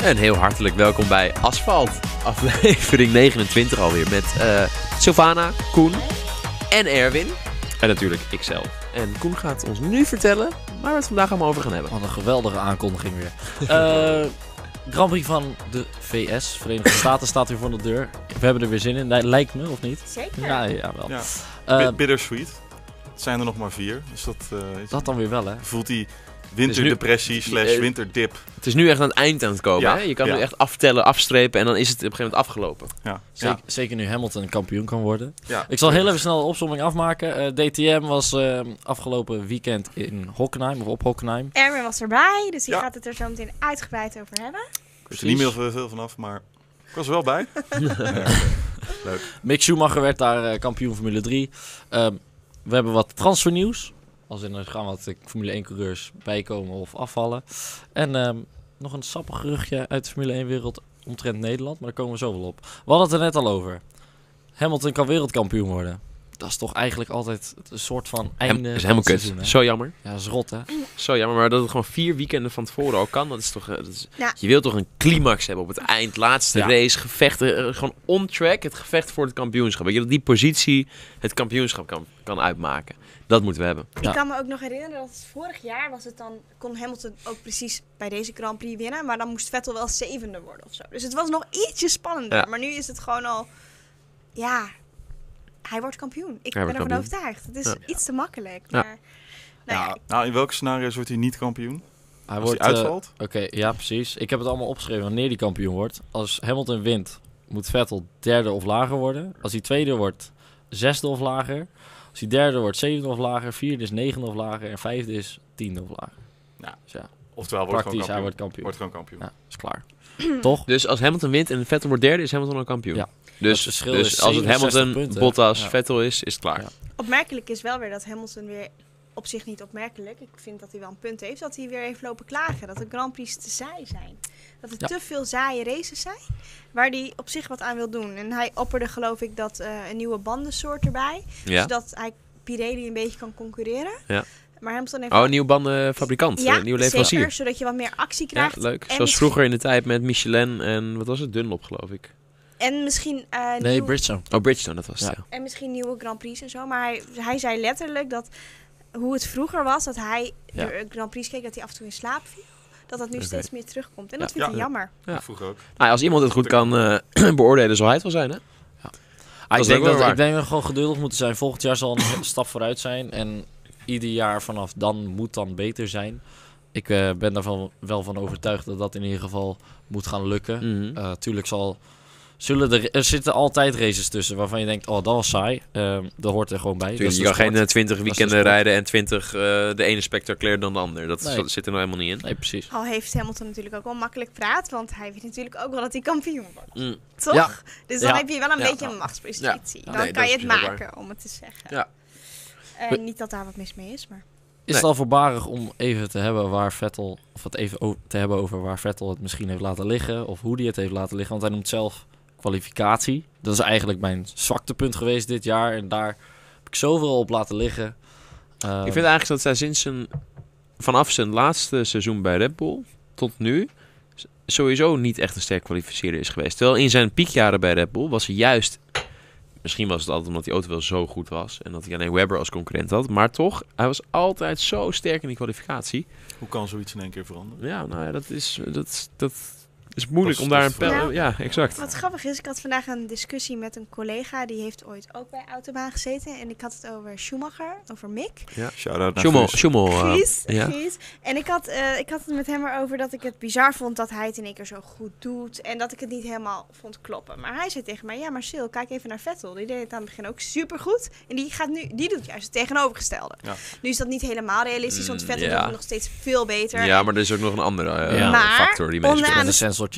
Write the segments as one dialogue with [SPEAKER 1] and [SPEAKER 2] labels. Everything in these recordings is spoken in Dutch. [SPEAKER 1] En heel hartelijk welkom bij Asfalt, aflevering 29 alweer. Met eh, Sylvana, Koen en Erwin. En natuurlijk ikzelf. En Koen gaat ons nu vertellen waar we het vandaag allemaal over gaan hebben.
[SPEAKER 2] Wat een geweldige aankondiging weer. Eh, Grand Prix van de VS, Verenigde Staten, staat hier voor de deur. We hebben er weer zin in, Lij- lijkt me, of niet?
[SPEAKER 3] Zeker.
[SPEAKER 2] Ja, ja wel.
[SPEAKER 4] Ja.
[SPEAKER 2] Eh,
[SPEAKER 4] Bi- bittersweet. Het zijn er nog maar vier. Dus dat, eh, is-
[SPEAKER 2] dat dan weer wel, hè?
[SPEAKER 4] voelt die winterdepressie
[SPEAKER 1] Dus nu-
[SPEAKER 4] slash
[SPEAKER 1] eh,
[SPEAKER 4] winterdip.
[SPEAKER 1] Het is nu echt aan het eind aan het komen.
[SPEAKER 4] Ja,
[SPEAKER 1] hè? Je kan
[SPEAKER 4] ja.
[SPEAKER 1] nu echt aftellen, afstrepen en dan is het op een gegeven moment afgelopen.
[SPEAKER 4] Ja.
[SPEAKER 2] Zeker, zeker nu Hamilton kampioen kan worden.
[SPEAKER 4] Ja.
[SPEAKER 2] Ik zal heel even snel de opzomming afmaken. Eh, DTM was eh, afgelopen weekend in Hockenheim, of op Hockenheim.
[SPEAKER 3] Erwin was erbij, dus die
[SPEAKER 4] Ja.
[SPEAKER 3] gaat het er zo meteen uitgebreid over hebben.
[SPEAKER 4] Ik wist er niet meer veel, veel vanaf, maar ik was er wel bij.
[SPEAKER 2] Mick Schumacher werd daar eh, kampioen Formule 3. Ehm, we hebben wat transfernieuws. Als in er gaan wat eh, Formule 1 coureurs bijkomen of afvallen. En ehm, nog een sappig geruchtje uit de Formule 1 wereld omtrent Nederland. Maar daar komen we zo wel op. We hadden het er net al over. Hamilton kan wereldkampioen worden. Dat is toch eigenlijk altijd een soort van
[SPEAKER 1] Hem-
[SPEAKER 2] einde.
[SPEAKER 1] is
[SPEAKER 2] van
[SPEAKER 1] helemaal
[SPEAKER 2] het
[SPEAKER 1] kut.
[SPEAKER 2] seizoen, hè?
[SPEAKER 1] Zo jammer.
[SPEAKER 2] Ja, dat is rot hè.
[SPEAKER 1] Zo jammer, maar dat het gewoon vier weekenden van tevoren al kan. Dat is toch, eh, dat is-
[SPEAKER 3] Ja.
[SPEAKER 1] Je wilt toch een climax hebben op het eind, laatste
[SPEAKER 2] Ja.
[SPEAKER 1] race, gevechten, eh, gewoon on track, het gevecht voor het kampioenschap. Weet je, dat die positie het kampioenschap kan, kan uitmaken. Dat moeten we hebben.
[SPEAKER 2] Ja.
[SPEAKER 3] Ik kan me ook nog herinneren dat het vorig jaar was het dan, kon Hamilton ook precies bij deze Grand Prix winnen. Maar dan moest Vettel wel zevende worden of zo. Dus het was nog ietsje spannender.
[SPEAKER 1] Ja.
[SPEAKER 3] Maar nu is het gewoon al, ja, hij wordt kampioen. Ik
[SPEAKER 1] Hij
[SPEAKER 3] ben
[SPEAKER 1] wordt
[SPEAKER 3] ervan
[SPEAKER 1] kampioen.
[SPEAKER 3] overtuigd. Het is
[SPEAKER 1] Ja.
[SPEAKER 3] iets te makkelijk.
[SPEAKER 1] Ja.
[SPEAKER 3] Maar, nou ja,
[SPEAKER 2] Ja,
[SPEAKER 4] Nou, in welke scenario's wordt hij niet kampioen?
[SPEAKER 2] Hij
[SPEAKER 4] Als hij
[SPEAKER 2] eh,
[SPEAKER 4] uitvalt?
[SPEAKER 2] Oké, ja, precies. Ik heb het allemaal opgeschreven wanneer die kampioen wordt. Als Hamilton wint, moet Vettel derde of lager worden. Als hij tweede wordt, zesde of lager. Als hij derde wordt, zevende of lager. Vierde is negende of lager. En vijfde is tiende of lager.
[SPEAKER 4] Ja.
[SPEAKER 2] Dus ja,
[SPEAKER 4] Oftewel, wordt gewoon
[SPEAKER 2] praktisch, hij
[SPEAKER 4] kampioen.
[SPEAKER 2] wordt kampioen.
[SPEAKER 4] Wordt gewoon kampioen.
[SPEAKER 2] Ja, is klaar. Toch?
[SPEAKER 1] Dus als Hamilton wint en Vettel wordt derde, is Hamilton al kampioen.
[SPEAKER 2] Ja.
[SPEAKER 1] Dus,
[SPEAKER 2] Dat verschil
[SPEAKER 1] dus
[SPEAKER 2] is
[SPEAKER 1] als het
[SPEAKER 2] 67
[SPEAKER 1] Hamilton,
[SPEAKER 2] punten.
[SPEAKER 1] Bottas,
[SPEAKER 2] Ja.
[SPEAKER 1] Vettel is, is het klaar.
[SPEAKER 2] Ja.
[SPEAKER 3] opmerkelijk is wel weer dat Hamilton weer, op zich niet opmerkelijk. Ik vind dat hij wel een punt heeft, dat hij weer heeft lopen klagen. Dat de Grand Prix te saai zijn. Dat er
[SPEAKER 2] Ja.
[SPEAKER 3] te veel saaie races zijn, waar hij op zich wat aan wil doen. En hij opperde geloof ik dat eh, een nieuwe bandensoort erbij.
[SPEAKER 1] Ja.
[SPEAKER 3] Zodat hij Pirelli een beetje kan concurreren.
[SPEAKER 1] Ja.
[SPEAKER 3] Maar Hamilton heeft...
[SPEAKER 1] Oh, een nieuw bandenfabrikant,
[SPEAKER 3] ja,
[SPEAKER 1] een nieuwe
[SPEAKER 3] zeker,
[SPEAKER 1] leverancier.
[SPEAKER 3] zodat je wat meer actie
[SPEAKER 1] Ja,
[SPEAKER 3] krijgt.
[SPEAKER 1] leuk.
[SPEAKER 3] En
[SPEAKER 1] Zoals
[SPEAKER 3] misschien-
[SPEAKER 1] vroeger in de tijd met Michelin en, wat was het, Dunlop geloof ik.
[SPEAKER 3] En misschien, eh,
[SPEAKER 2] Nee,
[SPEAKER 3] nieuw-
[SPEAKER 2] Bridgestone.
[SPEAKER 1] Oh, Bridgestone, dat was het,
[SPEAKER 2] Ja.
[SPEAKER 1] ja.
[SPEAKER 3] en misschien nieuwe Grand Prix en zo. Maar hij, hij zei letterlijk dat hoe het vroeger was, dat hij
[SPEAKER 2] Ja.
[SPEAKER 3] de Grand Prix keek, dat hij af en toe in slaap viel. Dat dat nu
[SPEAKER 1] Oké.
[SPEAKER 3] steeds meer terugkomt. En
[SPEAKER 1] Ja.
[SPEAKER 3] dat vind
[SPEAKER 4] Ja.
[SPEAKER 3] ik jammer.
[SPEAKER 1] Ja.
[SPEAKER 4] Vroeger ook.
[SPEAKER 1] Nou, als iemand het goed kan eh, beoordelen, zal hij het wel zijn, hè?
[SPEAKER 2] Ah, ik,
[SPEAKER 1] is
[SPEAKER 2] denk
[SPEAKER 1] ook wel
[SPEAKER 2] dat,
[SPEAKER 1] waar.
[SPEAKER 2] ik denk dat we gewoon geduldig moeten zijn. Volgend jaar zal een stap vooruit zijn. En ieder jaar vanaf dan moet dan beter zijn. Ik eh, ben daarvan wel van overtuigd dat dat in ieder geval moet gaan lukken.
[SPEAKER 1] Mhm.
[SPEAKER 2] Eh, tuurlijk zal, zullen er, er zitten altijd races tussen waarvan je denkt, oh, dat was saai. Ehm, dat hoort er gewoon bij. Dat
[SPEAKER 1] Tuurlijk,
[SPEAKER 2] is
[SPEAKER 1] je
[SPEAKER 2] de
[SPEAKER 1] kan geen
[SPEAKER 2] sport.
[SPEAKER 1] eh, 20
[SPEAKER 2] Dat is de
[SPEAKER 1] weekenden
[SPEAKER 2] sport.
[SPEAKER 1] rijden en 20 eh, de ene spectaculair dan de ander. Dat, is-
[SPEAKER 2] Nee.
[SPEAKER 1] dat zit er nou helemaal niet in.
[SPEAKER 2] Nee, precies.
[SPEAKER 3] Al heeft Hamilton natuurlijk ook wel makkelijk praat, want hij weet natuurlijk ook wel dat hij kampioen wordt.
[SPEAKER 1] Mm.
[SPEAKER 3] Toch?
[SPEAKER 2] Ja.
[SPEAKER 3] Dus dan
[SPEAKER 2] Ja.
[SPEAKER 3] heb je wel een
[SPEAKER 1] Ja.
[SPEAKER 3] beetje een machtspositie.
[SPEAKER 1] Ja.
[SPEAKER 3] Dan
[SPEAKER 1] Nee,
[SPEAKER 3] kan
[SPEAKER 1] dat
[SPEAKER 3] je
[SPEAKER 1] is
[SPEAKER 3] het
[SPEAKER 1] wel
[SPEAKER 3] maken, om het te zeggen.
[SPEAKER 1] Ja.
[SPEAKER 3] Eh,
[SPEAKER 1] We-
[SPEAKER 3] niet dat daar wat mis mee is, maar...
[SPEAKER 2] Is het al voorbarig om even te hebben waar Vettel, of het even o- te hebben over waar Vettel het misschien heeft laten liggen, of hoe hij het heeft laten liggen? Want hij noemt zelf kwalificatie. Dat is eigenlijk mijn zwaktepunt geweest dit jaar. En daar heb ik zoveel op laten liggen. Ehm,
[SPEAKER 1] Ik vind eigenlijk dat zij sinds zijn, vanaf zijn laatste seizoen bij Red Bull tot nu s- sowieso niet echt een sterk kwalificeerder is geweest. Terwijl in zijn piekjaren bij Red Bull was hij juist... Misschien was het altijd omdat die auto wel zo goed was en dat hij alleen Webber als concurrent had. Maar toch, hij was altijd zo sterk in die kwalificatie.
[SPEAKER 4] Hoe kan zoiets in één keer veranderen?
[SPEAKER 1] Ja, nou ja, dat is, dat, is- dat is moeilijk
[SPEAKER 4] Dat is-
[SPEAKER 1] om daar
[SPEAKER 4] dat
[SPEAKER 1] een
[SPEAKER 4] is
[SPEAKER 1] pijl...
[SPEAKER 3] de
[SPEAKER 1] ja, exact.
[SPEAKER 3] Wat grappig is, ik had vandaag een discussie met een collega. Die heeft ooit ook bij Autobaan gezeten. En ik had het over Schumacher, over Mick.
[SPEAKER 4] Shout-out naar
[SPEAKER 1] Schummel,
[SPEAKER 4] Guus.
[SPEAKER 1] Schummel. eh,
[SPEAKER 3] Guus,
[SPEAKER 1] ja.
[SPEAKER 3] Guus. En ik had, eh, ik had het met hem erover dat ik het bizar vond dat hij het in één keer zo goed doet. En dat ik het niet helemaal vond kloppen. Maar hij zei tegen mij, ja maar Sil, kijk even naar Vettel. Die deed het aan het begin ook supergoed. En die, gaat nu, die doet juist het tegenovergestelde.
[SPEAKER 4] Ja.
[SPEAKER 3] Nu is dat niet helemaal realistisch, want
[SPEAKER 1] Mm,
[SPEAKER 3] Vettel
[SPEAKER 1] ja.
[SPEAKER 3] doet het nog steeds veel beter.
[SPEAKER 1] Ja, maar er is ook nog een andere eh,
[SPEAKER 2] Ja.
[SPEAKER 3] Maar
[SPEAKER 1] factor die mensen
[SPEAKER 3] onderaan-
[SPEAKER 2] met
[SPEAKER 1] kunnen.
[SPEAKER 2] een sensortje.
[SPEAKER 3] I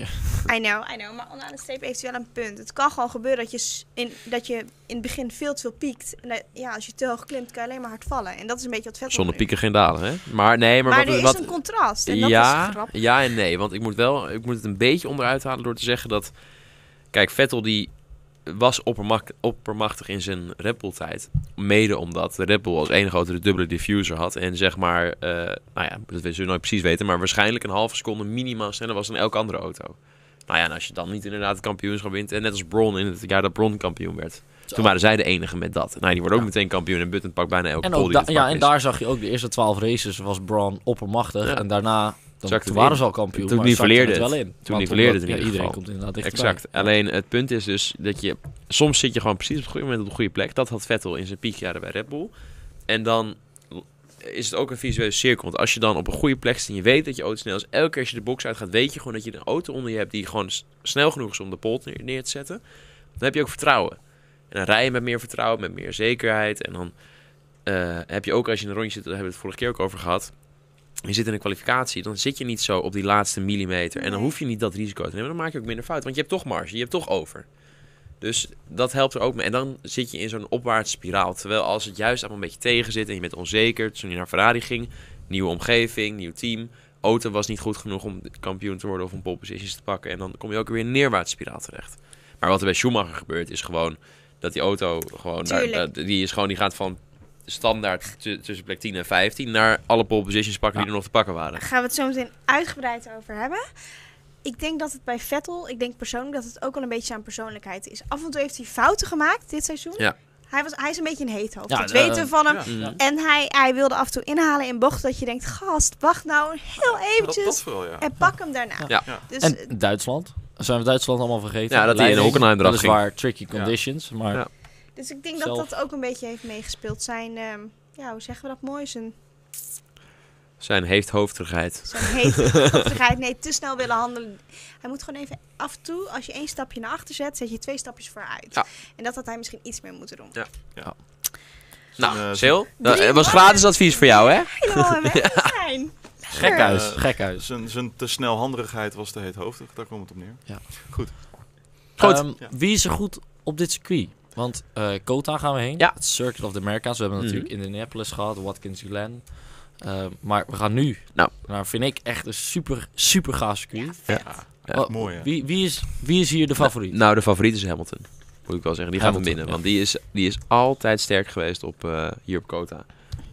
[SPEAKER 3] know, I know. Maar onderaan de streep heeft hij wel een punt. Het kan gewoon gebeuren dat je, s- in, dat je in het begin veel te veel piekt. En dat- ja, als je te hoog klimt, kan je alleen maar hard vallen. En dat is een beetje wat Vettel
[SPEAKER 1] Zonder
[SPEAKER 3] nu-
[SPEAKER 1] pieken geen dalen, hè? Maar nee, maar,
[SPEAKER 3] Maar,
[SPEAKER 1] wat...
[SPEAKER 3] er
[SPEAKER 1] wat
[SPEAKER 3] is een contrast. En dat is
[SPEAKER 1] ja,
[SPEAKER 3] grappig.
[SPEAKER 1] ja en nee. Want ik moet, wel, ik moet het een beetje onderuit halen door te zeggen dat... Kijk, Vettel die was oppermak- oppermachtig in zijn Red Bull tijd. Mede omdat de Red Bull als enige auto de dubbele diffuser had. En zeg maar, eh, nou ja, dat zullen we nooit precies weten. Maar waarschijnlijk een halve seconde minimaal sneller was dan elke andere auto. Nou ja, en als je dan niet inderdaad het kampioenschap wint. En net als Bron in het jaar dat Bron kampioen werd. Toen waren zij de enige met dat. Nou, die wordt ook
[SPEAKER 2] Ja.
[SPEAKER 1] meteen kampioen. En Button pakt bijna elke
[SPEAKER 2] En,
[SPEAKER 1] pole
[SPEAKER 2] ook
[SPEAKER 1] die
[SPEAKER 2] da-
[SPEAKER 1] te
[SPEAKER 2] ja,
[SPEAKER 1] pakken
[SPEAKER 2] en
[SPEAKER 1] is.
[SPEAKER 2] daar zag je ook de eerste twaalf races was Braun oppermachtig.
[SPEAKER 1] Ja.
[SPEAKER 2] En daarna,
[SPEAKER 1] Zakte
[SPEAKER 2] dan, toen
[SPEAKER 1] hij
[SPEAKER 2] waren
[SPEAKER 1] in.
[SPEAKER 2] ze al kampioen.
[SPEAKER 1] Toen
[SPEAKER 2] maar
[SPEAKER 1] nivelleerde
[SPEAKER 2] zakte het
[SPEAKER 1] het.
[SPEAKER 2] wel in.
[SPEAKER 1] Toen
[SPEAKER 2] Want
[SPEAKER 1] nivelleerde
[SPEAKER 2] omdat-
[SPEAKER 1] het in
[SPEAKER 2] ja,
[SPEAKER 1] ieder
[SPEAKER 2] Iedereen
[SPEAKER 1] geval.
[SPEAKER 2] komt inderdaad dichterbij.
[SPEAKER 1] Exact. Alleen het punt is dus dat je... Soms zit je gewoon precies op het goede moment op de goede plek. Dat had Vettel in zijn piekjaren bij Red Bull. En dan is het ook een visuele cirkel. Want als je dan op een goede plek zit en je weet dat je auto snel is... Elke keer als je de box uitgaat, weet je gewoon dat je een auto onder je hebt... die gewoon s- snel genoeg is om de pole neer, neer te zetten. Dan heb je ook vertrouwen. En dan rij je met meer vertrouwen, met meer zekerheid. En dan eh, heb je ook, als je in een rondje zit... daar hebben we het vorige keer ook over gehad... Je zit in een kwalificatie, dan zit je niet zo op die laatste millimeter. En dan
[SPEAKER 3] Nee.
[SPEAKER 1] hoef je niet dat risico te nemen. Dan maak je ook minder fout. Want je hebt toch marge, je hebt toch over. Dus dat helpt er ook mee. En dan zit je in zo'n opwaartse spiraal. Terwijl als het juist allemaal een beetje tegen zit en je bent onzeker. Toen je naar Ferrari ging, nieuwe omgeving, nieuw team. Auto was niet goed genoeg om kampioen te worden of om pole positions te pakken. En dan kom je ook weer in een neerwaartse spiraal terecht. Maar wat er bij Schumacher gebeurt is gewoon dat die auto gewoon... Daar,
[SPEAKER 3] Tuurlijk.
[SPEAKER 1] daar- die, is gewoon die gaat van standaard t- tussen plek 10 en 15 naar alle pole positions pakken die er nog te pakken waren.
[SPEAKER 3] gaan we het zo meteen uitgebreid over hebben. Ik denk dat het bij Vettel, ik denk persoonlijk dat het ook wel een beetje aan persoonlijkheid is. Af en toe heeft hij fouten gemaakt dit seizoen.
[SPEAKER 1] Ja.
[SPEAKER 3] Hij, was, hij is een beetje een heethoofd.
[SPEAKER 2] Ja,
[SPEAKER 3] dat
[SPEAKER 2] eh,
[SPEAKER 3] weten we van hem.
[SPEAKER 4] ja.
[SPEAKER 1] Mm.
[SPEAKER 3] En hij, hij wilde af en toe inhalen in bocht dat je denkt, gast, wacht nou heel
[SPEAKER 4] Dat, dat
[SPEAKER 3] eventjes
[SPEAKER 4] vooral, ja.
[SPEAKER 3] en pak hem daarna.
[SPEAKER 1] Ja.
[SPEAKER 4] Ja.
[SPEAKER 3] Dus
[SPEAKER 2] En
[SPEAKER 3] eh,
[SPEAKER 2] Duitsland. Zijn we Duitsland allemaal vergeten?
[SPEAKER 1] Ja, dat hij in
[SPEAKER 2] Leiding,
[SPEAKER 1] Hockenheim eraf ging.
[SPEAKER 2] Weliswaar tricky conditions, maar...
[SPEAKER 1] Ja.
[SPEAKER 3] Dus ik denk
[SPEAKER 2] Zelf.
[SPEAKER 3] dat dat ook een beetje heeft meegespeeld. Zijn, ehm, ja, hoe zeggen we dat mooi? Zijn,
[SPEAKER 1] Zijn heeft hoofdigheid.
[SPEAKER 3] zijn heetachtigheid. Nee, te snel willen handelen. Hij moet gewoon even af en toe, als je één stapje naar achter zet, zet je twee stapjes vooruit.
[SPEAKER 1] Ja.
[SPEAKER 3] En dat had hij misschien iets meer moeten doen.
[SPEAKER 1] Ja.
[SPEAKER 4] Zo'n, eh,
[SPEAKER 1] Nou, Sil, dat
[SPEAKER 3] drie
[SPEAKER 1] het was
[SPEAKER 3] mannen.
[SPEAKER 1] gratis advies voor jou, hè?
[SPEAKER 3] Helemaal aan weg zijn.
[SPEAKER 2] Gekhuis,
[SPEAKER 4] Eh,
[SPEAKER 2] gekhuis.
[SPEAKER 4] Zijn, zijn te snelhandigheid was te heethoofdig, daar komt het op neer.
[SPEAKER 1] Goed.
[SPEAKER 2] Ehm,
[SPEAKER 4] Ja.
[SPEAKER 2] Wie is er goed op dit circuit? Want eh Kota gaan we heen.
[SPEAKER 1] Ja.
[SPEAKER 2] Het Circuit of the Americas. We hebben
[SPEAKER 1] Mhm.
[SPEAKER 2] natuurlijk Indianapolis gehad, Watkins Glen. Ehm, maar we gaan nu
[SPEAKER 1] Nou.
[SPEAKER 2] naar, vind ik, echt een super, super gaaf circuit.
[SPEAKER 1] Ja.
[SPEAKER 2] Wat-
[SPEAKER 4] Ah, Mooi, hè?
[SPEAKER 2] Wie, wie, is, wie is hier de favoriet?
[SPEAKER 1] Nou, de favoriet is Hamilton. Moet ik wel zeggen. Die gaat
[SPEAKER 2] Hamilton,
[SPEAKER 1] hem winnen.
[SPEAKER 2] ja.
[SPEAKER 1] Want die is, die is altijd sterk geweest op, eh, hier op Kota.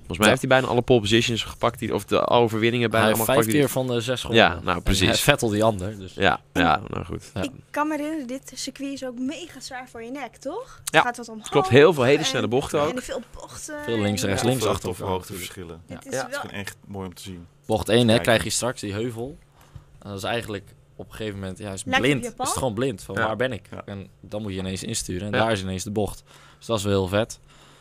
[SPEAKER 1] Volgens mij
[SPEAKER 2] Ja.
[SPEAKER 1] heeft hij bijna alle pole positions gepakt. Die, of de alle overwinningen bijna
[SPEAKER 2] Hij heeft
[SPEAKER 1] allemaal
[SPEAKER 2] vijf
[SPEAKER 1] gepakt. die-
[SPEAKER 2] keer van de zes gewonnen.
[SPEAKER 1] Ja, nou,
[SPEAKER 2] En
[SPEAKER 1] precies.
[SPEAKER 2] hij Vettel die ander. Dus.
[SPEAKER 1] Ja, ja, nou goed.
[SPEAKER 2] Ja.
[SPEAKER 3] Ik kan me herinneren, dit circuit is ook mega zwaar voor je nek, toch?
[SPEAKER 1] Ja.
[SPEAKER 3] Gaat wat omhoog.
[SPEAKER 1] Klopt, heel veel hele
[SPEAKER 3] en-
[SPEAKER 1] snelle bochten ook.
[SPEAKER 3] En veel bochten.
[SPEAKER 2] Veel links,
[SPEAKER 3] en-
[SPEAKER 2] rechts,
[SPEAKER 4] Ja,
[SPEAKER 2] links.
[SPEAKER 4] veel
[SPEAKER 2] achter
[SPEAKER 4] toffe
[SPEAKER 2] elkaar dus-
[SPEAKER 4] hoogteverschillen.
[SPEAKER 3] Het is
[SPEAKER 1] Ja.
[SPEAKER 4] Het is
[SPEAKER 3] wel
[SPEAKER 4] gewoon echt mooi om te zien.
[SPEAKER 2] Bocht 1 hè,
[SPEAKER 4] Kijk.
[SPEAKER 2] krijg je straks die heuvel. En dat is eigenlijk op een gegeven moment, ja, is
[SPEAKER 3] Lijkt op
[SPEAKER 2] blind. Is
[SPEAKER 3] Japan.
[SPEAKER 2] het gewoon blind van
[SPEAKER 1] Ja.
[SPEAKER 2] waar ben ik?
[SPEAKER 4] Ja.
[SPEAKER 2] En dan moet je ineens insturen en
[SPEAKER 1] Ja.
[SPEAKER 2] daar is ineens de bocht. Dus dat is wel heel vet.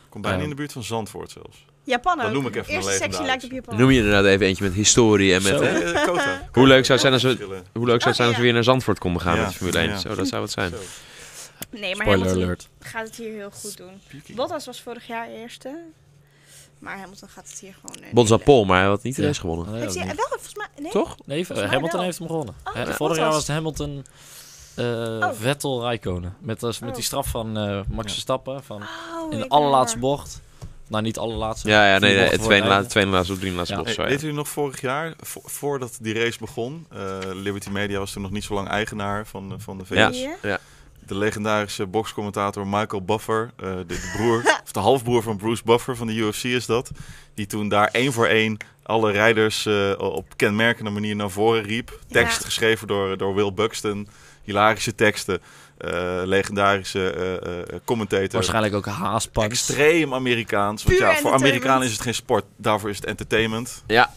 [SPEAKER 4] Komt bijna
[SPEAKER 2] Ja.
[SPEAKER 4] in de buurt van Zandvoort zelfs.
[SPEAKER 3] Japan ook.
[SPEAKER 4] Dat noem ik even een
[SPEAKER 3] Nou, Eerste sectie
[SPEAKER 4] legendarisch.
[SPEAKER 3] lijkt op Japan.
[SPEAKER 1] Noem je inderdaad even eentje met historie en met...
[SPEAKER 2] Zo.
[SPEAKER 1] hè,
[SPEAKER 4] Eh, Kota.
[SPEAKER 1] Hoe leuk zou het zijn als we-
[SPEAKER 4] Hoogteverschillen.
[SPEAKER 1] hoe leuk zou het zijn
[SPEAKER 3] Oh,
[SPEAKER 1] als we weer naar Zandvoort konden gaan
[SPEAKER 4] Ja.
[SPEAKER 1] met de Formule 1?
[SPEAKER 4] Ja.
[SPEAKER 1] Zo, dat zou het zijn.
[SPEAKER 4] Zo.
[SPEAKER 3] Nee, maar
[SPEAKER 2] Spoiler
[SPEAKER 3] Hamilton
[SPEAKER 2] alert.
[SPEAKER 3] gaat het hier heel goed doen.
[SPEAKER 4] Spooky.
[SPEAKER 3] Bottas was vorig jaar eerste. Maar Hamilton gaat het hier gewoon... eh,
[SPEAKER 1] Bottas had
[SPEAKER 3] neerleggen.
[SPEAKER 1] pole, maar hij had niet de
[SPEAKER 2] Ja.
[SPEAKER 1] race gewonnen.
[SPEAKER 2] Nee,
[SPEAKER 3] Heeft
[SPEAKER 2] dat
[SPEAKER 3] hij
[SPEAKER 2] niet.
[SPEAKER 3] wel volgens mij... Nee,
[SPEAKER 1] Toch?
[SPEAKER 2] Nee, eh,
[SPEAKER 3] mij
[SPEAKER 2] Hamilton
[SPEAKER 3] wel.
[SPEAKER 2] heeft hem gewonnen.
[SPEAKER 3] Oh,
[SPEAKER 2] Hè,
[SPEAKER 3] dat
[SPEAKER 2] Vorig jaar
[SPEAKER 3] was-
[SPEAKER 2] was het Hamilton, eh, Vettel, Rijkonen. Met, als- met
[SPEAKER 3] Oh.
[SPEAKER 2] die straf van eh Max
[SPEAKER 4] Ja.
[SPEAKER 2] Verstappen van
[SPEAKER 3] Oh,
[SPEAKER 2] in de
[SPEAKER 3] ik
[SPEAKER 2] allerlaatste
[SPEAKER 3] ben
[SPEAKER 2] bocht. Nou, niet allerlaatste.
[SPEAKER 1] Ja, ja,
[SPEAKER 2] vier
[SPEAKER 1] nee, nee,
[SPEAKER 2] bochten
[SPEAKER 1] het
[SPEAKER 2] voor het
[SPEAKER 1] tweede laatste, tweede
[SPEAKER 2] einde.
[SPEAKER 1] laatste of drie laatste
[SPEAKER 2] Ja.
[SPEAKER 1] bocht.
[SPEAKER 4] Hey,
[SPEAKER 1] zo, ja.
[SPEAKER 4] weten jullie nog vorig jaar, vo- voordat die race begon, eh, Liberty Media was toen nog niet zo lang eigenaar van, de- van de VS.
[SPEAKER 1] Ja.
[SPEAKER 3] er- Hier?
[SPEAKER 4] De legendarische boxcommentator Michael Buffer, eh, de, de broer, of de halfbroer van Bruce Buffer van de UFC is dat. Die toen daar één voor één alle rijders eh, op kenmerkende manier naar voren riep. Tekst
[SPEAKER 3] Ja.
[SPEAKER 4] geschreven door, door Will Buxton. Hilarische teksten. eh, legendarische eh, eh, commentator.
[SPEAKER 2] Waarschijnlijk ook haaspanks.
[SPEAKER 4] Extreem Amerikaans. Want
[SPEAKER 3] Puur
[SPEAKER 4] ja, voor
[SPEAKER 3] entertainment.
[SPEAKER 4] Amerikanen is het geen sport. Daarvoor is het entertainment.
[SPEAKER 1] Ja,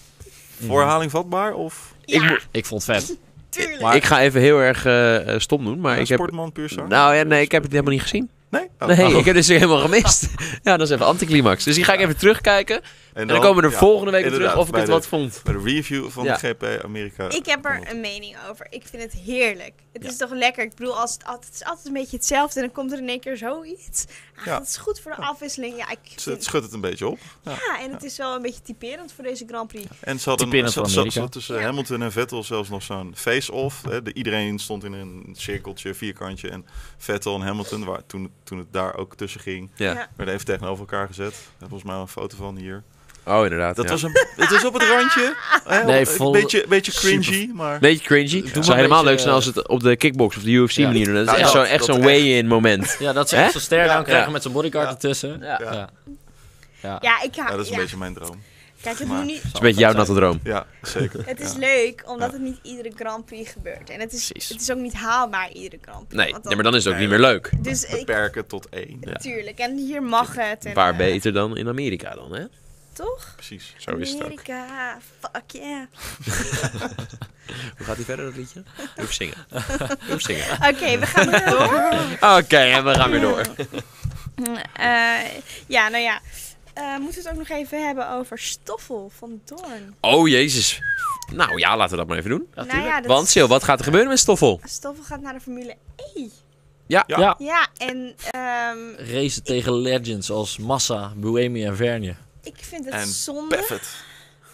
[SPEAKER 1] Nou,
[SPEAKER 4] Voorhaling vatbaar of
[SPEAKER 3] Ja,
[SPEAKER 1] Ik moet-
[SPEAKER 2] Ik vond het vet.
[SPEAKER 3] tuurlijk.
[SPEAKER 1] ik ga even heel erg eh, eh, stom doen, maar
[SPEAKER 4] een
[SPEAKER 1] ik heb...
[SPEAKER 4] sportman puur zang?
[SPEAKER 1] Nou ja, nee, ik heb het helemaal niet gezien.
[SPEAKER 4] Nee? Oh.
[SPEAKER 1] Nee,
[SPEAKER 4] Oh.
[SPEAKER 1] ik heb dit weer helemaal gemist. Ja, dat is even anticlimax. Dus die ga ik even terugkijken. En
[SPEAKER 4] En
[SPEAKER 1] dan, komen we er
[SPEAKER 4] ja,
[SPEAKER 1] volgende week op terug
[SPEAKER 4] inderdaad,
[SPEAKER 1] of ik
[SPEAKER 4] bij
[SPEAKER 1] het
[SPEAKER 4] de-
[SPEAKER 1] wat vond.
[SPEAKER 4] Bij de review van
[SPEAKER 1] Ja.
[SPEAKER 4] de GP Amerika.
[SPEAKER 3] Ik heb er een mening over. Ik vind het heerlijk. Het is toch lekker? Ik bedoel, als het, altijd, het is altijd een beetje hetzelfde en dan komt er in één keer zoiets. Ah,
[SPEAKER 4] Ja.
[SPEAKER 3] Dat is goed voor de afwisseling. Ja, ik
[SPEAKER 4] Dus Het
[SPEAKER 3] vind,
[SPEAKER 4] schudt het een beetje op.
[SPEAKER 3] ja, en het is wel een beetje typerend voor deze Grand Prix.
[SPEAKER 4] En ze hadden
[SPEAKER 2] Typerend
[SPEAKER 4] ze-
[SPEAKER 2] voor
[SPEAKER 4] ze-
[SPEAKER 2] Amerika.
[SPEAKER 4] ze hadden tussen
[SPEAKER 3] Ja.
[SPEAKER 4] Hamilton en Vettel zelfs nog zo'n face-off. hè. De- Iedereen stond in een cirkeltje, vierkantje. En Vettel en Hamilton, waar, toen, toen het daar ook tussen ging,
[SPEAKER 1] Ja.
[SPEAKER 3] Ja.
[SPEAKER 4] werden even tegenover elkaar gezet. Daar hebben we volgens mij wel een foto van hier.
[SPEAKER 1] Oh, inderdaad.
[SPEAKER 4] Dat
[SPEAKER 1] ja.
[SPEAKER 4] was een, het is op het randje. hè,
[SPEAKER 2] Nee,
[SPEAKER 4] op-
[SPEAKER 2] vol-
[SPEAKER 4] een beetje, beetje
[SPEAKER 2] super-
[SPEAKER 4] cringy, maar...
[SPEAKER 1] Beetje cringy. Het
[SPEAKER 2] maar
[SPEAKER 1] zou
[SPEAKER 2] een
[SPEAKER 1] helemaal leuk
[SPEAKER 2] beetje,
[SPEAKER 1] zijn als het op de kickbox of de UFC
[SPEAKER 2] Ja.
[SPEAKER 1] manier doen. Dat is
[SPEAKER 4] Nou,
[SPEAKER 1] echt
[SPEAKER 4] dat-
[SPEAKER 1] zo'n echt
[SPEAKER 4] dat
[SPEAKER 1] zo'n
[SPEAKER 4] echt.
[SPEAKER 1] weigh-in moment.
[SPEAKER 2] Ja, dat ze
[SPEAKER 1] Hè?
[SPEAKER 2] echt zo'n ster
[SPEAKER 4] Ja,
[SPEAKER 2] aan krijgen
[SPEAKER 1] ja.
[SPEAKER 2] met zijn bodyguard
[SPEAKER 4] Ja.
[SPEAKER 2] ertussen. Ja.
[SPEAKER 4] Ja.
[SPEAKER 2] Ja. Ja.
[SPEAKER 3] Ja, ik hou-
[SPEAKER 4] Ja, dat is een
[SPEAKER 3] ja.
[SPEAKER 4] beetje mijn droom.
[SPEAKER 3] Kijk, het,
[SPEAKER 4] maar-
[SPEAKER 3] moet niet,
[SPEAKER 1] Dat is een beetje jouw natte droom.
[SPEAKER 4] Ja, zeker.
[SPEAKER 3] het is
[SPEAKER 4] Ja.
[SPEAKER 3] leuk, omdat het niet iedere Grand Prix gebeurt. En het is,
[SPEAKER 1] Precies.
[SPEAKER 3] het is ook niet haalbaar, iedere Grand Prix.
[SPEAKER 1] Nee,
[SPEAKER 3] want
[SPEAKER 1] nee, maar dan is het ook
[SPEAKER 4] Nee,
[SPEAKER 1] niet meer leuk.
[SPEAKER 3] Dus ik,
[SPEAKER 4] Beperken tot één.
[SPEAKER 1] Ja.
[SPEAKER 3] tuurlijk, en hier mag het. En,
[SPEAKER 1] Waar
[SPEAKER 3] eh,
[SPEAKER 1] beter dan in Amerika dan, hè?
[SPEAKER 3] Toch?
[SPEAKER 4] Precies.
[SPEAKER 1] Zo is het ook.
[SPEAKER 3] Amerika, fuck yeah.
[SPEAKER 1] Hoe gaat die verder, dat liedje? Even zingen. Even zingen.
[SPEAKER 3] Oké, we gaan door.
[SPEAKER 1] Oké, en we gaan weer door.
[SPEAKER 3] Eh, ja, nou ja. Eh, moeten we het ook nog even hebben over Stoffel van Doorn?
[SPEAKER 1] Oh, jezus. Nou ja, laten we dat maar even doen.
[SPEAKER 3] nou ja, dat
[SPEAKER 1] Want,
[SPEAKER 3] is-
[SPEAKER 1] Sil, wat gaat er gebeuren met Stoffel?
[SPEAKER 3] Stoffel gaat naar de Formule 1.
[SPEAKER 4] Ja.
[SPEAKER 2] Ja.
[SPEAKER 3] Ja, en ehm,
[SPEAKER 2] Racen tegen legends als Massa, Buemi en Verne.
[SPEAKER 3] ik vind het
[SPEAKER 4] En
[SPEAKER 3] zonde.
[SPEAKER 4] Perfect.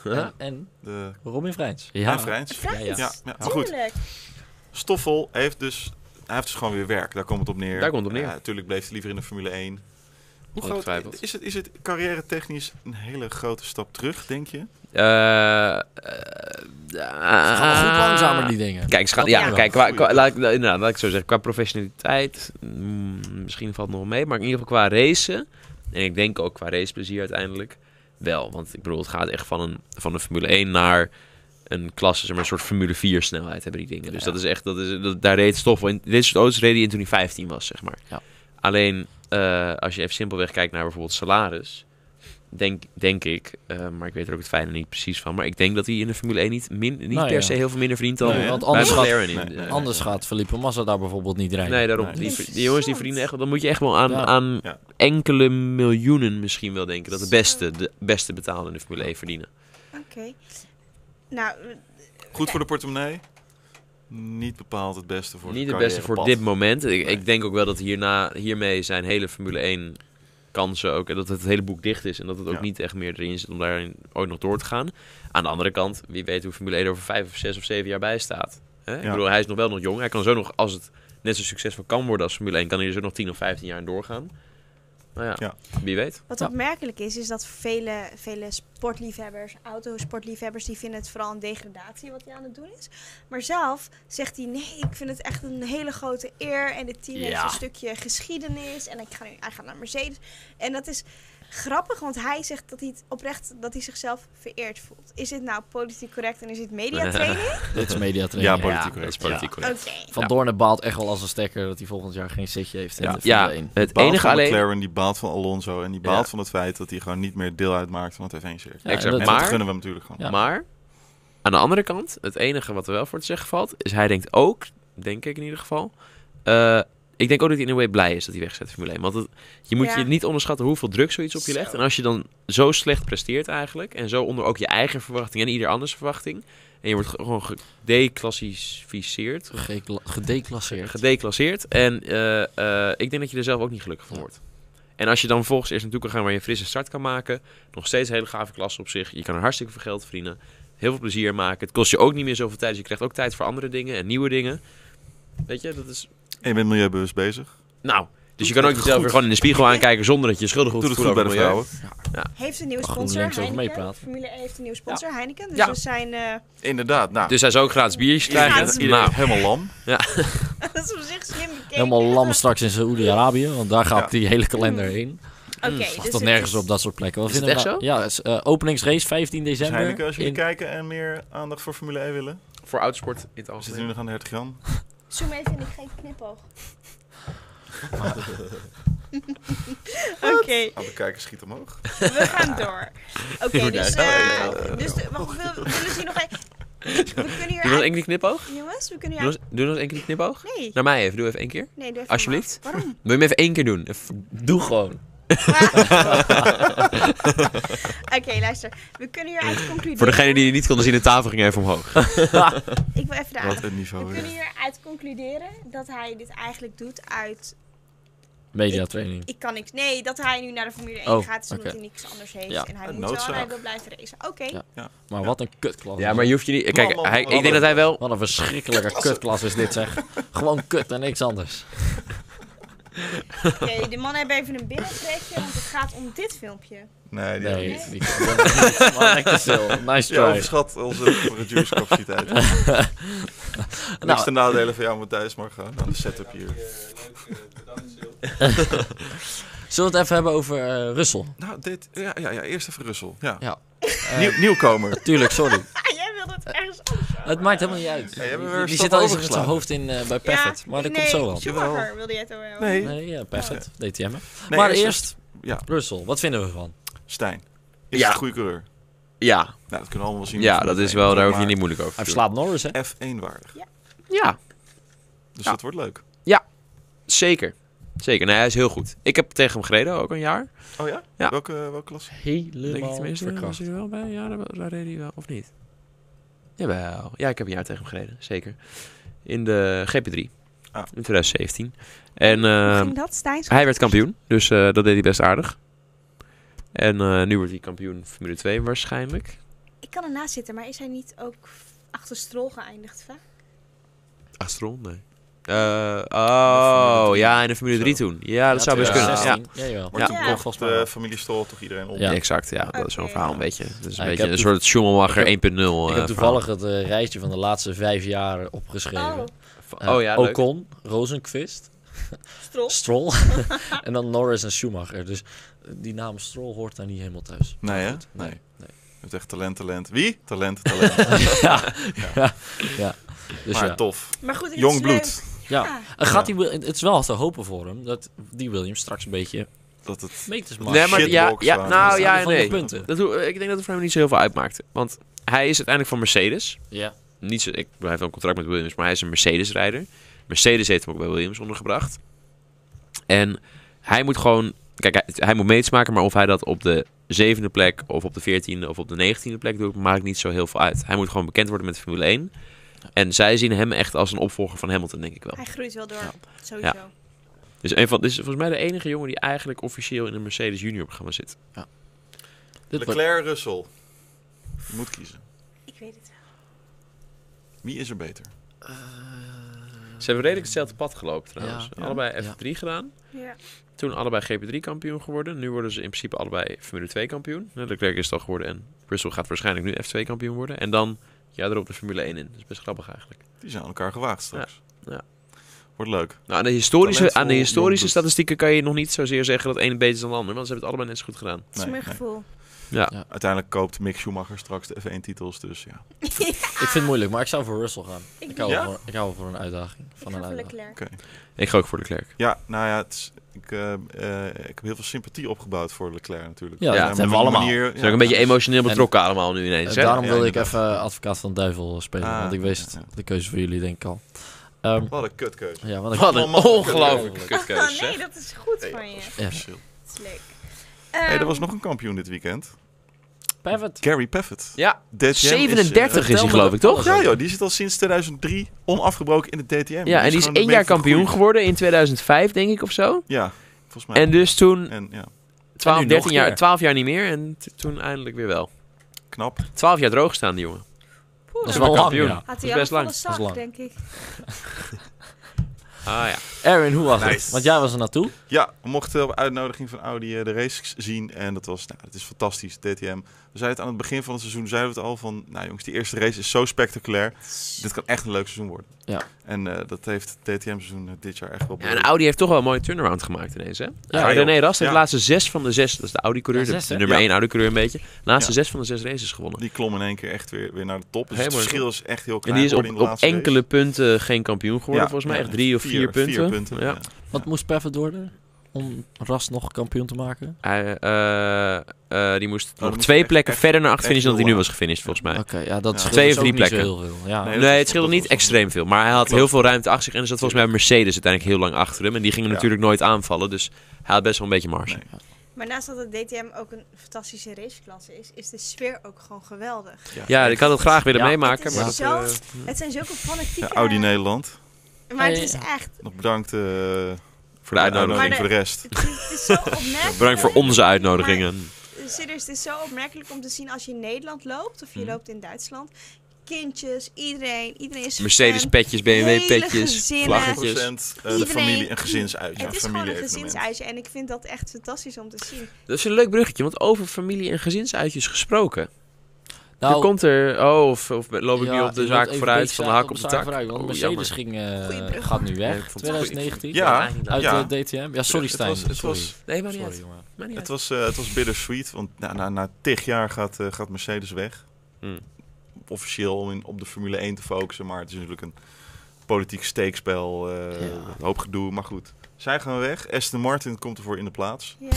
[SPEAKER 1] Huh?
[SPEAKER 2] En, en
[SPEAKER 4] De
[SPEAKER 2] Robin Vrijns.
[SPEAKER 4] ja. Vrijns.
[SPEAKER 2] Ja,
[SPEAKER 3] Vraag
[SPEAKER 2] ja.
[SPEAKER 3] is,
[SPEAKER 4] Ja, ja, maar goed.
[SPEAKER 3] tuurlijk.
[SPEAKER 4] Stoffel heeft dus, hij heeft dus gewoon weer werk. Daar komt het op neer.
[SPEAKER 1] Daar komt het op neer.
[SPEAKER 4] Natuurlijk bleef hij liever in de Formule 1. Hoe
[SPEAKER 1] Ongetwijfeld.
[SPEAKER 4] groot is het, is het carrière technisch een hele grote stap terug, denk je?
[SPEAKER 1] Eh, eh,
[SPEAKER 2] Ze gaan wel goed langzamer, die dingen.
[SPEAKER 1] Kijk, ze gaan,
[SPEAKER 2] Dat
[SPEAKER 1] ja,
[SPEAKER 2] kan wel.
[SPEAKER 1] kijk qua,
[SPEAKER 4] Goeie.
[SPEAKER 1] qua- laat, ik- nou, inderdaad, laat ik zo zeggen. Qua professionaliteit, mm, misschien valt het nog wel mee. Maar in ieder geval qua racen. En ik denk ook qua raceplezier uiteindelijk wel. Want ik bedoel, het gaat echt van een, van een Formule 1 naar een klasse, zeg maar, een soort Formule 4 snelheid hebben die dingen. Dus
[SPEAKER 2] Ja.
[SPEAKER 1] dat is echt, dat is, dat, daar reed Stoffel in. Dit soort auto's reed hij in toen hij 15 was, zeg maar.
[SPEAKER 2] Ja.
[SPEAKER 1] Alleen, eh, als je even simpelweg kijkt naar bijvoorbeeld salaris. Denk, denk ik, eh, maar ik weet er ook het fijne niet precies van. Maar ik denk dat hij in de Formule 1 niet, min, niet
[SPEAKER 2] Nou
[SPEAKER 1] per
[SPEAKER 2] ja.
[SPEAKER 1] se heel veel minder verdient dan
[SPEAKER 2] Nee,
[SPEAKER 1] bij
[SPEAKER 2] want anders gaat-
[SPEAKER 1] McLaren in-
[SPEAKER 4] Nee,
[SPEAKER 1] eh,
[SPEAKER 4] nee,
[SPEAKER 2] Anders gaat Felipe Massa daar bijvoorbeeld niet rijden.
[SPEAKER 1] Nee, daarom.
[SPEAKER 4] Nee.
[SPEAKER 1] Die, ver- die jongens die verdienen echt, dan moet je echt wel aan,
[SPEAKER 2] Ja.
[SPEAKER 1] aan
[SPEAKER 4] Ja.
[SPEAKER 1] enkele miljoenen misschien wel denken. Dat de
[SPEAKER 3] Zo.
[SPEAKER 1] beste, de beste betalen in de Formule 1 verdienen.
[SPEAKER 3] Oké. Nou,
[SPEAKER 4] Goed voor de portemonnee? Niet bepaald het beste voor
[SPEAKER 1] Niet
[SPEAKER 4] de
[SPEAKER 1] het beste voor dit
[SPEAKER 4] carrièrepad.
[SPEAKER 1] moment. Ik,
[SPEAKER 4] Nee.
[SPEAKER 1] ik denk ook wel dat hierna, hiermee zijn hele Formule 1 kansen ook, en dat het hele boek dicht is en dat het ook
[SPEAKER 4] Ja.
[SPEAKER 1] niet echt meer erin zit om daarin ooit nog door te gaan. Aan de andere kant, wie weet hoe Formule 1 er over vijf of zes of zeven jaar bij staat. Hè? Ik
[SPEAKER 4] Ja.
[SPEAKER 1] bedoel, hij is nog wel nog jong. Hij kan zo nog, als het net zo succesvol kan worden als Formule 1, kan hij er zo nog 10 of 15 jaar in doorgaan. Nou ja, wie weet.
[SPEAKER 3] Wat
[SPEAKER 2] Ja.
[SPEAKER 3] opmerkelijk is, is dat vele, vele sportliefhebbers, autosportliefhebbers, die vinden het vooral een degradatie wat hij aan het doen is. Maar zelf zegt hij, nee, ik vind het echt een hele grote eer en dit team heeft
[SPEAKER 2] Ja.
[SPEAKER 3] een stukje geschiedenis en ik ga nu, hij gaat naar Mercedes. En dat is grappig, want hij zegt dat hij het oprecht, dat hij zichzelf vereerd voelt. Is dit nou politiek correct en is dit mediatraining?
[SPEAKER 2] Dit is
[SPEAKER 4] Ja,
[SPEAKER 2] mediatraining.
[SPEAKER 4] politiek
[SPEAKER 1] ja, dat is
[SPEAKER 4] correct.
[SPEAKER 1] politiek
[SPEAKER 3] Oké.
[SPEAKER 1] correct.
[SPEAKER 2] Van Doorn baalt echt wel als een stekker dat hij volgend jaar geen zitje heeft in
[SPEAKER 1] Ja,
[SPEAKER 2] de Formule 1.
[SPEAKER 1] het
[SPEAKER 4] Baalt
[SPEAKER 1] enige
[SPEAKER 4] van
[SPEAKER 1] alleen...
[SPEAKER 4] McLaren, die baalt van Alonso en die
[SPEAKER 1] Ja.
[SPEAKER 4] baalt van het feit dat hij gewoon niet meer deel uitmaakt van het F1-circuit.
[SPEAKER 2] Ja,
[SPEAKER 1] Exact,
[SPEAKER 2] en
[SPEAKER 4] En
[SPEAKER 2] dat-
[SPEAKER 4] dat
[SPEAKER 1] maar-
[SPEAKER 4] gunnen we hem natuurlijk gewoon.
[SPEAKER 2] Ja.
[SPEAKER 1] Maar aan de andere kant, het enige wat er wel voor te zeggen valt, is hij denkt ook, denk ik in ieder geval, eh, ik denk ook dat hij in een way blij is dat hij wegzet Formule 1. Want het- je moet
[SPEAKER 3] Ja.
[SPEAKER 1] je niet onderschatten hoeveel druk zoiets op je legt.
[SPEAKER 3] Zo.
[SPEAKER 1] En als je dan zo slecht presteert eigenlijk, en zo onder ook je eigen verwachting en ieder anders verwachting, en je wordt ge- gewoon gedeclassificeerd,
[SPEAKER 2] Gekla- Gedeclasseerd.
[SPEAKER 1] gedeclasseerd, en eh, eh, ik denk dat je er zelf ook niet gelukkig van
[SPEAKER 2] Ja.
[SPEAKER 1] wordt. En als je dan volgens eerst naartoe kan gaan waar je een frisse start kan maken, nog steeds een hele gave klasse op zich. Je kan er hartstikke veel geld verdienen. Heel veel plezier maken. Het kost je ook niet meer zoveel tijd. Dus je krijgt ook tijd voor andere dingen en nieuwe dingen. Weet je, dat is.
[SPEAKER 4] En je bent milieubewust bezig.
[SPEAKER 1] Nou, dus je
[SPEAKER 2] het
[SPEAKER 1] kan ook
[SPEAKER 2] goed.
[SPEAKER 1] jezelf weer gewoon in de spiegel aankijken zonder dat je je schuldig hoeft
[SPEAKER 4] Doe
[SPEAKER 1] te
[SPEAKER 4] het goed
[SPEAKER 1] voelen.
[SPEAKER 4] bij de
[SPEAKER 1] over het
[SPEAKER 4] vrouwen.
[SPEAKER 3] Heeft een nieuwe
[SPEAKER 2] Mag
[SPEAKER 3] sponsor,
[SPEAKER 2] GroenLinks over
[SPEAKER 3] Heineken.
[SPEAKER 2] meepraten?
[SPEAKER 3] Formule E heeft een nieuwe sponsor, Heineken. Dus
[SPEAKER 1] Ja.
[SPEAKER 3] we zijn, eh,
[SPEAKER 4] Inderdaad. Nou,
[SPEAKER 1] milieu. Dus hij zou ook gratis biertjes krijgen.
[SPEAKER 3] Gratis
[SPEAKER 1] nou,
[SPEAKER 4] helemaal lam.
[SPEAKER 3] dat is op zich slim bekeken.
[SPEAKER 2] Helemaal lam straks in Saoedi-Arabië, want daar gaat
[SPEAKER 4] Ja.
[SPEAKER 2] die hele kalender heen.
[SPEAKER 3] Oké,
[SPEAKER 2] Slaat
[SPEAKER 3] dus
[SPEAKER 2] Hm, toch
[SPEAKER 3] het
[SPEAKER 2] nergens
[SPEAKER 3] is-
[SPEAKER 2] op dat soort plekken. Wat
[SPEAKER 1] Is het
[SPEAKER 2] vinden
[SPEAKER 1] echt
[SPEAKER 2] we nou- Ja, het is, eh, openingsrace 15 december.
[SPEAKER 4] Waarschijnlijk eh, als jullie
[SPEAKER 2] in-
[SPEAKER 4] kijken en meer aandacht voor Formule 1 willen.
[SPEAKER 1] voor autosport in het
[SPEAKER 4] We
[SPEAKER 1] algemeen.
[SPEAKER 4] zitten nu nog aan de 30 gram.
[SPEAKER 3] Zoom even in, ik geef een knipoog. Oké,
[SPEAKER 4] Alle kijkers Ah, schiet omhoog.
[SPEAKER 3] we gaan door. Oké, dus, eh dus de, wacht, we, we willen hier nog even... We
[SPEAKER 1] Doe
[SPEAKER 3] kunnen hier...
[SPEAKER 1] nog
[SPEAKER 3] eigenlijk-
[SPEAKER 1] één keer knipoog.
[SPEAKER 3] Jongens, we kunnen
[SPEAKER 1] Doe
[SPEAKER 3] hier...
[SPEAKER 1] nog- Doe nog één keer knipoog.
[SPEAKER 3] Nee,
[SPEAKER 1] Naar mij even, doe even één keer.
[SPEAKER 3] nee, doe even
[SPEAKER 1] Alsjeblieft.
[SPEAKER 3] normaal. Waarom?
[SPEAKER 1] Wil je hem even één keer doen? Even- Doe gewoon.
[SPEAKER 3] Oké, luister. We kunnen hieruit concluderen...
[SPEAKER 1] Voor degene die het niet konden zien, de tafel ging even omhoog.
[SPEAKER 3] Ik wil even de
[SPEAKER 4] Wat
[SPEAKER 3] aandacht.
[SPEAKER 4] een
[SPEAKER 3] We
[SPEAKER 4] niveau
[SPEAKER 3] kunnen
[SPEAKER 4] weer.
[SPEAKER 3] hieruit concluderen dat hij dit eigenlijk doet uit...
[SPEAKER 2] Mediatraining.
[SPEAKER 3] Ik kan niks... Nee, dat hij nu naar de Formule 1
[SPEAKER 2] Oh,
[SPEAKER 3] gaat, is omdat
[SPEAKER 2] oké.
[SPEAKER 3] hij niks anders heeft.
[SPEAKER 2] Ja.
[SPEAKER 3] En hij
[SPEAKER 4] Een
[SPEAKER 3] moet wel en hij
[SPEAKER 4] noodzaak.
[SPEAKER 3] wil blijven racen. Oké.
[SPEAKER 2] Ja. Maar wat een kutklas.
[SPEAKER 1] Ja, maar je hoeft je niet. Kijk,
[SPEAKER 4] Man, man,
[SPEAKER 1] hij,
[SPEAKER 4] man,
[SPEAKER 1] ik denk dat hij wel.
[SPEAKER 2] Wat een verschrikkelijke kutklas is dit zeg. Gewoon kut en niks anders.
[SPEAKER 3] Oké, die mannen hebben even een binnentrekje, want het gaat om dit filmpje.
[SPEAKER 4] Nee, die
[SPEAKER 2] Nee,
[SPEAKER 4] nee.
[SPEAKER 2] die dat is niet. Maar lekker stil. Nice
[SPEAKER 4] Ja,
[SPEAKER 2] try.
[SPEAKER 4] overschat onze producercapaciteit. Niks
[SPEAKER 2] nou,
[SPEAKER 4] ten nadele van jou, Matthijs, maar gewoon aan de setup hier.
[SPEAKER 2] zullen we het even hebben over eh, Russel?
[SPEAKER 4] Nou, dit... Ja, ja, ja eerst even Russel. Ja.
[SPEAKER 2] Ja.
[SPEAKER 1] eh,
[SPEAKER 4] Nieuw- nieuwkomer.
[SPEAKER 2] Tuurlijk, sorry.
[SPEAKER 3] Ah, jij wilde het ergens anders.
[SPEAKER 2] Het maakt helemaal niet uit.
[SPEAKER 4] Ja, je hebt er
[SPEAKER 2] Die-
[SPEAKER 4] weer een
[SPEAKER 2] die
[SPEAKER 4] stap
[SPEAKER 2] zit al eens met
[SPEAKER 4] overgeslagen.
[SPEAKER 2] zijn hoofd in eh, bij Paffett. maar dat
[SPEAKER 3] nee,
[SPEAKER 2] komt zo wel.
[SPEAKER 3] Schumacher wilde jij het over hebben.
[SPEAKER 4] Nee.
[SPEAKER 2] Nee, ja, Paffett. DTM. hè.
[SPEAKER 4] Nee,
[SPEAKER 2] maar
[SPEAKER 4] eerst-
[SPEAKER 2] eerst,
[SPEAKER 4] ja.
[SPEAKER 2] Russel. Wat vinden we ervan?
[SPEAKER 4] Stijn. Is
[SPEAKER 1] Ja.
[SPEAKER 4] het een goede coureur?
[SPEAKER 1] Ja,
[SPEAKER 4] Nou, dat kunnen we allemaal wel zien.
[SPEAKER 1] ja dat is wel, daar hoef je
[SPEAKER 4] Maar
[SPEAKER 1] niet moeilijk over
[SPEAKER 2] Hij
[SPEAKER 1] te doen.
[SPEAKER 2] verslaat Norris, hè?
[SPEAKER 4] F1 waardig.
[SPEAKER 1] Ja,
[SPEAKER 4] Dus
[SPEAKER 1] Ja.
[SPEAKER 4] dat wordt leuk.
[SPEAKER 1] zeker. Zeker, nee, hij is heel goed. Ik heb tegen hem gereden ook een jaar.
[SPEAKER 4] Oh ja?
[SPEAKER 1] Ja.
[SPEAKER 4] Welke, welke klas?
[SPEAKER 1] Denk ik
[SPEAKER 2] Helemaal
[SPEAKER 1] tenminste, was
[SPEAKER 2] verkracht.
[SPEAKER 1] hij er wel bij? Ja, daar, daar reed hij wel, of niet? Jawel. Ja, ik heb een jaar tegen hem gereden, zeker. In de GP3,
[SPEAKER 4] Ah.
[SPEAKER 1] in 2017. En
[SPEAKER 3] Hoe
[SPEAKER 1] ehm,
[SPEAKER 3] ging dat, Stijn?
[SPEAKER 1] hij werd kampioen, dus eh, dat deed hij best aardig. En eh, nu wordt hij kampioen Formule 2 waarschijnlijk.
[SPEAKER 3] Ik kan ernaast zitten, maar is hij niet ook achter Strol geëindigd? vaak?
[SPEAKER 1] Astron, nee. oh,
[SPEAKER 4] drie.
[SPEAKER 1] ja, in de Formule
[SPEAKER 4] Zo.
[SPEAKER 1] 3 toen. Ja, dat zou best kunnen. Ja.
[SPEAKER 2] 2016. Ja, jawel.
[SPEAKER 4] Maar
[SPEAKER 3] Ja.
[SPEAKER 4] toen
[SPEAKER 3] Ja.
[SPEAKER 4] kocht
[SPEAKER 2] Volgens mij wel.
[SPEAKER 4] de familie Stol toch iedereen op.
[SPEAKER 2] Ja.
[SPEAKER 1] Exact, ja. Dat is zo'n
[SPEAKER 3] Oké.
[SPEAKER 1] verhaal een beetje. Dat is een
[SPEAKER 2] Ja, ik
[SPEAKER 1] beetje
[SPEAKER 2] heb
[SPEAKER 1] een
[SPEAKER 2] toe-
[SPEAKER 1] soort Schumacher 1.0
[SPEAKER 2] Ik
[SPEAKER 1] eh,
[SPEAKER 2] heb toevallig het eh, rijtje van de laatste vijf jaar opgeschreven.
[SPEAKER 3] Oh,
[SPEAKER 1] verhaal.
[SPEAKER 2] Eh,
[SPEAKER 1] Oh ja, leuk.
[SPEAKER 2] Ocon, Rosenquist,
[SPEAKER 3] Strol.
[SPEAKER 2] Stroll en dan Norris en Schumacher. Dus eh, die naam Stroll hoort daar niet helemaal thuis.
[SPEAKER 4] Nee, hè? Nee.
[SPEAKER 2] Nee, nee.
[SPEAKER 4] Je hebt echt talent, talent. Wie? Talent, talent.
[SPEAKER 2] ja. ja. ja. Dus
[SPEAKER 4] maar
[SPEAKER 2] ja.
[SPEAKER 4] tof.
[SPEAKER 3] Maar goed, het
[SPEAKER 4] Jong
[SPEAKER 3] is
[SPEAKER 4] bloed.
[SPEAKER 2] ja. Eh, Gaat die, Wil- het is wel te hopen voor hem dat die Williams straks een beetje
[SPEAKER 4] Dat het...
[SPEAKER 2] meters maakt.
[SPEAKER 1] Nee, maar
[SPEAKER 4] shitbox
[SPEAKER 1] ja, ja,
[SPEAKER 4] waren.
[SPEAKER 1] nou
[SPEAKER 2] Staan
[SPEAKER 1] ja,
[SPEAKER 2] er
[SPEAKER 1] en
[SPEAKER 2] van de
[SPEAKER 1] nee.
[SPEAKER 2] punten.
[SPEAKER 1] Dat, doe- ik denk dat het voor hem niet zo heel veel uitmaakt. Want hij is uiteindelijk van Mercedes.
[SPEAKER 2] Ja.
[SPEAKER 1] Niet zo, ik, hij heeft wel een contract met Williams, maar hij is een Mercedes-rijder. Mercedes heeft hem ook bij Williams ondergebracht. En hij moet gewoon... Kijk, hij, hij moet meets maken, maar of hij dat op de zevende plek... of op de veertiende of op de negentiende plek doet... maakt niet zo heel veel uit. Hij moet gewoon bekend worden met Formule 1. En zij zien hem echt als een opvolger van Hamilton, denk ik wel.
[SPEAKER 3] Hij groeit wel door, sowieso.
[SPEAKER 1] Dus een van, dit is volgens mij de enige jongen die eigenlijk officieel in een Mercedes Junior-programma zit.
[SPEAKER 2] Dit wordt-
[SPEAKER 4] Leclerc, Russell. Je moet kiezen.
[SPEAKER 3] Ik weet het wel.
[SPEAKER 4] Wie is er beter?
[SPEAKER 1] Ze hebben redelijk hetzelfde pad gelopen trouwens.
[SPEAKER 2] Ja.
[SPEAKER 1] Allebei
[SPEAKER 2] Ja.
[SPEAKER 1] F3 gedaan.
[SPEAKER 3] Ja.
[SPEAKER 1] Toen allebei GP3 kampioen geworden. Nu worden ze in principe allebei Formule 2 kampioen. Nou, Leclerc is het al geworden en Russell gaat waarschijnlijk nu F2 kampioen worden. En dan ja, erop de Formule 1 in. Dat is best grappig eigenlijk.
[SPEAKER 4] Die zijn aan elkaar gewaagd straks.
[SPEAKER 1] Ja, ja.
[SPEAKER 4] Wordt leuk.
[SPEAKER 1] Nou, aan de historische,
[SPEAKER 4] Talentvol
[SPEAKER 1] aan de
[SPEAKER 4] jong
[SPEAKER 1] historische
[SPEAKER 4] bloed.
[SPEAKER 1] statistieken kan je nog niet zozeer zeggen dat het een beter is dan de ander. Want ze hebben het allebei net zo goed gedaan.
[SPEAKER 3] Het is
[SPEAKER 4] Nee,
[SPEAKER 3] mijn
[SPEAKER 4] nee.
[SPEAKER 3] gevoel.
[SPEAKER 4] Uiteindelijk koopt Mick Schumacher straks de F1-titels, dus ja.
[SPEAKER 2] Ik vind het moeilijk, maar ik zou voor Russell gaan.
[SPEAKER 3] Ik,
[SPEAKER 2] Ik
[SPEAKER 3] ben-
[SPEAKER 2] hou,
[SPEAKER 4] Ja?
[SPEAKER 2] wel voor, ik hou wel voor een uitdaging.
[SPEAKER 3] ik
[SPEAKER 2] Van
[SPEAKER 3] ga
[SPEAKER 2] een
[SPEAKER 3] voor
[SPEAKER 2] uitdaging.
[SPEAKER 3] Leclerc.
[SPEAKER 4] Oké.
[SPEAKER 1] Ik ga ook voor Leclerc.
[SPEAKER 4] Ja, nou ja, het is- ik, eh, eh, ik heb heel veel sympathie opgebouwd voor Leclerc natuurlijk.
[SPEAKER 2] Ja,
[SPEAKER 4] Op
[SPEAKER 2] dat
[SPEAKER 4] een
[SPEAKER 2] hebben we allemaal.
[SPEAKER 4] manier-
[SPEAKER 1] Ze zijn ook een beetje emotioneel
[SPEAKER 2] En-
[SPEAKER 1] betrokken allemaal nu
[SPEAKER 2] Eh,
[SPEAKER 1] ineens. hè?
[SPEAKER 2] daarom
[SPEAKER 4] Ja,
[SPEAKER 2] wilde ik
[SPEAKER 4] inderdaad.
[SPEAKER 2] even eh, advocaat van de duivel spelen,
[SPEAKER 4] Ah,
[SPEAKER 2] want ik wist
[SPEAKER 4] ja, ja.
[SPEAKER 2] de keuze voor jullie denk ik al. Ehm,
[SPEAKER 4] Wat een kutkeuze.
[SPEAKER 2] ja, want ik-
[SPEAKER 1] Wat een
[SPEAKER 4] Allemaal-
[SPEAKER 1] ongelooflijke
[SPEAKER 3] Ah,
[SPEAKER 1] kutkeuze.
[SPEAKER 3] nee, dat is goed
[SPEAKER 4] Nee,
[SPEAKER 3] van je.
[SPEAKER 2] Ja.
[SPEAKER 4] Verschil.
[SPEAKER 3] Dat is leuk.
[SPEAKER 4] Hey, er was
[SPEAKER 3] Ehm,
[SPEAKER 4] nog een kampioen dit weekend.
[SPEAKER 2] Paffett.
[SPEAKER 4] Gary Paffett.
[SPEAKER 1] Ja,
[SPEAKER 4] DTM is, eh,
[SPEAKER 1] 37 is
[SPEAKER 2] Vertel
[SPEAKER 1] hij
[SPEAKER 2] me
[SPEAKER 1] geloof
[SPEAKER 2] dat
[SPEAKER 1] ik toch?
[SPEAKER 2] alles.
[SPEAKER 4] ja joh, die zit al sinds 2003 onafgebroken in de DTM.
[SPEAKER 1] Ja, en die is
[SPEAKER 4] gewoon
[SPEAKER 1] één
[SPEAKER 4] ermee
[SPEAKER 1] jaar kampioen
[SPEAKER 4] vergroeid.
[SPEAKER 1] geworden in 2005, denk ik, of zo.
[SPEAKER 4] Ja, volgens mij.
[SPEAKER 1] En dus toen
[SPEAKER 4] En ja,
[SPEAKER 1] 12,
[SPEAKER 2] En nu nog
[SPEAKER 1] 13 jaar,
[SPEAKER 2] weer.
[SPEAKER 1] 12 jaar niet meer en t- toen eindelijk weer wel.
[SPEAKER 4] knap.
[SPEAKER 1] 12 jaar droog staan, die jongen.
[SPEAKER 3] poeh,
[SPEAKER 2] Dat
[SPEAKER 1] Dat
[SPEAKER 2] is
[SPEAKER 1] is
[SPEAKER 2] wel
[SPEAKER 1] wel
[SPEAKER 2] lang,
[SPEAKER 1] kampioen.
[SPEAKER 2] ja.
[SPEAKER 1] Dat
[SPEAKER 3] Had
[SPEAKER 1] is
[SPEAKER 3] hij al een
[SPEAKER 1] best
[SPEAKER 3] volle
[SPEAKER 1] lang.
[SPEAKER 3] zak,
[SPEAKER 2] lang.
[SPEAKER 3] denk ik.
[SPEAKER 1] Ah ja.
[SPEAKER 2] Erwin, hoe was het?
[SPEAKER 4] Nice.
[SPEAKER 2] Want jij was er naartoe.
[SPEAKER 4] Ja, we mochten op uitnodiging van Audi eh, de races zien. En dat was, nou, het is fantastisch, DTM. We zeiden het aan het begin van het seizoen, zeiden we het al van... Nou jongens, die eerste race is zo spectaculair. Dit kan echt een leuk seizoen worden.
[SPEAKER 2] Ja.
[SPEAKER 4] En eh, dat heeft het DTM-seizoen eh, dit jaar echt wel
[SPEAKER 1] En
[SPEAKER 4] bereikt.
[SPEAKER 1] Audi heeft toch wel een mooie turnaround gemaakt ineens, hè? Ja,
[SPEAKER 4] joh.
[SPEAKER 1] René Rast heeft
[SPEAKER 4] Ja.
[SPEAKER 1] de laatste zes van de zes, dat is de Audi-coureur,
[SPEAKER 2] Ja, zes,
[SPEAKER 1] de
[SPEAKER 2] hè?
[SPEAKER 1] nummer
[SPEAKER 4] Ja.
[SPEAKER 1] 1 Audi-coureur een beetje, de laatste
[SPEAKER 4] Ja.
[SPEAKER 1] zes van de zes races gewonnen.
[SPEAKER 4] Die klom in één keer echt weer, weer naar de top. Dus het
[SPEAKER 1] Helemaal
[SPEAKER 4] verschil is echt heel
[SPEAKER 1] En
[SPEAKER 4] klein
[SPEAKER 1] die is op,
[SPEAKER 4] geworden in de
[SPEAKER 1] op
[SPEAKER 4] laatste race.
[SPEAKER 1] enkele punten geen kampioen geworden,
[SPEAKER 4] Ja,
[SPEAKER 1] volgens mij.
[SPEAKER 4] ja,
[SPEAKER 1] Echt drie of vier, punten.
[SPEAKER 4] Vier punten,
[SPEAKER 1] Ja.
[SPEAKER 4] ja.
[SPEAKER 2] Wat moest Paffett worden om Ras nog kampioen te maken?
[SPEAKER 1] Hij, eh, eh, die moest nog
[SPEAKER 4] moest
[SPEAKER 1] twee
[SPEAKER 4] echt-
[SPEAKER 1] plekken
[SPEAKER 4] echt-
[SPEAKER 1] verder naar achter
[SPEAKER 4] echt
[SPEAKER 1] finishen dan hij nu
[SPEAKER 4] heel
[SPEAKER 1] was gefinished, volgens mij.
[SPEAKER 2] Oké, ja, dat
[SPEAKER 4] Ja.
[SPEAKER 2] scheelt
[SPEAKER 1] Twee
[SPEAKER 2] dus
[SPEAKER 1] of
[SPEAKER 2] ook
[SPEAKER 1] drie
[SPEAKER 2] niet zo
[SPEAKER 1] plekken.
[SPEAKER 2] heel veel. Ja.
[SPEAKER 4] Nee,
[SPEAKER 1] Nee,
[SPEAKER 4] dat
[SPEAKER 1] het
[SPEAKER 4] was-
[SPEAKER 1] scheelde
[SPEAKER 4] dat
[SPEAKER 1] niet
[SPEAKER 4] was-
[SPEAKER 1] extreem veel. Maar hij had
[SPEAKER 4] Klopt.
[SPEAKER 1] heel veel ruimte achter zich. En er zat volgens mij Mercedes uiteindelijk heel lang achter hem. En die gingen
[SPEAKER 4] Ja.
[SPEAKER 1] natuurlijk nooit aanvallen. Dus hij had best wel een beetje marge.
[SPEAKER 4] Nee.
[SPEAKER 3] Maar naast dat het DTM ook een fantastische raceklasse is, is de sfeer ook gewoon geweldig.
[SPEAKER 1] Ja, ik had het graag willen
[SPEAKER 2] Ja.
[SPEAKER 1] meemaken.
[SPEAKER 3] Het
[SPEAKER 1] Maar
[SPEAKER 3] is
[SPEAKER 1] dat,
[SPEAKER 3] zo-
[SPEAKER 1] eh,
[SPEAKER 3] Het zijn zulke fanatieke...
[SPEAKER 4] Ja, Audi Nederland.
[SPEAKER 3] Maar het
[SPEAKER 2] Ja,
[SPEAKER 3] is
[SPEAKER 2] ja.
[SPEAKER 3] echt...
[SPEAKER 4] Nog bedankt eh,
[SPEAKER 1] voor de uitnodiging.
[SPEAKER 3] Maar de-
[SPEAKER 4] voor de rest.
[SPEAKER 3] Het is, het is zo opmerkelijk.
[SPEAKER 1] Bedankt voor onze uitnodigingen.
[SPEAKER 3] Serieus, het is zo opmerkelijk om te zien als je in Nederland loopt of je
[SPEAKER 4] Mhm.
[SPEAKER 3] loopt in Duitsland. kindjes, iedereen. Iedereen is fan.
[SPEAKER 1] Mercedes-petjes,
[SPEAKER 3] Hele
[SPEAKER 1] BMW-petjes,
[SPEAKER 3] gezinnen.
[SPEAKER 1] vlaggetjes.
[SPEAKER 4] eh, de
[SPEAKER 3] Iedereen-
[SPEAKER 4] familie, een gezinsuitje.
[SPEAKER 3] Het
[SPEAKER 4] een
[SPEAKER 3] is gewoon een
[SPEAKER 4] familieevenement.
[SPEAKER 3] gezinsuitje en ik vind dat echt fantastisch om te zien.
[SPEAKER 1] Dat is een leuk bruggetje, want over familie- en gezinsuitjes gesproken.
[SPEAKER 2] Nou,
[SPEAKER 1] er komt er... Oh, of, of loop ik
[SPEAKER 2] ja,
[SPEAKER 1] nu op de
[SPEAKER 2] je
[SPEAKER 1] zaak
[SPEAKER 2] moet
[SPEAKER 1] vooruit,
[SPEAKER 2] even
[SPEAKER 1] van de haak op de
[SPEAKER 2] zaak
[SPEAKER 1] tak?
[SPEAKER 2] Vooruit, want
[SPEAKER 1] Oh,
[SPEAKER 2] Mercedes
[SPEAKER 1] jammer.
[SPEAKER 2] ging, eh,
[SPEAKER 3] Goeie brug.
[SPEAKER 2] gaat nu
[SPEAKER 1] Ja, ik
[SPEAKER 2] weg,
[SPEAKER 1] vond het
[SPEAKER 2] 2019.
[SPEAKER 4] Ja,
[SPEAKER 2] Uit eh,
[SPEAKER 4] ja.
[SPEAKER 2] de DTM. Ja, sorry Stijn.
[SPEAKER 4] Het was, het
[SPEAKER 2] sorry.
[SPEAKER 4] was,
[SPEAKER 1] Nee, maar niet
[SPEAKER 2] Sorry,
[SPEAKER 1] uit.
[SPEAKER 2] jongen.
[SPEAKER 1] Maar niet
[SPEAKER 4] het
[SPEAKER 1] uit.
[SPEAKER 4] was, eh, het was bittersweet, want na, na, na tig jaar gaat, eh, gaat Mercedes weg.
[SPEAKER 1] Hmm.
[SPEAKER 4] Officieel om in, op de Formule 1 te focussen, maar het is natuurlijk een politiek steekspel. eh,
[SPEAKER 2] Ja.
[SPEAKER 4] Een hoop gedoe, maar goed. Zij gaan weg. Aston Martin komt ervoor in de plaats.
[SPEAKER 3] Ja.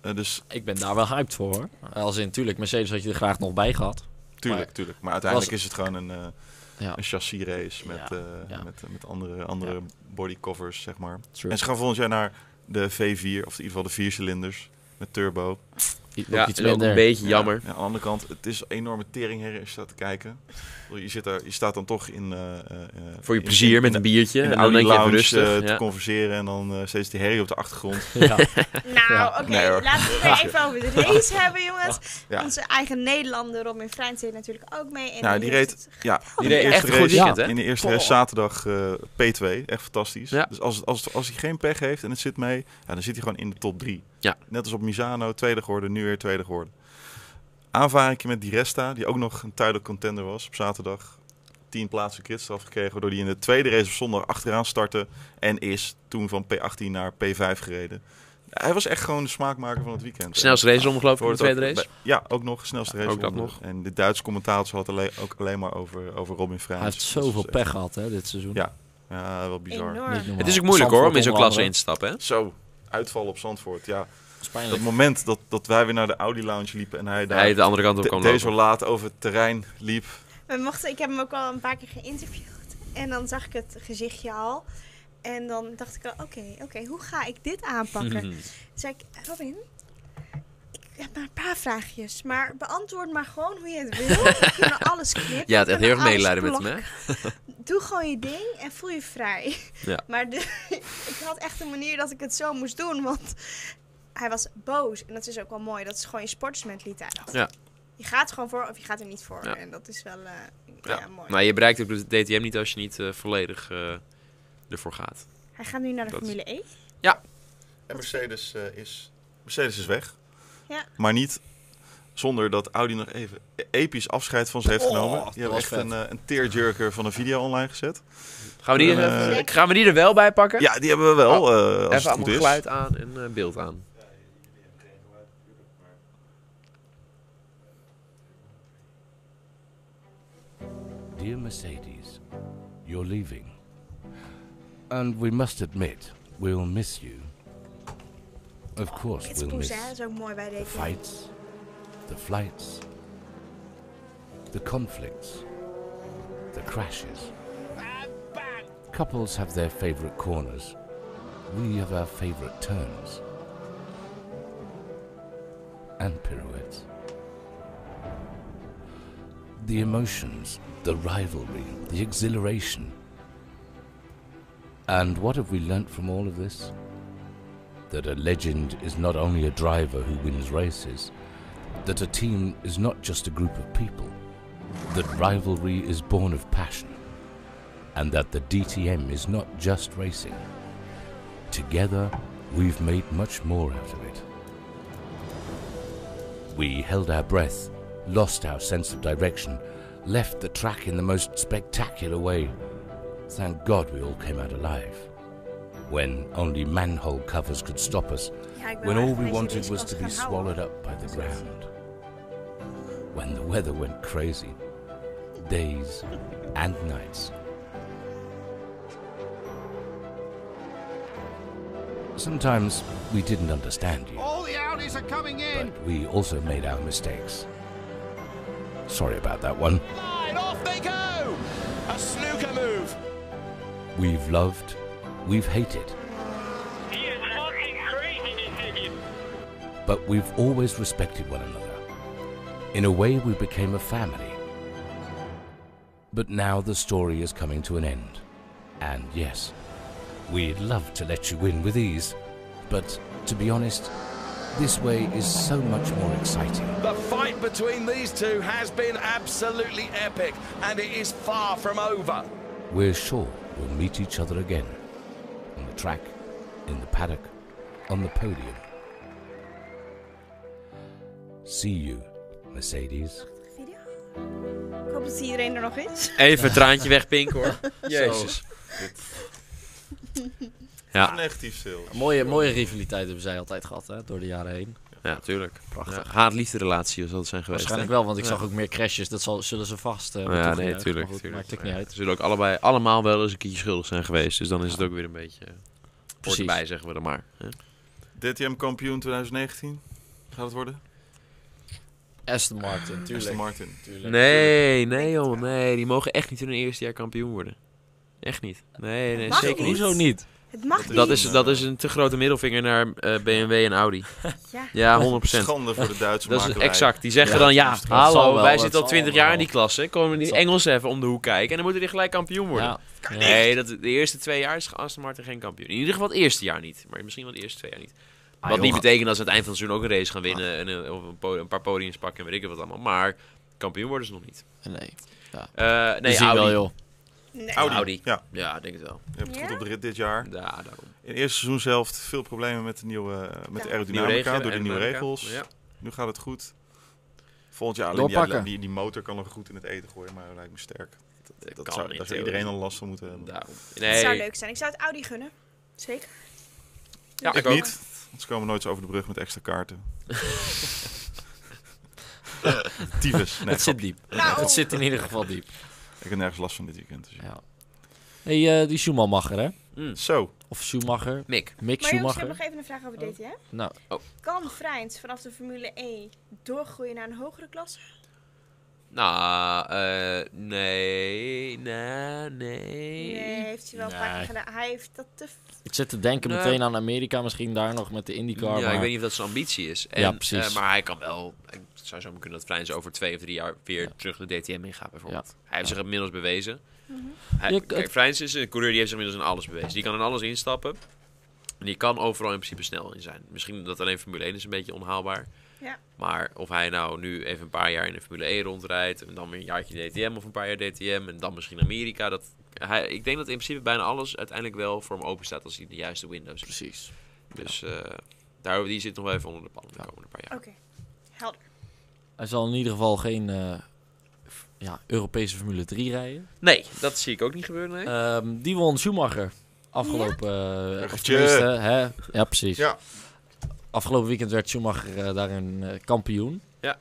[SPEAKER 4] Eh, dus
[SPEAKER 2] Ik ben daar wel hyped voor. hoor. Als in, tuurlijk, Mercedes had je er graag nog bij gehad.
[SPEAKER 4] tuurlijk,
[SPEAKER 2] Maar-
[SPEAKER 4] tuurlijk. Maar uiteindelijk
[SPEAKER 2] Was-
[SPEAKER 4] is het gewoon een, eh,
[SPEAKER 2] Ja,
[SPEAKER 4] een chassis race met,
[SPEAKER 2] Ja,
[SPEAKER 4] eh,
[SPEAKER 2] ja.
[SPEAKER 4] met, met andere, andere
[SPEAKER 2] Ja.
[SPEAKER 4] body covers, zeg maar.
[SPEAKER 2] true.
[SPEAKER 4] En ze gaan volgend jaar naar de V4, of in ieder geval de viercilinders met turbo.
[SPEAKER 2] Iets-
[SPEAKER 1] Ja,
[SPEAKER 2] iets
[SPEAKER 1] is wel een
[SPEAKER 2] minder.
[SPEAKER 1] beetje
[SPEAKER 4] Ja.
[SPEAKER 1] jammer.
[SPEAKER 4] Ja, aan de andere kant, het is een enorme teringherrie als je staat te kijken. Ik bedoel, Je, zit daar, je staat dan toch in... eh, eh, eh,
[SPEAKER 1] Voor je
[SPEAKER 4] in-
[SPEAKER 1] plezier
[SPEAKER 4] in-
[SPEAKER 1] met een
[SPEAKER 4] in
[SPEAKER 1] biertje.
[SPEAKER 4] de- in de
[SPEAKER 1] en dan denk je even
[SPEAKER 4] lounge,
[SPEAKER 1] rustig.
[SPEAKER 4] eh, te
[SPEAKER 1] ja.
[SPEAKER 4] converseren en dan eh, steeds die herrie op de achtergrond.
[SPEAKER 2] Ja.
[SPEAKER 3] Nou,
[SPEAKER 2] Ja.
[SPEAKER 3] oké,
[SPEAKER 4] Nee, hoor.
[SPEAKER 3] laten we het even over de race hebben, jongens.
[SPEAKER 4] Ja.
[SPEAKER 3] Onze eigen Nederlander, Robin Freins, deed natuurlijk ook mee. En
[SPEAKER 4] Nou, die
[SPEAKER 3] heeft
[SPEAKER 4] reed-
[SPEAKER 3] het-
[SPEAKER 4] ja,
[SPEAKER 1] Die
[SPEAKER 4] in de
[SPEAKER 1] deed echt
[SPEAKER 4] eerste
[SPEAKER 1] een goed
[SPEAKER 4] race-
[SPEAKER 1] weekend,
[SPEAKER 2] ja.
[SPEAKER 1] hè?
[SPEAKER 4] In de eerste race
[SPEAKER 1] Boah.
[SPEAKER 4] zaterdag eh, P2, echt fantastisch.
[SPEAKER 1] Ja.
[SPEAKER 4] Dus als, het- als, het- als hij geen pech heeft en het zit mee, ja, dan zit hij gewoon in de top 3.
[SPEAKER 1] Ja.
[SPEAKER 4] Net als op Misano, tweede geworden, nu weer tweede geworden. Aanvaring met Di Resta, die ook nog een tijdelijk contender was op zaterdag. 10 plaatsen kritstraf gekregen, waardoor hij in de tweede race op zondag achteraan startte. En is toen van P18 naar P5 gereden. Hij was echt gewoon de smaakmaker van het weekend.
[SPEAKER 1] Snelste race om, geloof ik,
[SPEAKER 4] Voor
[SPEAKER 1] in de tweede
[SPEAKER 4] ook-
[SPEAKER 1] race.
[SPEAKER 4] bij- Ja, ook nog. Snelste
[SPEAKER 1] Ja,
[SPEAKER 4] race.
[SPEAKER 1] ook dat
[SPEAKER 4] ronde.
[SPEAKER 1] nog.
[SPEAKER 4] En de Duitse commentators had alleen, ook alleen maar over, over Robin Fraans.
[SPEAKER 2] Hij heeft zoveel pech gehad hè, dit seizoen.
[SPEAKER 4] Ja, Ja, wel bizar.
[SPEAKER 3] Enorm.
[SPEAKER 2] Niet normaal.
[SPEAKER 1] Het is ook moeilijk hoor, om in zo'n
[SPEAKER 2] Zandvoort
[SPEAKER 1] klasse in te stappen. Hè?
[SPEAKER 4] Zo, uitval op Zandvoort. Ja,
[SPEAKER 2] onder andere. Dat is pijnlijk.
[SPEAKER 4] dat moment dat, dat wij weer naar de Audi Lounge liepen en hij daar
[SPEAKER 1] Hij de andere kant op
[SPEAKER 4] de-
[SPEAKER 1] kan lopen.
[SPEAKER 4] desolaat over het terrein liep.
[SPEAKER 3] We mochten, ik heb hem ook al een paar keer geïnterviewd. En dan zag ik het gezichtje al. En dan dacht ik al, oké, oké, hoe ga ik dit aanpakken? Toen
[SPEAKER 1] Mhm.
[SPEAKER 3] zei ik, Robin, ik heb maar een paar vraagjes. Maar beantwoord maar gewoon hoe je het wil. We kunnen alles knippen.
[SPEAKER 1] Ja, het
[SPEAKER 3] we
[SPEAKER 1] echt
[SPEAKER 3] kunnen
[SPEAKER 1] heel erg
[SPEAKER 3] alles
[SPEAKER 1] medelijden met hem,
[SPEAKER 3] plakken.
[SPEAKER 1] hè?
[SPEAKER 3] doe gewoon je ding en voel je vrij.
[SPEAKER 1] Ja.
[SPEAKER 3] Maar de, ik had echt een manier dat ik het zo moest doen, want hij was boos. En dat is ook wel mooi, dat is gewoon je sportsmentaliteit.
[SPEAKER 1] Ja.
[SPEAKER 3] Je gaat er gewoon voor of je gaat er niet voor.
[SPEAKER 1] Ja.
[SPEAKER 3] En dat is wel eh, ja.
[SPEAKER 1] Ja.
[SPEAKER 3] mooi.
[SPEAKER 1] Maar je bereikt ook de DTM niet als je niet eh, volledig eh, ervoor gaat.
[SPEAKER 3] Hij gaat nu naar de
[SPEAKER 1] Dat-
[SPEAKER 3] Formule E. 1.
[SPEAKER 4] En Mercedes, eh, is, Mercedes is weg.
[SPEAKER 3] Ja.
[SPEAKER 4] Maar niet zonder dat Audi nog even e- episch afscheid van ze heeft
[SPEAKER 2] Oh,
[SPEAKER 4] genomen.
[SPEAKER 2] dat
[SPEAKER 4] Die hebben
[SPEAKER 2] was
[SPEAKER 4] echt
[SPEAKER 2] vet.
[SPEAKER 4] een, eh, een tearjerker van een video online gezet.
[SPEAKER 1] Gaan we die,
[SPEAKER 4] Eh,
[SPEAKER 1] even- gaan we die er wel bij pakken?
[SPEAKER 4] Ja, die hebben we wel, eh, als
[SPEAKER 1] even
[SPEAKER 4] het goed
[SPEAKER 1] allemaal
[SPEAKER 4] is.
[SPEAKER 1] geluid aan en eh, beeld aan.
[SPEAKER 5] Dear Mercedes, you're leaving. And we must admit, we'll miss you. Of course,
[SPEAKER 3] Het is
[SPEAKER 5] we'll
[SPEAKER 3] poes,
[SPEAKER 5] miss
[SPEAKER 3] hè? Dat is ook mooi bij
[SPEAKER 5] the
[SPEAKER 3] deze.
[SPEAKER 5] fights, the flights, the conflicts, the crashes. Couples have their favorite corners. We have our favorite turns. And pirouettes. The emotions, the rivalry, the exhilaration. And what have we learnt from all of this? that a legend is not only a driver who wins races, that a team is not just a group of people, that rivalry is born of passion, and that the DTM is not just racing. Together, we've made much more out of it. We held our breath, lost our sense of direction, left the track in the most spectacular way. Thank God we all came out alive. When only manhole covers could stop us,
[SPEAKER 3] Ja, ik ben
[SPEAKER 5] when
[SPEAKER 3] wel
[SPEAKER 5] all
[SPEAKER 3] echt van
[SPEAKER 5] we
[SPEAKER 3] deze
[SPEAKER 5] wanted
[SPEAKER 3] race
[SPEAKER 5] was
[SPEAKER 3] wel
[SPEAKER 5] to be
[SPEAKER 3] gaan houden.
[SPEAKER 5] swallowed up by the ground. When the weather went crazy, days and nights. Sometimes we didn't understand you,
[SPEAKER 6] All the Audis are coming in.
[SPEAKER 5] but we also made our mistakes. Sorry about that one.
[SPEAKER 6] Line, off they go. A snooker move.
[SPEAKER 5] We've loved, we've hated,
[SPEAKER 7] He is fucking crazy, this nigga.
[SPEAKER 5] but we've always respected one another. In a way, we became a family. But now the story is coming to an end. And yes, we'd love to let you win with ease, but to be honest, This way is so much more exciting.
[SPEAKER 6] The fight between these two has been absolutely epic, and it is far from over.
[SPEAKER 5] We're sure we'll meet each other again. On the track, in the paddock, on the podium. See you, Mercedes.
[SPEAKER 3] Video. Ik hoop dat iedereen er nog is.
[SPEAKER 1] Even een traantje wegpinken hoor. Jezus. Ja,
[SPEAKER 4] Negatief sales.
[SPEAKER 2] Mooie, mooie rivaliteit hebben zij altijd gehad, hè, door de jaren heen.
[SPEAKER 1] ja, tuurlijk.
[SPEAKER 2] Prachtig.
[SPEAKER 1] Ja, haat-liefde relatie zal het zijn geweest.
[SPEAKER 2] Waarschijnlijk
[SPEAKER 1] hè?
[SPEAKER 2] wel, want ik
[SPEAKER 1] Ja.
[SPEAKER 2] zag ook meer crashes. Dat zal, zullen ze vast. eh,
[SPEAKER 1] Nou
[SPEAKER 2] moeten
[SPEAKER 1] ja,
[SPEAKER 2] gejuichen,
[SPEAKER 1] nee,
[SPEAKER 2] maar
[SPEAKER 1] tuurlijk.
[SPEAKER 2] goed,
[SPEAKER 1] tuurlijk.
[SPEAKER 2] Maakt het
[SPEAKER 1] Ja,
[SPEAKER 2] niet
[SPEAKER 1] Ze
[SPEAKER 2] uit.
[SPEAKER 1] zullen ook allebei, allemaal wel eens een keertje schuldig zijn geweest. Dus dan is het ook weer een beetje... Precies.
[SPEAKER 2] Precies.
[SPEAKER 1] Erbij, zeggen we dan maar. hè.
[SPEAKER 4] DTM kampioen 2019 gaat het worden?
[SPEAKER 2] Aston Martin,
[SPEAKER 4] Aston
[SPEAKER 2] tuurlijk.
[SPEAKER 4] Martin.
[SPEAKER 2] tuurlijk.
[SPEAKER 1] Nee, nee joh, nee. Die mogen echt niet in hun eerste jaar kampioen worden. Echt niet. Nee, nee,
[SPEAKER 3] Mag
[SPEAKER 1] zeker niet.
[SPEAKER 2] Hoezo niet?
[SPEAKER 3] Het mag niet.
[SPEAKER 1] Dat is, dat is een te grote middelvinger naar eh, BMW en Audi.
[SPEAKER 3] Ja.
[SPEAKER 1] Ja, 100%.
[SPEAKER 4] Schande voor de Duitse
[SPEAKER 1] Dat is
[SPEAKER 4] makelij.
[SPEAKER 1] exact. Die zeggen
[SPEAKER 2] Ja,
[SPEAKER 1] dan, ja,
[SPEAKER 2] dat zal
[SPEAKER 1] hallo,
[SPEAKER 2] wel,
[SPEAKER 1] wij
[SPEAKER 2] dat
[SPEAKER 1] zitten al
[SPEAKER 2] zal
[SPEAKER 1] 20 jaar in die klasse. Komen die
[SPEAKER 2] Dat zal-
[SPEAKER 1] Engelsen even om de hoek kijken en dan moeten die gelijk kampioen worden.
[SPEAKER 2] Ja. Ja.
[SPEAKER 1] Nee, dat, de eerste twee jaar is Aston Martin geen kampioen. In ieder geval het eerste jaar niet. Maar misschien wel de eerste twee jaar niet.
[SPEAKER 2] Ah,
[SPEAKER 1] Wat
[SPEAKER 2] joh,
[SPEAKER 1] niet betekent dat ze aan het eind van het seizoen ook een race gaan winnen. En een, of een, po- een paar podiums pakken en weet ik het wat allemaal. Maar kampioen worden ze nog niet.
[SPEAKER 2] Nee,
[SPEAKER 1] Eh,
[SPEAKER 2] nee
[SPEAKER 1] nee,
[SPEAKER 2] zie
[SPEAKER 1] Audi.
[SPEAKER 2] wel, joh.
[SPEAKER 3] Nee.
[SPEAKER 4] Audi.
[SPEAKER 1] Audi.
[SPEAKER 4] Ja,
[SPEAKER 1] Ja, ik denk het wel.
[SPEAKER 4] je hebt het
[SPEAKER 3] Ja?
[SPEAKER 4] goed op de rit dit jaar.
[SPEAKER 1] Ja, daarom.
[SPEAKER 4] In het eerste seizoen zelf veel problemen met de, nieuwe, eh, met de
[SPEAKER 3] Ja.
[SPEAKER 1] Nieuwe
[SPEAKER 4] aerodynamica
[SPEAKER 1] regio-
[SPEAKER 4] door de nieuwe
[SPEAKER 1] aerodynamica.
[SPEAKER 4] regels.
[SPEAKER 1] Ja.
[SPEAKER 4] Nu gaat het goed. Volgend jaar alleen die,
[SPEAKER 2] Doorpakken.
[SPEAKER 4] die, die motor kan nog goed in het eten gooien, maar dat lijkt me sterk.
[SPEAKER 1] Dat,
[SPEAKER 4] Dat
[SPEAKER 1] kan
[SPEAKER 4] zou,
[SPEAKER 1] in
[SPEAKER 4] daar zou
[SPEAKER 1] theorie.
[SPEAKER 4] iedereen al last van moeten hebben.
[SPEAKER 1] Daarom.
[SPEAKER 3] Het zou
[SPEAKER 1] Nee,
[SPEAKER 3] leuk zijn. Ik zou het Audi gunnen. Zeker.
[SPEAKER 1] Ja,
[SPEAKER 3] Dus-
[SPEAKER 1] ik ook.
[SPEAKER 4] Niet, want ze komen nooit zo over de brug met extra kaarten. Tyfus. Nee,
[SPEAKER 2] het zit diep.
[SPEAKER 3] Nou.
[SPEAKER 2] Het zit in ieder geval diep.
[SPEAKER 4] ik heb nergens last van dit weekend. Dus.
[SPEAKER 2] Ja. Hey, eh, die Schumacher, hè?
[SPEAKER 1] Hm.
[SPEAKER 4] Zo,
[SPEAKER 2] Of Schumacher.
[SPEAKER 1] Mick.
[SPEAKER 2] Mick
[SPEAKER 3] Maar jongens, ik heb
[SPEAKER 2] Schumacher.
[SPEAKER 3] nog even een vraag over
[SPEAKER 1] Oh.
[SPEAKER 3] DTM.
[SPEAKER 2] Nou,
[SPEAKER 3] Kan Vrijns vanaf de Formule 1 doorgroeien naar een hogere klasse?
[SPEAKER 1] Nou, eh, nee, nee, nee.
[SPEAKER 3] Nee, heeft hij wel
[SPEAKER 2] Nee.
[SPEAKER 3] vaak gedaan. Hij heeft dat te...
[SPEAKER 2] ik zit te denken
[SPEAKER 1] Nee.
[SPEAKER 2] meteen aan Amerika, misschien daar nog met de IndyCar.
[SPEAKER 1] Nou. ja,
[SPEAKER 2] maar...
[SPEAKER 1] ik weet niet of dat zijn ambitie is. En,
[SPEAKER 2] Ja, precies.
[SPEAKER 1] eh, maar hij kan wel. Ik zou zo kunnen dat Vrijns over twee of drie jaar weer
[SPEAKER 2] Ja.
[SPEAKER 1] terug de DTM ingaat, bijvoorbeeld.
[SPEAKER 2] Ja.
[SPEAKER 1] Hij heeft zich inmiddels bewezen. Hij,
[SPEAKER 2] Je-
[SPEAKER 1] kijk,
[SPEAKER 2] het-
[SPEAKER 1] Vrijns is een coureur die heeft zich inmiddels in alles bewezen. Die kan in alles instappen. En die kan overal in principe snel in zijn. Misschien dat alleen Formule 1 is een beetje onhaalbaar.
[SPEAKER 3] Ja.
[SPEAKER 1] Maar of hij nou nu even een paar jaar in de Formule 1 rondrijdt. En dan weer een jaartje DTM of een paar jaar DTM. En dan misschien Amerika. Dat, hij, ik denk dat in principe bijna alles uiteindelijk wel voor hem open staat als hij de juiste windows ziet.
[SPEAKER 2] Precies.
[SPEAKER 1] Dus eh, daar, die zit nog wel even onder de pan de
[SPEAKER 2] Ja.
[SPEAKER 1] komende paar
[SPEAKER 3] Oké.
[SPEAKER 1] jaar.
[SPEAKER 3] Helder.
[SPEAKER 2] Hij zal in ieder geval geen eh, f- ja, Europese Formule 3 rijden.
[SPEAKER 1] Nee, dat zie ik ook niet gebeuren. Nee.
[SPEAKER 2] Ehm, die won Schumacher afgelopen... eh, of
[SPEAKER 4] Bruggetje.
[SPEAKER 2] tenminste, hè? Ja, precies.
[SPEAKER 4] Ja.
[SPEAKER 2] Afgelopen weekend werd Schumacher eh, daarin eh, kampioen.
[SPEAKER 1] Ja.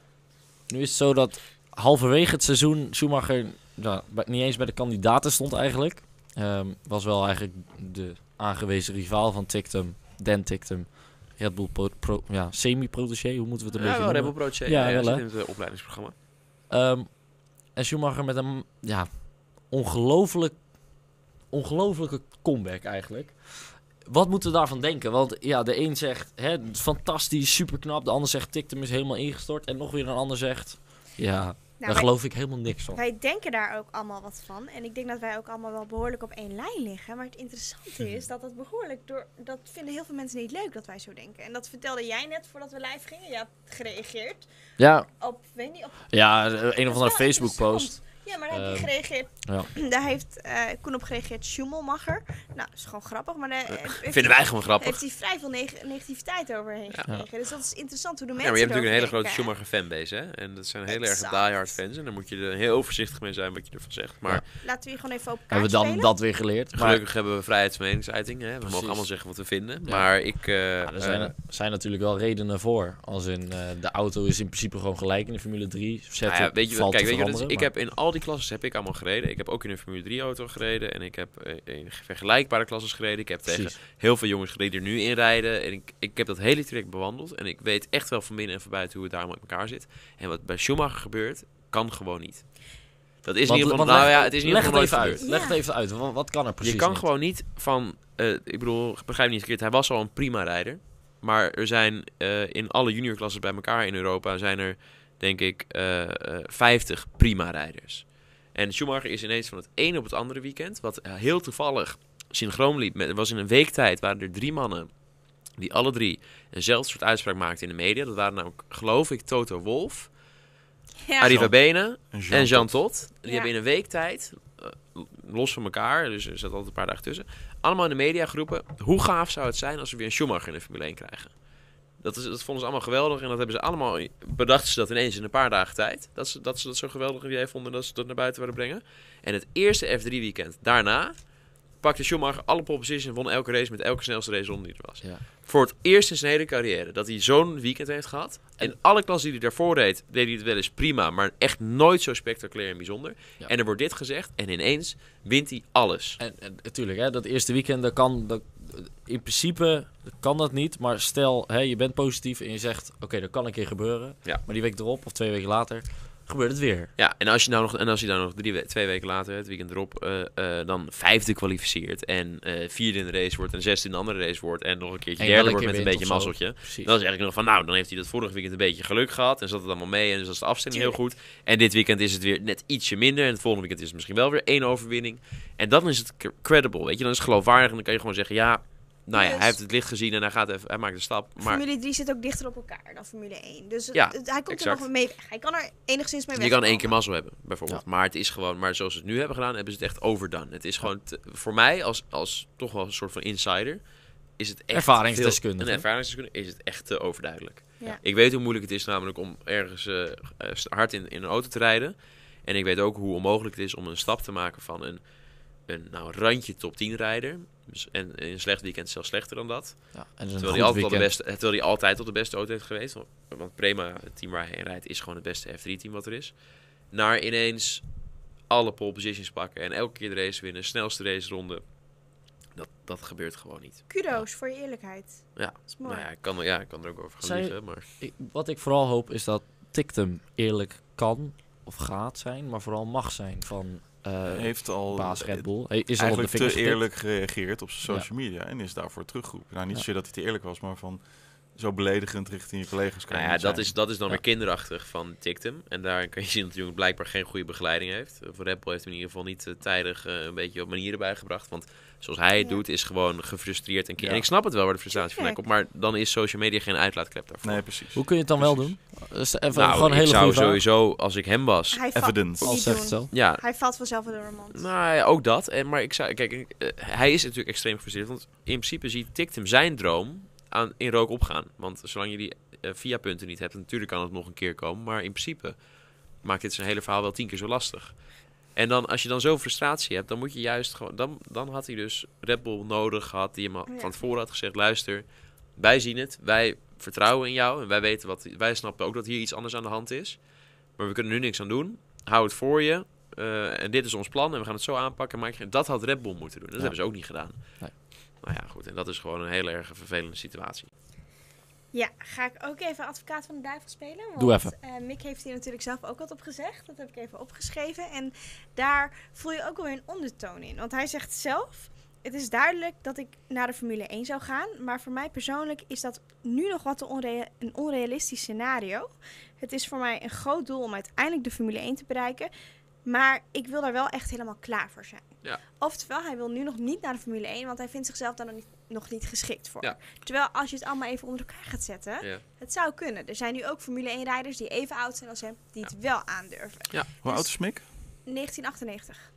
[SPEAKER 2] Nu is het zo dat halverwege het seizoen Schumacher nou, bij- niet eens bij de kandidaten stond eigenlijk. Ehm, was wel eigenlijk de aangewezen rivaal van Tictum, Dan Tictum. Red Bull pro- pro- ja, semi-protégé, hoe moeten we het een
[SPEAKER 1] ja, wel
[SPEAKER 2] beetje noemen?
[SPEAKER 1] Rebel Broodje. Ja,
[SPEAKER 2] Ja,
[SPEAKER 1] ja,
[SPEAKER 2] wel,
[SPEAKER 1] zit
[SPEAKER 2] hè?
[SPEAKER 1] in het eh, opleidingsprogramma.
[SPEAKER 2] Ehm, en Schumacher met een ja, ongelooflijk, ongelooflijke comeback eigenlijk. Wat moeten we daarvan denken? Want ja, de een zegt hè, fantastisch, superknap. De ander zegt tikt hem is helemaal ingestort. En nog weer een ander zegt ja, daar
[SPEAKER 3] Nou, wij,
[SPEAKER 2] geloof ik helemaal niks van.
[SPEAKER 3] wij denken daar ook allemaal wat van. En ik denk dat wij ook allemaal wel behoorlijk op één lijn liggen. Maar het interessante
[SPEAKER 2] Hm.
[SPEAKER 3] is dat dat behoorlijk door... Dat vinden heel veel mensen niet leuk dat wij zo denken. En dat vertelde jij net voordat we live gingen. Je had gereageerd
[SPEAKER 2] Ja,
[SPEAKER 3] op... Weet niet, op
[SPEAKER 2] ja een of
[SPEAKER 3] Dat
[SPEAKER 2] andere
[SPEAKER 3] is wel
[SPEAKER 2] Facebook post.
[SPEAKER 3] interessant. Ja, maar daar heb
[SPEAKER 2] Ehm,
[SPEAKER 3] je gereageerd.
[SPEAKER 2] ja.
[SPEAKER 3] Daar heeft eh Koen op gereageerd Schummelmacher. Nou, is gewoon grappig, maar
[SPEAKER 2] Eh,
[SPEAKER 3] daar heeft-
[SPEAKER 1] Vinden wij gewoon grappig.
[SPEAKER 3] heeft hij vrij veel neg- negativiteit overheen gekregen. Dus dat is interessant hoe de
[SPEAKER 1] Ja,
[SPEAKER 3] mensen
[SPEAKER 1] maar je hebt natuurlijk een hele
[SPEAKER 3] erover
[SPEAKER 1] grote
[SPEAKER 3] denken.
[SPEAKER 1] Schumacher fanbase. Hè? En dat zijn heel erg
[SPEAKER 3] Exact.
[SPEAKER 1] diehard fans. En daar moet je er heel voorzichtig mee zijn wat je ervan zegt. Maar
[SPEAKER 3] Laten we hier gewoon even op elkaar
[SPEAKER 2] Hebben we dan
[SPEAKER 3] spelen.
[SPEAKER 2] dat weer geleerd? Maar
[SPEAKER 1] gelukkig hebben we vrijheid van meningsuiting. Hè? We mogen
[SPEAKER 2] Precies.
[SPEAKER 1] allemaal zeggen wat we vinden.
[SPEAKER 2] Ja.
[SPEAKER 1] Maar ik... eh,
[SPEAKER 2] ja, er zijn,
[SPEAKER 1] eh,
[SPEAKER 2] er zijn natuurlijk wel redenen voor. Als in eh, de auto is in principe gewoon gelijk in de Formule 3. Zet
[SPEAKER 1] Nou ja, weet je, wat-
[SPEAKER 2] valt
[SPEAKER 1] kijk,
[SPEAKER 2] te
[SPEAKER 1] weet je, wat het is?
[SPEAKER 2] veranderen,
[SPEAKER 1] ik
[SPEAKER 2] maar-
[SPEAKER 1] heb in al die klasses heb ik allemaal gereden. Ik heb ook in een Formule 3 auto gereden en ik heb eh, in vergelijkbare klasses gereden. Ik heb tegen
[SPEAKER 2] Precies.
[SPEAKER 1] heel veel jongens gereden die er nu in rijden. En ik, ik heb dat hele traject bewandeld en ik weet echt wel van binnen en van buiten hoe het daar met elkaar zit. En wat bij Schumacher gebeurt, kan gewoon niet. Dat is in ieder
[SPEAKER 2] Want-
[SPEAKER 1] geval,
[SPEAKER 2] want
[SPEAKER 1] nou
[SPEAKER 2] leg-
[SPEAKER 1] ja, het is in ieder
[SPEAKER 2] leg
[SPEAKER 1] geval
[SPEAKER 2] het
[SPEAKER 1] nooit
[SPEAKER 2] even
[SPEAKER 1] gebeurd.
[SPEAKER 2] uit. Leg
[SPEAKER 3] Ja.
[SPEAKER 2] het even uit. Wat, wat kan er Nou, precies?
[SPEAKER 1] je kan
[SPEAKER 2] niet?
[SPEAKER 1] gewoon niet van. eh, ik bedoel, ik begrijp me niet verkeerd. Hij was al een prima rijder. Maar er zijn eh, in alle juniorklassen bij elkaar in Europa zijn er, denk ik, eh eh, 50 prima rijders. En Schumacher is ineens van het een op het andere weekend, wat heel toevallig synchroon liep. Met, er was in een week tijd waren er drie mannen Die alle drie eenzelfde soort uitspraak maakten in de media. Dat waren namelijk, geloof ik, Toto Wolf,
[SPEAKER 3] Ja.
[SPEAKER 1] Arie Verbenen
[SPEAKER 4] En Jean
[SPEAKER 1] en Jean Tot. Die
[SPEAKER 3] Ja.
[SPEAKER 1] hebben in een week tijd, eh, los van elkaar, dus er zat altijd een paar dagen tussen, allemaal in de media geroepen. Hoe gaaf zou het zijn als we weer een Schumacher in de Formule 1 krijgen? Dat, is, dat vonden ze allemaal geweldig en dat hebben ze allemaal, bedachten ze dat ineens in een paar dagen tijd. Dat ze dat, ze dat zo geweldig idee vonden dat ze dat naar buiten wilden brengen. En het eerste F3 weekend daarna pakte Schumacher alle pole positions en won elke race met elke snelste raceronde die er was.
[SPEAKER 2] Ja.
[SPEAKER 1] Voor het eerst in zijn hele carrière dat hij zo'n weekend heeft gehad. En alle klassen die hij daarvoor reed, deed hij het wel eens prima, maar echt nooit zo spectaculair en bijzonder.
[SPEAKER 2] Ja.
[SPEAKER 1] En er wordt dit gezegd en ineens wint hij alles.
[SPEAKER 2] En, en natuurlijk, hè, dat eerste weekend, dat kan, dat, in principe kan dat niet. Maar stel, hè, je bent positief en je zegt, oké, dat kan een keer gebeuren.
[SPEAKER 1] Ja.
[SPEAKER 2] Maar die week erop of twee weken later, gebeurt het weer.
[SPEAKER 1] Ja, en als je nou nog, en als je dan nog drie, we- twee weken later, het weekend erop, eh, eh, dan vijfde kwalificeert en eh, vierde in de race wordt en zesde in de andere race wordt en nog een keertje
[SPEAKER 2] En
[SPEAKER 1] derde
[SPEAKER 2] wel een
[SPEAKER 1] wordt met
[SPEAKER 2] keer
[SPEAKER 1] een
[SPEAKER 2] wint
[SPEAKER 1] beetje
[SPEAKER 2] of zo.
[SPEAKER 1] mazzeltje.
[SPEAKER 2] Precies.
[SPEAKER 1] Dan zeg ik nog van, nou, dan heeft hij dat vorige weekend een beetje geluk gehad. En zat het allemaal mee. En dus was de afstemming heel goed. En dit weekend is het weer net ietsje minder. En het volgende weekend is het misschien wel weer één overwinning. En dan is het cre- credible, weet je. Dan is het geloofwaardig. En dan kan je gewoon zeggen, ja, nou ja,
[SPEAKER 3] Yes.
[SPEAKER 1] hij heeft het licht gezien en hij, gaat even, hij maakt een stap. Maar
[SPEAKER 3] Formule 3 zit ook dichter op elkaar dan Formule 1. Dus het-
[SPEAKER 1] Ja,
[SPEAKER 3] het- hij komt
[SPEAKER 1] exact.
[SPEAKER 3] er nog mee weg. Hij kan er enigszins mee weg.
[SPEAKER 1] je kan één keer mazzel hebben, bijvoorbeeld.
[SPEAKER 2] Ja.
[SPEAKER 1] Maar het is gewoon, maar zoals ze het nu hebben gedaan, hebben ze het echt overdone. Het is gewoon, te- voor mij als, als toch wel een soort van insider, is het echt
[SPEAKER 2] Ervaringsdeskundige.
[SPEAKER 1] veel- Een ervaringsdeskundige is het echt te overduidelijk.
[SPEAKER 3] Ja.
[SPEAKER 1] Ik weet hoe moeilijk het is namelijk om ergens eh, eh, hard in, in een auto te rijden. En ik weet ook hoe onmogelijk het is om een stap te maken van een, een nou, randje top 10 rijder. Dus- En in een slecht weekend zelfs slechter dan dat.
[SPEAKER 2] Ja, en dus een
[SPEAKER 1] Terwijl
[SPEAKER 2] goed
[SPEAKER 1] hij, altijd al de
[SPEAKER 2] weekend.
[SPEAKER 1] beste, terwijl hij altijd al de beste auto heeft geweest. want- Want Prema, het team waar hij in rijdt, is gewoon het beste F3-team wat er is. Naar ineens alle pole positions pakken en elke keer de race winnen. Snelste raceronde. Dat, dat gebeurt gewoon niet.
[SPEAKER 3] Kudo's voor je eerlijkheid.
[SPEAKER 1] Ja,
[SPEAKER 3] Dat is mooi.
[SPEAKER 1] Nou ja, ik kan, er- ja, ik kan er ook over gaan
[SPEAKER 2] Zij-
[SPEAKER 1] liegen, maar...
[SPEAKER 2] Ik- wat ik vooral hoop is dat Tictum eerlijk kan of gaat zijn, maar vooral mag zijn van eh
[SPEAKER 4] heeft al
[SPEAKER 2] baas Red
[SPEAKER 4] eh,
[SPEAKER 2] Bull. Hij is al op de
[SPEAKER 4] eigenlijk
[SPEAKER 2] vingers
[SPEAKER 4] te
[SPEAKER 2] getikt.
[SPEAKER 4] eerlijk gereageerd op zijn social media en is daarvoor teruggeroepen. Nou, niet
[SPEAKER 2] Ja.
[SPEAKER 4] zozeer dat hij te eerlijk was, maar van zo beledigend richting je collega's kan
[SPEAKER 1] Nou
[SPEAKER 4] je
[SPEAKER 1] ja,
[SPEAKER 4] niet
[SPEAKER 1] dat
[SPEAKER 4] zijn.
[SPEAKER 1] is, dat is dan
[SPEAKER 2] Ja.
[SPEAKER 1] weer kinderachtig van Tictum. En daar kan je zien dat de jongen blijkbaar geen goede begeleiding heeft. Voor Red Bull heeft hem in ieder geval niet eh, tijdig eh, een beetje op manieren bijgebracht. Want zoals hij het
[SPEAKER 3] Ja.
[SPEAKER 1] doet, is gewoon gefrustreerd. En, ki-
[SPEAKER 4] Ja.
[SPEAKER 1] en ik snap het wel waar de frustratie vandaan komt.
[SPEAKER 3] Tuurlijk.
[SPEAKER 1] Maar dan is social media geen uitlaatklep daarvoor.
[SPEAKER 4] Nee, precies.
[SPEAKER 2] Hoe kun je het dan wel doen? Dus even,
[SPEAKER 1] nou,
[SPEAKER 2] gewoon een
[SPEAKER 1] ik
[SPEAKER 2] hele
[SPEAKER 1] zou
[SPEAKER 2] goede vraag.
[SPEAKER 1] sowieso, als ik hem was...
[SPEAKER 3] Hij valt
[SPEAKER 4] Evidence.
[SPEAKER 2] Al
[SPEAKER 3] niet
[SPEAKER 2] zegt het
[SPEAKER 3] doen.
[SPEAKER 2] zo.
[SPEAKER 1] Ja,
[SPEAKER 3] Hij valt vanzelf wel door een mand.
[SPEAKER 1] nou ja, ook dat. En, maar ik zou, kijk, ik, eh, hij is natuurlijk extreem gefrustreerd. Want in principe ziet Tictum zijn droom aan, in rook opgaan. Want zolang je die eh, via punten niet hebt, natuurlijk kan het nog een keer komen. Maar in principe maakt dit zijn hele verhaal wel tien keer zo lastig. En dan, als je dan zo'n frustratie hebt, dan moet je juist gewoon. Dan, dan had hij dus Red Bull nodig gehad, die hem al-
[SPEAKER 3] Ja.
[SPEAKER 1] van tevoren had gezegd: luister, wij zien het, wij vertrouwen in jou en wij weten wat. Wij snappen ook dat hier iets anders aan de hand is. Maar we kunnen nu niks aan doen. Hou het voor je. eh, en dit is ons plan en we gaan het zo aanpakken. Maar ik- dat had Red Bull moeten doen. Dat
[SPEAKER 2] Ja.
[SPEAKER 1] hebben ze ook niet gedaan.
[SPEAKER 2] Nee.
[SPEAKER 1] Nou ja, goed. En dat is gewoon een heel erg vervelende situatie.
[SPEAKER 3] Ja, ga ik ook even advocaat van de duivel spelen. Want,
[SPEAKER 2] Doe even.
[SPEAKER 3] eh, Mick heeft hier natuurlijk zelf ook wat op gezegd. Dat heb ik even opgeschreven. En daar voel je ook wel weer een ondertoon in. Want hij zegt zelf... Het is duidelijk dat ik naar de Formule 1 zou gaan. Maar voor mij persoonlijk is dat nu nog wat te onrea- een onrealistisch scenario. Het is voor mij een groot doel om uiteindelijk de Formule 1 te bereiken. Maar ik wil daar wel echt helemaal klaar voor zijn.
[SPEAKER 1] Ja.
[SPEAKER 3] Oftewel, hij wil nu nog niet naar de Formule 1, want hij vindt zichzelf daar nog niet, nog niet geschikt voor.
[SPEAKER 1] Ja.
[SPEAKER 3] Terwijl als je het allemaal even onder elkaar gaat zetten,
[SPEAKER 1] Ja.
[SPEAKER 3] het zou kunnen. Er zijn nu ook Formule 1-rijders die even oud zijn als hem, die het wel aandurven.
[SPEAKER 4] Hoe oud is Mick?
[SPEAKER 3] 1998.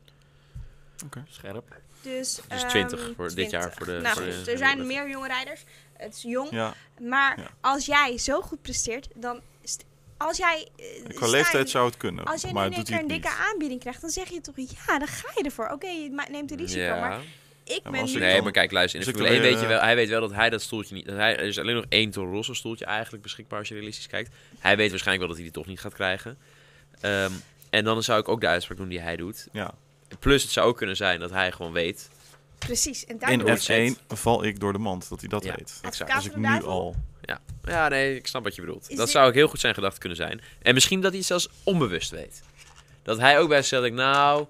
[SPEAKER 2] Scherp.
[SPEAKER 3] Dus,
[SPEAKER 1] Dus
[SPEAKER 3] ehm,
[SPEAKER 1] 20 voor dit jaar voor de-
[SPEAKER 3] Nou,
[SPEAKER 1] voor de-
[SPEAKER 3] goed,
[SPEAKER 1] voor de
[SPEAKER 3] er zijn
[SPEAKER 1] wet.
[SPEAKER 3] meer jonge rijders. Het is jong.
[SPEAKER 4] Ja.
[SPEAKER 3] Maar
[SPEAKER 4] Ja.
[SPEAKER 3] als jij zo goed presteert, dan... st- Als jij... eh,
[SPEAKER 4] Qua
[SPEAKER 3] sta
[SPEAKER 4] leeftijd
[SPEAKER 3] je-
[SPEAKER 4] zou het kunnen,
[SPEAKER 3] Als jij nu
[SPEAKER 4] maar
[SPEAKER 3] in
[SPEAKER 4] doet
[SPEAKER 3] één
[SPEAKER 4] hij
[SPEAKER 3] keer
[SPEAKER 4] het
[SPEAKER 3] een dikke
[SPEAKER 4] niet.
[SPEAKER 3] aanbieding krijgt, dan zeg je toch ja, dan ga je ervoor. Oké, je ma- neemt een risico, maar ik
[SPEAKER 4] maar
[SPEAKER 3] ben
[SPEAKER 4] als
[SPEAKER 3] nu...
[SPEAKER 4] ik
[SPEAKER 1] Nee,
[SPEAKER 4] dan-
[SPEAKER 1] maar kijk, luister. In de
[SPEAKER 4] Dus ik
[SPEAKER 1] Formule 1
[SPEAKER 4] wil
[SPEAKER 1] weet je
[SPEAKER 4] weer,
[SPEAKER 1] wel, hij weet wel dat hij dat stoeltje niet... Dat hij, er is alleen nog één Toro Rosso stoeltje eigenlijk beschikbaar als je realistisch kijkt. Hij weet waarschijnlijk wel dat hij die toch niet gaat krijgen. Ehm, en dan zou ik ook de uitspraak doen die hij doet.
[SPEAKER 4] Ja.
[SPEAKER 1] Plus het zou ook kunnen zijn dat hij gewoon weet...
[SPEAKER 3] Precies, en
[SPEAKER 4] In
[SPEAKER 3] daardoor...
[SPEAKER 1] F-
[SPEAKER 4] F1 val ik door de mand, dat hij dat
[SPEAKER 1] Ja.
[SPEAKER 4] weet.
[SPEAKER 1] Exact.
[SPEAKER 3] Advocaat
[SPEAKER 4] Als
[SPEAKER 3] van
[SPEAKER 4] ik
[SPEAKER 3] de
[SPEAKER 4] nu
[SPEAKER 3] duivel?
[SPEAKER 4] al...
[SPEAKER 1] Ja, ja nee, ik snap wat je bedoelt.
[SPEAKER 3] Is
[SPEAKER 1] dat
[SPEAKER 3] dit-
[SPEAKER 1] zou ook heel goed zijn gedachte kunnen zijn. En misschien dat hij het zelfs onbewust weet. Dat hij ook bij zichzelf denkt, nou...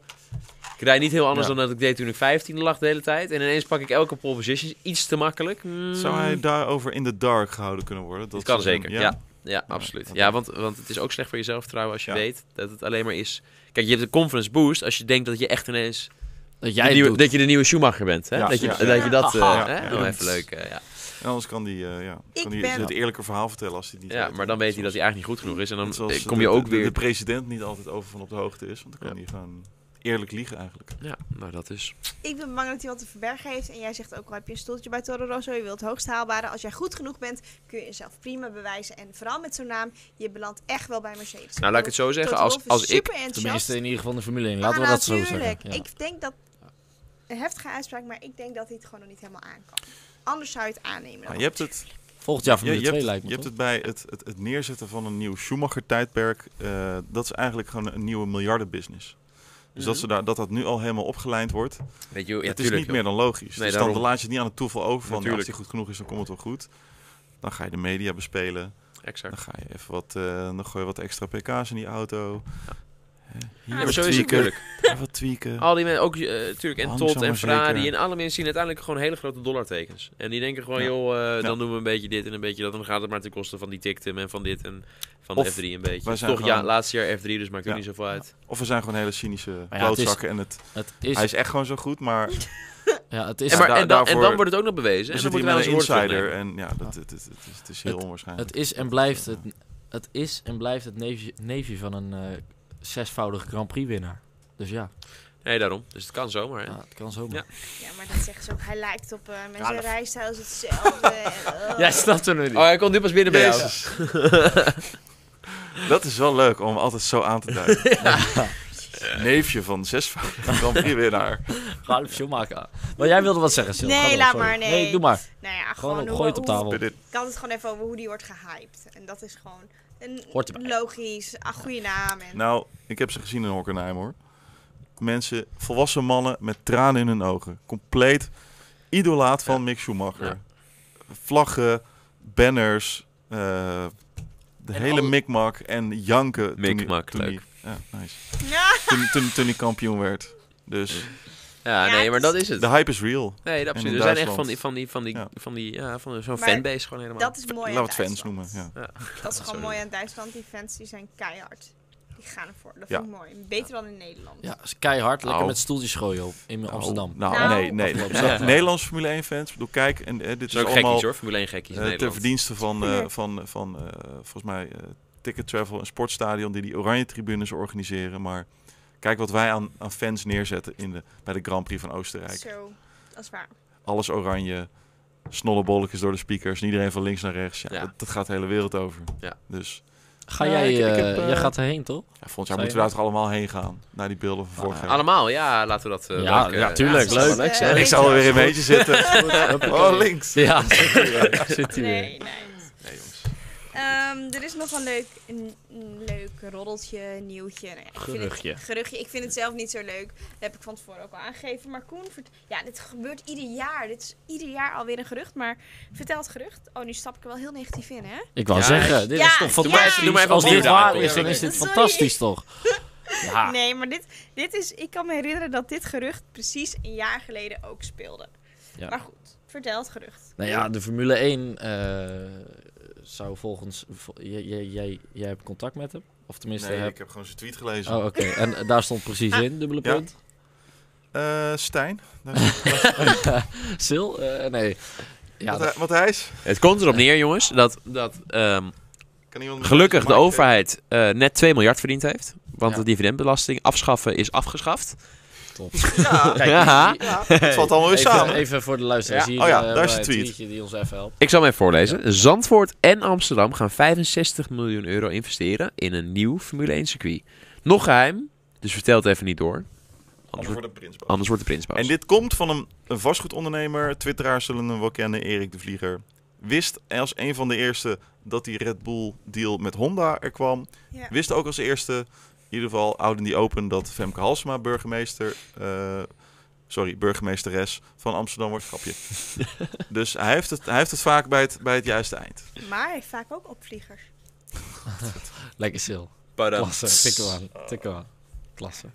[SPEAKER 1] Ik rijd niet heel anders
[SPEAKER 4] Ja.
[SPEAKER 1] dan dat ik deed toen ik 15 lag de hele tijd. En ineens pak ik elke pole position iets te makkelijk.
[SPEAKER 3] Mm.
[SPEAKER 4] Zou
[SPEAKER 1] Hmm.
[SPEAKER 4] hij daarover in de dark gehouden kunnen worden?
[SPEAKER 1] Dat kan
[SPEAKER 4] ze dan-
[SPEAKER 1] zeker, ja. ja. absoluut.
[SPEAKER 4] dat-
[SPEAKER 1] Ja, want, want het is ook slecht voor jezelf trouwen als je
[SPEAKER 4] Ja.
[SPEAKER 1] weet dat het alleen maar is... Kijk, je hebt een confidence boost als je denkt dat je echt ineens...
[SPEAKER 2] Dat
[SPEAKER 1] de
[SPEAKER 2] jij
[SPEAKER 1] nieuwe-
[SPEAKER 2] doet.
[SPEAKER 1] dat je de nieuwe Schumacher bent, hè?
[SPEAKER 4] Ja,
[SPEAKER 1] dat, je,
[SPEAKER 4] ja.
[SPEAKER 1] dat je dat... eh,
[SPEAKER 4] Ja,
[SPEAKER 1] hè?
[SPEAKER 4] ja.
[SPEAKER 1] Oh, even leuk, eh, ja.
[SPEAKER 4] Ja. Anders kan die, eh, ja,
[SPEAKER 3] Ik
[SPEAKER 4] kan die
[SPEAKER 3] ben-
[SPEAKER 4] het eerlijke verhaal vertellen als hij het niet
[SPEAKER 1] Ja,
[SPEAKER 4] weet.
[SPEAKER 1] maar dan weet hij dat hij
[SPEAKER 4] Zoals-
[SPEAKER 1] eigenlijk niet goed genoeg is. En
[SPEAKER 4] net
[SPEAKER 1] dan
[SPEAKER 4] zoals
[SPEAKER 1] eh, kom je
[SPEAKER 4] de-
[SPEAKER 1] ook
[SPEAKER 4] de- de-
[SPEAKER 1] weer...
[SPEAKER 4] De president niet altijd over van op de hoogte is. Want dan kan
[SPEAKER 1] Ja.
[SPEAKER 4] hij gewoon eerlijk liegen eigenlijk.
[SPEAKER 1] Ja, nou dat is...
[SPEAKER 3] Ik ben bang dat hij wat te verbergen heeft. En jij zegt ook al heb je een stoeltje bij Toro Rosso. Je wilt het hoogst haalbare. Als jij goed genoeg bent, kun je jezelf prima bewijzen. En vooral met zo'n naam, je belandt echt wel bij Mercedes.
[SPEAKER 1] Nou, laat ik het zo zeggen.
[SPEAKER 3] Toto
[SPEAKER 1] Als,
[SPEAKER 3] Wolff is
[SPEAKER 1] als ik...
[SPEAKER 3] super enthousiast.
[SPEAKER 2] Tenminste, in ieder geval in de Formule 1.
[SPEAKER 3] Maar
[SPEAKER 2] Laten we dat zo zeggen.
[SPEAKER 3] Ah, natuurlijk,
[SPEAKER 2] Ja.
[SPEAKER 3] Ik denk dat... Een heftige uitspraak, maar ik denk dat hij het gewoon nog niet helemaal aan kan. Anders zou je het aannemen.
[SPEAKER 2] Ah,
[SPEAKER 4] Maar je hebt het,
[SPEAKER 2] Volgend jaar
[SPEAKER 4] je,
[SPEAKER 2] Formule
[SPEAKER 4] je
[SPEAKER 2] 2
[SPEAKER 4] hebt,
[SPEAKER 2] lijkt me,
[SPEAKER 4] je hebt
[SPEAKER 2] toch?
[SPEAKER 4] het bij het, het, het neerzetten van een nieuw Schumacher-tijdperk. eh, dat is eigenlijk gewoon een nieuwe miljardenbusiness. Dus dat, ze daar, dat dat nu al helemaal opgeleid wordt,
[SPEAKER 1] Weet je, Mhm. ja,
[SPEAKER 4] het is
[SPEAKER 1] tuurlijk,
[SPEAKER 4] niet meer dan logisch.
[SPEAKER 1] Nee,
[SPEAKER 4] dus
[SPEAKER 1] daarom.
[SPEAKER 4] dan laat je het niet aan het toeval over van, ja, als
[SPEAKER 1] Natuurlijk.
[SPEAKER 4] die goed genoeg is, dan komt het wel goed. Dan ga je de media bespelen.
[SPEAKER 1] joh. Exact.
[SPEAKER 4] Dan ga je even wat, eh, dan gooi je wat extra pk's in die auto. Hè, hier
[SPEAKER 1] Ja, maar
[SPEAKER 4] wat
[SPEAKER 1] zo is het
[SPEAKER 4] tweaken,
[SPEAKER 1] natuurlijk.
[SPEAKER 4] daar wat tweaken.
[SPEAKER 1] Al die mensen, ook eh, natuurlijk, en
[SPEAKER 4] Langzaam
[SPEAKER 1] Todd en
[SPEAKER 4] maar
[SPEAKER 1] Ferrari
[SPEAKER 4] zeker.
[SPEAKER 1] en alle mensen zien uiteindelijk gewoon hele grote dollartekens. En die denken gewoon,
[SPEAKER 4] Ja.
[SPEAKER 1] joh, eh, dan doen we een beetje dit en een beetje dat. En dan gaat het maar ten koste van die TikTok en van dit en van de
[SPEAKER 4] Of
[SPEAKER 1] F3 een beetje.
[SPEAKER 4] wij
[SPEAKER 1] Dus
[SPEAKER 4] zijn
[SPEAKER 1] toch, ja,
[SPEAKER 4] gewoon-
[SPEAKER 1] laatste jaar F3, dus maakt het
[SPEAKER 4] Ja.
[SPEAKER 1] niet zoveel uit.
[SPEAKER 4] Of we zijn gewoon hele cynische
[SPEAKER 2] Maar ja, het is-
[SPEAKER 4] klootzakken en het,
[SPEAKER 2] Het is,
[SPEAKER 4] hij is echt gewoon zo goed, maar we
[SPEAKER 2] ja, het is,
[SPEAKER 1] en, maar,
[SPEAKER 4] daar-
[SPEAKER 1] en, dan, en
[SPEAKER 4] daarvoor-
[SPEAKER 1] dan wordt het ook nog bewezen. En
[SPEAKER 4] zitten
[SPEAKER 1] dan
[SPEAKER 4] hier
[SPEAKER 1] wordt
[SPEAKER 4] met
[SPEAKER 1] wel
[SPEAKER 4] een
[SPEAKER 1] eens
[SPEAKER 4] insider en ja, dat, het, het, het is, het is heel onwaarschijnlijk.
[SPEAKER 2] het is en blijft het, het, is en blijft het neefje, neefje van een eh zesvoudige Grand Prix winnaar. Dus ja,
[SPEAKER 1] Nee, daarom. Dus het kan zomaar. hè.
[SPEAKER 2] ja het kan zomaar.
[SPEAKER 3] Ja, maar dat zeggen ze ook. Hij lijkt op eh mensen. Rijstijl is hetzelfde. en, oh.
[SPEAKER 2] Jij snapt hem nu
[SPEAKER 1] Oh, hij komt nu pas binnen bij jou.
[SPEAKER 4] Dat is wel leuk om altijd zo aan te duiden. Neefje van zes Grand Prix winnaar.
[SPEAKER 2] Ralf Schumacher. Maar jij wilde wat zeggen, Sil.
[SPEAKER 3] Nee,
[SPEAKER 2] Ga door,
[SPEAKER 3] laat
[SPEAKER 2] sorry.
[SPEAKER 3] maar, nee.
[SPEAKER 2] Nee, doe maar.
[SPEAKER 3] Nou ja,
[SPEAKER 2] Gewoon
[SPEAKER 3] gewoon,
[SPEAKER 2] op,
[SPEAKER 3] hoe-
[SPEAKER 2] gooi het op
[SPEAKER 3] hoe-
[SPEAKER 2] tafel.
[SPEAKER 3] Ik had het gewoon even over hoe die wordt gehyped. En dat is gewoon een
[SPEAKER 2] Hoort erbij.
[SPEAKER 3] logisch, een goede naam. En
[SPEAKER 4] Nou, ik heb ze gezien in Hockenheim hoor. Mensen, volwassen mannen met tranen in hun ogen. Compleet idolaat van Mick Schumacher.
[SPEAKER 1] Ja.
[SPEAKER 4] Vlaggen, banners, eh, de
[SPEAKER 2] En
[SPEAKER 4] hele
[SPEAKER 2] alle-
[SPEAKER 4] mikmak en janken. toen hij-
[SPEAKER 1] Mikmak,
[SPEAKER 4] toen hij-
[SPEAKER 1] leuk.
[SPEAKER 4] ja, nice.
[SPEAKER 3] Ja.
[SPEAKER 4] toen, toen, toen hij kampioen werd. Dus
[SPEAKER 1] Ja, nee, maar dat is het.
[SPEAKER 4] de hype is real.
[SPEAKER 1] Nee, absoluut. Er zijn
[SPEAKER 4] in
[SPEAKER 1] echt
[SPEAKER 4] Duitsland.
[SPEAKER 1] van die, van die, van die,
[SPEAKER 4] Ja.
[SPEAKER 1] van die, ja, van zo'n
[SPEAKER 3] Maar
[SPEAKER 1] fanbase gewoon helemaal.
[SPEAKER 3] dat is mooi
[SPEAKER 4] Laten we
[SPEAKER 3] aan
[SPEAKER 4] het fans
[SPEAKER 3] Duitsland.
[SPEAKER 4] noemen. Ja.
[SPEAKER 3] Dat is gewoon
[SPEAKER 1] Sorry.
[SPEAKER 3] mooi aan Duitsland. Die fans die zijn keihard. Die gaan ervoor. Dat
[SPEAKER 4] Ja.
[SPEAKER 3] vind ik mooi. Beter dan in Nederland.
[SPEAKER 2] Ja, is keihard. Lekker
[SPEAKER 4] Nou.
[SPEAKER 2] met stoeltjes gooien op, in Amsterdam.
[SPEAKER 4] Nou,
[SPEAKER 3] Nou.
[SPEAKER 4] nee, nee.
[SPEAKER 2] Afgelopen
[SPEAKER 4] Snap-
[SPEAKER 2] zaterdag.
[SPEAKER 4] Nederlandse Formule 1 fans, ik bedoel, kijk, en eh, dit
[SPEAKER 1] Het
[SPEAKER 4] is
[SPEAKER 1] zijn ook gekkies
[SPEAKER 4] allemaal
[SPEAKER 1] hoor, Formule 1 gekkies in
[SPEAKER 4] eh, ten
[SPEAKER 1] Nederland.
[SPEAKER 4] verdienste van, eh,
[SPEAKER 3] Ja.
[SPEAKER 4] van, van eh, volgens mij, eh, Ticket Travel, een sportstadion die die oranje tribunes organiseren. Maar kijk wat wij aan, aan fans neerzetten in de, bij de Grand Prix van Oostenrijk.
[SPEAKER 3] Zo, dat is waar.
[SPEAKER 4] Alles oranje, snollebolletjes door de speakers, en iedereen van links naar rechts. Ja,
[SPEAKER 1] Ja.
[SPEAKER 4] Dat, dat gaat de hele wereld over.
[SPEAKER 1] Ja.
[SPEAKER 4] Dus
[SPEAKER 2] Ga
[SPEAKER 4] Ja,
[SPEAKER 2] jij,
[SPEAKER 4] ik- ik heb,
[SPEAKER 2] eh,
[SPEAKER 4] eh,
[SPEAKER 2] jij gaat erheen, toch?
[SPEAKER 4] ja, volgens mij
[SPEAKER 2] Zou je-
[SPEAKER 4] moeten we daar toch allemaal heen gaan, naar die beelden van vorig jaar.
[SPEAKER 1] Allemaal, ja, laten we dat... eh,
[SPEAKER 2] Ja,
[SPEAKER 1] leuk, eh,
[SPEAKER 2] ja, tuurlijk,
[SPEAKER 3] leuk.
[SPEAKER 1] Leuk,
[SPEAKER 3] Eh,
[SPEAKER 1] zeg.
[SPEAKER 4] Ik zal er weer in mijn eentje zitten. Oh, links.
[SPEAKER 2] Ja, zit hier weer.
[SPEAKER 3] Nee, nee. Ehm, er is nog een leuk, een, een leuk roddeltje, nieuwtje. Nou ja, ik vind het-
[SPEAKER 2] Geruchtje.
[SPEAKER 3] geruchtje. Ik vind het zelf niet zo leuk. Dat heb ik van tevoren ook al aangegeven. Maar Koen, vert- ja, dit gebeurt ieder jaar. Dit is ieder jaar alweer een gerucht. Maar vertel het gerucht. Oh, nu stap ik er wel heel negatief in, hè?
[SPEAKER 2] Ik wou
[SPEAKER 1] Ja,
[SPEAKER 2] zeggen, dit
[SPEAKER 3] ja,
[SPEAKER 2] is toch
[SPEAKER 3] doe maar even-
[SPEAKER 2] fantastisch.
[SPEAKER 1] doe maar even
[SPEAKER 2] Als dit
[SPEAKER 1] opnieuw.
[SPEAKER 2] waar
[SPEAKER 1] Ja,
[SPEAKER 2] is, dan
[SPEAKER 1] ja,
[SPEAKER 2] is dit
[SPEAKER 3] sorry.
[SPEAKER 2] fantastisch, toch? Ja.
[SPEAKER 3] Nee, maar dit, dit is... Ik kan me herinneren dat dit gerucht precies een jaar geleden ook speelde.
[SPEAKER 2] Ja.
[SPEAKER 3] Maar goed, vertel het gerucht.
[SPEAKER 2] Nou ja, de Formule 1 eh, zou volgens... vo- j- j- jij, jij hebt contact met hem? Of tenminste...
[SPEAKER 4] Nee,
[SPEAKER 2] heb-
[SPEAKER 4] ik heb gewoon zijn tweet gelezen.
[SPEAKER 2] Oh, oké. En eh, daar stond precies in, dubbele
[SPEAKER 4] Ja.
[SPEAKER 2] punt.
[SPEAKER 4] Eh, Stijn,
[SPEAKER 2] Sil? Eh, nee. Ja,
[SPEAKER 4] wat, eh, hij, wat hij is?
[SPEAKER 1] Het komt erop neer, jongens, dat, dat ehm,
[SPEAKER 4] Kan iemand me
[SPEAKER 1] gelukkig de
[SPEAKER 4] maken?
[SPEAKER 1] overheid eh, net 2 miljard verdiend heeft. Want
[SPEAKER 2] Ja.
[SPEAKER 1] de dividendbelasting afschaffen is afgeschaft.
[SPEAKER 2] top.
[SPEAKER 1] Ja.
[SPEAKER 4] Het valt allemaal weer
[SPEAKER 2] Even,
[SPEAKER 4] samen.
[SPEAKER 2] even voor de luisteraars
[SPEAKER 1] Ja.
[SPEAKER 2] hier.
[SPEAKER 4] Oh ja,
[SPEAKER 2] eh,
[SPEAKER 4] daar
[SPEAKER 2] hebben
[SPEAKER 4] is de
[SPEAKER 2] wij een
[SPEAKER 4] tweet.
[SPEAKER 2] tweetje die ons even helpt.
[SPEAKER 1] Ik zal hem even voorlezen. Zandvoort en Amsterdam gaan 65 miljoen euro investeren in een nieuw Formule 1 circuit. Nog geheim, dus vertel het even niet door. Anders wordt,
[SPEAKER 4] de prins boos.
[SPEAKER 1] anders wordt de prins boos.
[SPEAKER 4] En dit komt van een, een vastgoedondernemer. Twitteraars zullen hem wel kennen, Erik de Vlieger. Wist als een van de eerste dat die Red Bull deal met Honda er kwam.
[SPEAKER 3] Ja.
[SPEAKER 4] Wist ook als eerste, in ieder geval Ouden die Open, dat Femke Halsema burgemeester... eh, sorry, burgemeesteres van Amsterdam wordt grapje. dus hij heeft, het, hij heeft het vaak bij het, bij het juiste eind.
[SPEAKER 3] Maar hij heeft vaak ook opvliegers.
[SPEAKER 2] Lekker Sil. Klasse. Tik hem aan. Tik hem aan. Klasse.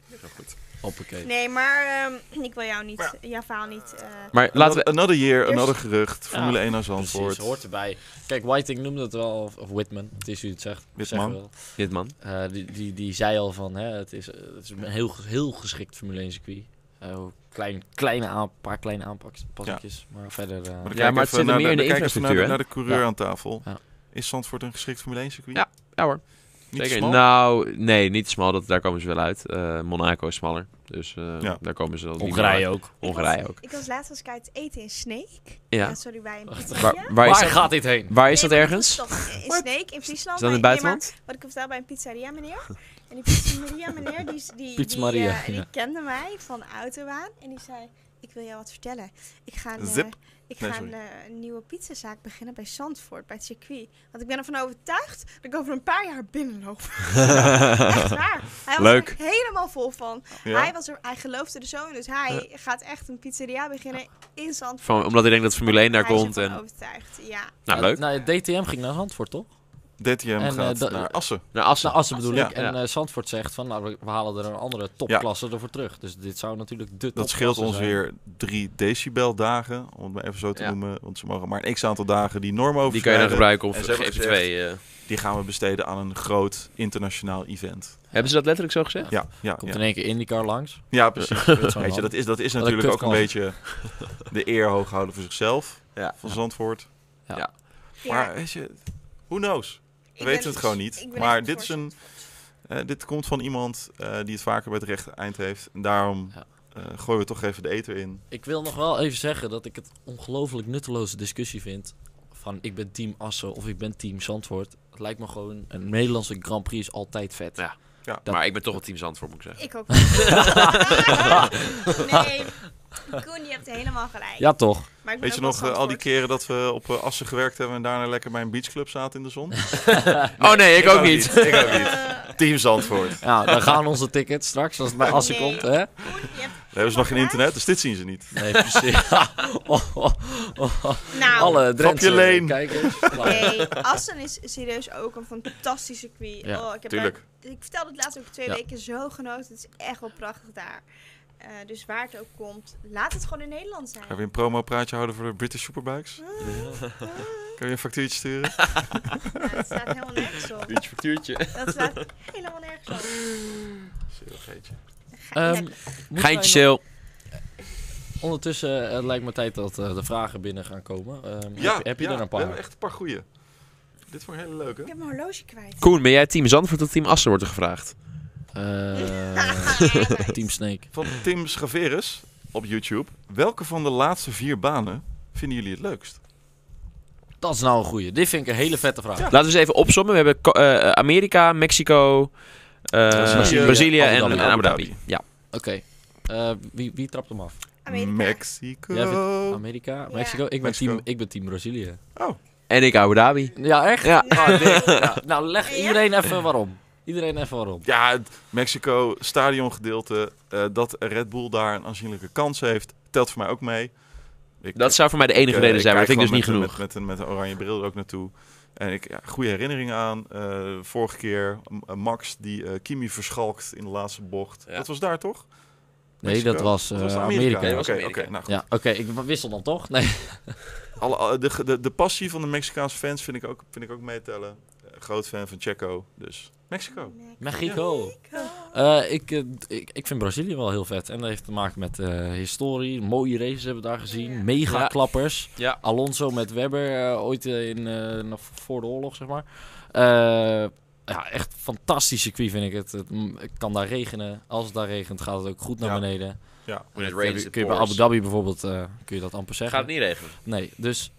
[SPEAKER 2] Hoppakee.
[SPEAKER 3] Nee, maar ehm, ik wil jou niet, jouw verhaal niet... eh,
[SPEAKER 1] Maar laten
[SPEAKER 4] Another,
[SPEAKER 1] we...
[SPEAKER 4] another year,
[SPEAKER 3] Eerst-
[SPEAKER 4] another gerucht. Formule 1 naar
[SPEAKER 2] Precies,
[SPEAKER 4] Zandvoort.
[SPEAKER 2] hoort erbij. Kijk, Whiting noemde het wel, of, of Whitman, het is u het zegt.
[SPEAKER 4] Whitman.
[SPEAKER 2] Zeg wel.
[SPEAKER 1] Dit man.
[SPEAKER 2] Eh, die, die, die zei al van, hè, het, is, eh, het is een heel, heel geschikt Formule 1 circuit. Eh, klein, kleine aan, paar kleine aanpassingjes. Maar verder... eh,
[SPEAKER 4] dan
[SPEAKER 1] Ja,
[SPEAKER 4] kijk
[SPEAKER 1] maar het
[SPEAKER 4] even
[SPEAKER 1] zit er
[SPEAKER 4] naar
[SPEAKER 1] meer in de
[SPEAKER 4] kijk even naar de,
[SPEAKER 1] infrastructuur, hè?
[SPEAKER 4] naar de coureur
[SPEAKER 2] Ja.
[SPEAKER 4] aan tafel.
[SPEAKER 2] Ja.
[SPEAKER 4] Is Zandvoort een geschikt Formule 1 circuit?
[SPEAKER 1] Ja, ja hoor.
[SPEAKER 4] Niet te
[SPEAKER 1] Zeker.
[SPEAKER 4] smal?
[SPEAKER 1] Nou, nee, niet te smal. Dat, daar komen ze wel uit. Eh, Monaco is smaller. Dus eh,
[SPEAKER 4] Ja.
[SPEAKER 1] daar komen ze wel niet meer
[SPEAKER 2] Hongarije ook.
[SPEAKER 1] uit. Hongarije ook.
[SPEAKER 3] Ik was laatst was ik uit eten in Sneek.
[SPEAKER 1] Ja.
[SPEAKER 3] Eh, sorry, bij een
[SPEAKER 1] Waar,
[SPEAKER 3] pizzeria.
[SPEAKER 1] waar
[SPEAKER 2] Waar,
[SPEAKER 1] is dat,
[SPEAKER 2] gaat dit heen?
[SPEAKER 1] waar is
[SPEAKER 3] Nee,
[SPEAKER 1] dat
[SPEAKER 3] maar
[SPEAKER 1] ergens?
[SPEAKER 3] is toch In Sneek, in
[SPEAKER 1] Is dat
[SPEAKER 3] Friesland.
[SPEAKER 1] in het
[SPEAKER 3] maar- nee, maar
[SPEAKER 1] buitenland?
[SPEAKER 3] Wat ik vertel bij een pizzeria meneer. En die pizzeria meneer, die, die,
[SPEAKER 2] Piet
[SPEAKER 3] die,
[SPEAKER 2] Maria,
[SPEAKER 3] eh, die
[SPEAKER 2] ja.
[SPEAKER 3] kende mij van de autobaan. En die zei, ik wil jou wat vertellen. Ik ga een, eh,
[SPEAKER 4] Zip.
[SPEAKER 3] ik
[SPEAKER 4] Nee,
[SPEAKER 3] ga een,
[SPEAKER 4] sorry.
[SPEAKER 3] eh, een nieuwe pizzazaak beginnen bij Zandvoort, bij het circuit. Want ik ben ervan overtuigd dat ik over een paar jaar binnenloop. echt waar. Hij was
[SPEAKER 1] Leuk.
[SPEAKER 3] er helemaal vol van.
[SPEAKER 4] Ja?
[SPEAKER 3] Hij, was er, hij geloofde er zo in, dus hij gaat echt een pizzeria beginnen in Zandvoort.
[SPEAKER 1] Van, omdat ik denk dat Formule 1 daar
[SPEAKER 3] Hij is
[SPEAKER 1] komt.
[SPEAKER 3] ervan
[SPEAKER 1] En,
[SPEAKER 3] overtuigd, ja.
[SPEAKER 1] nou,
[SPEAKER 2] Eh,
[SPEAKER 1] leuk.
[SPEAKER 2] nou, DTM ging naar Zandvoort, toch?
[SPEAKER 4] DTM
[SPEAKER 2] En, eh,
[SPEAKER 4] gaat
[SPEAKER 2] dat-
[SPEAKER 4] naar Assen.
[SPEAKER 1] Naar Assen.
[SPEAKER 2] Nou, Assen bedoel
[SPEAKER 4] Ja.
[SPEAKER 2] ik. En eh Zandvoort zegt van, nou, we- we halen er een andere topklasse ervoor terug. Dus dit zou natuurlijk de
[SPEAKER 4] Dat scheelt
[SPEAKER 2] topklasse
[SPEAKER 4] ons
[SPEAKER 2] zijn.
[SPEAKER 4] weer 3 decibel dagen, om het maar even zo te
[SPEAKER 1] Ja.
[SPEAKER 4] noemen. Want ze mogen maar een x-aantal dagen die norm over.
[SPEAKER 1] Die kan je dan gebruiken op
[SPEAKER 4] En ze hebben
[SPEAKER 1] GP2. eh.
[SPEAKER 4] Die gaan we besteden aan een groot internationaal event.
[SPEAKER 1] Hebben ze dat letterlijk zo gezegd?
[SPEAKER 4] Ja, ja,
[SPEAKER 2] Komt
[SPEAKER 4] ja.
[SPEAKER 2] in één keer IndyCar langs.
[SPEAKER 4] ja precies.
[SPEAKER 2] Kut, zo'n
[SPEAKER 4] Weet je,
[SPEAKER 2] land.
[SPEAKER 4] dat is, dat is
[SPEAKER 2] Wat een
[SPEAKER 4] natuurlijk ook een beetje
[SPEAKER 2] kutkans.
[SPEAKER 4] de eer hoog houden voor zichzelf,
[SPEAKER 1] Ja.
[SPEAKER 4] van Zandvoort.
[SPEAKER 3] Ja,
[SPEAKER 4] Maar weet je, who knows? We
[SPEAKER 3] ik
[SPEAKER 4] weten
[SPEAKER 3] ben- dus-
[SPEAKER 4] het gewoon
[SPEAKER 3] ik
[SPEAKER 4] niet.
[SPEAKER 3] ben
[SPEAKER 4] Maar
[SPEAKER 3] echt
[SPEAKER 4] dit, is
[SPEAKER 3] voor-
[SPEAKER 4] een, eh, dit komt van iemand eh, die het vaker bij het rechte eind heeft. En daarom
[SPEAKER 2] Ja.
[SPEAKER 4] eh, gooien we toch even de eter in.
[SPEAKER 2] Ik wil nog wel even zeggen dat ik het ongelooflijk nutteloze discussie vind. Van ik ben team Assen of ik ben team Zandvoort. Het lijkt me gewoon, een Nederlandse Grand Prix is altijd vet.
[SPEAKER 1] Ja.
[SPEAKER 2] Dat-
[SPEAKER 1] Maar ik ben toch een Team Zandvoort, moet ik zeggen.
[SPEAKER 3] Ik ook. nee, Koen, je hebt helemaal gelijk.
[SPEAKER 2] Ja, toch?
[SPEAKER 3] Maar ik ben
[SPEAKER 4] Weet je
[SPEAKER 3] ook wel
[SPEAKER 4] nog eh, al die
[SPEAKER 3] Zandvoort.
[SPEAKER 4] keren dat we op eh, Assen gewerkt hebben en daarna lekker bij een beachclub zaten in de zon?
[SPEAKER 1] oh nee, ik, ook niet.
[SPEAKER 4] Ik ook niet.
[SPEAKER 3] Eh,
[SPEAKER 4] Team Zandvoort.
[SPEAKER 2] Ja, dan gaan onze tickets straks als het bij Assen
[SPEAKER 3] Nee.
[SPEAKER 2] komt, hè?
[SPEAKER 3] Koen, je hebt-
[SPEAKER 4] Daar hebben ze nog geen internet, dus dit zien ze niet.
[SPEAKER 2] Nee, precies. Oh, oh, oh, oh.
[SPEAKER 3] Nou,
[SPEAKER 2] Alle Drentse
[SPEAKER 4] Leen.
[SPEAKER 2] kijkers. Nou, klaar.
[SPEAKER 3] nee, Assen is serieus ook een fantastisch circuit.
[SPEAKER 2] Ja,
[SPEAKER 3] oh, ik, heb
[SPEAKER 4] tuurlijk.
[SPEAKER 3] daar- ik vertelde het laatst ook twee
[SPEAKER 2] Ja.
[SPEAKER 3] weken zo genoten. Het is echt wel prachtig daar. Eh, dus waar het ook komt, laat het gewoon in Nederland zijn.
[SPEAKER 4] Gaan we een promo-praatje houden voor de British Superbikes?
[SPEAKER 3] Ah.
[SPEAKER 4] Kun je een factuurtje sturen?
[SPEAKER 3] Nou, het staat helemaal nergens op.
[SPEAKER 1] Iets factuurtje.
[SPEAKER 3] Dat staat helemaal nergens op.
[SPEAKER 2] Ehm,
[SPEAKER 3] Lekker.
[SPEAKER 2] moeten wij nog-
[SPEAKER 1] Geintje sale.
[SPEAKER 2] Ondertussen eh, het lijkt me tijd dat eh, de vragen binnen gaan komen. Ehm, heb, heb je er een
[SPEAKER 4] We
[SPEAKER 2] paar?
[SPEAKER 4] hebben echt een paar goeie. Dit vond ik hele leuk, hè?
[SPEAKER 3] Ik heb mijn horloge kwijt.
[SPEAKER 1] Koen, ben jij Team Zandvoort of Team Assen wordt er gevraagd?
[SPEAKER 3] Ah,
[SPEAKER 2] Eh, Team Snake.
[SPEAKER 4] Van Tim Schaverus op YouTube. Welke van de laatste vier banen vinden jullie het leukst?
[SPEAKER 2] Dat is nou een goeie. Dit vind ik een hele vette vraag. Eh,
[SPEAKER 1] Laten we eens even opzommen. We hebben Ko- eh, Amerika, Mexico, eh,
[SPEAKER 4] Brazilië,
[SPEAKER 1] Brazilië,
[SPEAKER 2] Abu
[SPEAKER 1] en,
[SPEAKER 2] Dhabi.
[SPEAKER 1] en Abu Dhabi. Ja.
[SPEAKER 2] Oké. Eh, wie, wie trapt hem af?
[SPEAKER 3] Amerika.
[SPEAKER 4] Mexico.
[SPEAKER 2] Jij Amerika? Mexico? Ik, ben
[SPEAKER 4] Mexico.
[SPEAKER 2] team, ik ben team Brazilië.
[SPEAKER 1] En ik Abu Dhabi.
[SPEAKER 2] Ja, echt? Ah,
[SPEAKER 1] Ja.
[SPEAKER 2] nou, leg
[SPEAKER 3] Ja?
[SPEAKER 2] iedereen even waarom. Iedereen even waarom.
[SPEAKER 4] Ja, het Mexico, stadiongedeelte. eh, dat Red Bull daar een aanzienlijke kans heeft, telt voor mij ook mee. Ik,
[SPEAKER 1] Dat zou voor mij de enige
[SPEAKER 4] eh,
[SPEAKER 1] reden zijn, maar dat
[SPEAKER 4] kijk
[SPEAKER 1] vind ik dus niet genoeg.
[SPEAKER 4] gewoon met, een- Met, met, een- met een oranje bril er ook naartoe. En ik ja, goede herinneringen aan. Eh, vorige keer M- Max die eh, Kimi verschalkt in de laatste bocht.
[SPEAKER 1] Ja.
[SPEAKER 4] Dat was daar toch?
[SPEAKER 2] Nee,
[SPEAKER 4] Mexico?
[SPEAKER 2] dat was, eh,
[SPEAKER 4] Dat was
[SPEAKER 2] Amerika.
[SPEAKER 4] Amerika.
[SPEAKER 1] Nee, dat
[SPEAKER 4] Oké,
[SPEAKER 1] was
[SPEAKER 4] oké.
[SPEAKER 1] Amerika.
[SPEAKER 4] nou, goed.
[SPEAKER 2] Ja, oké. ik wissel dan toch? Nee.
[SPEAKER 4] Alle, alle- de, de, de passie van de Mexicaanse fans vind ik ook, vind ik ook meetellen. Eh, groot fan van Checo, dus Mexico.
[SPEAKER 2] Mexico.
[SPEAKER 3] Mexico.
[SPEAKER 2] Eh, ik, eh, d- ik, ik vind Brazilië wel heel vet. En dat heeft te maken met eh, historie. Mooie races hebben we daar gezien. Mega
[SPEAKER 1] Ja.
[SPEAKER 2] klappers.
[SPEAKER 1] Ja.
[SPEAKER 2] Alonso met Webber eh, ooit eh, in, eh, nog voor de oorlog, zeg maar. Eh, ja, echt fantastisch circuit vind ik het. Het, mm, het kan daar regenen. Als het daar regent gaat het ook goed naar
[SPEAKER 4] Ja.
[SPEAKER 2] beneden.
[SPEAKER 4] Ja.
[SPEAKER 2] Kun je, kun je bij Abu Dhabi bijvoorbeeld, eh, kun je dat amper zeggen.
[SPEAKER 1] niet regenen.
[SPEAKER 2] Nee, dus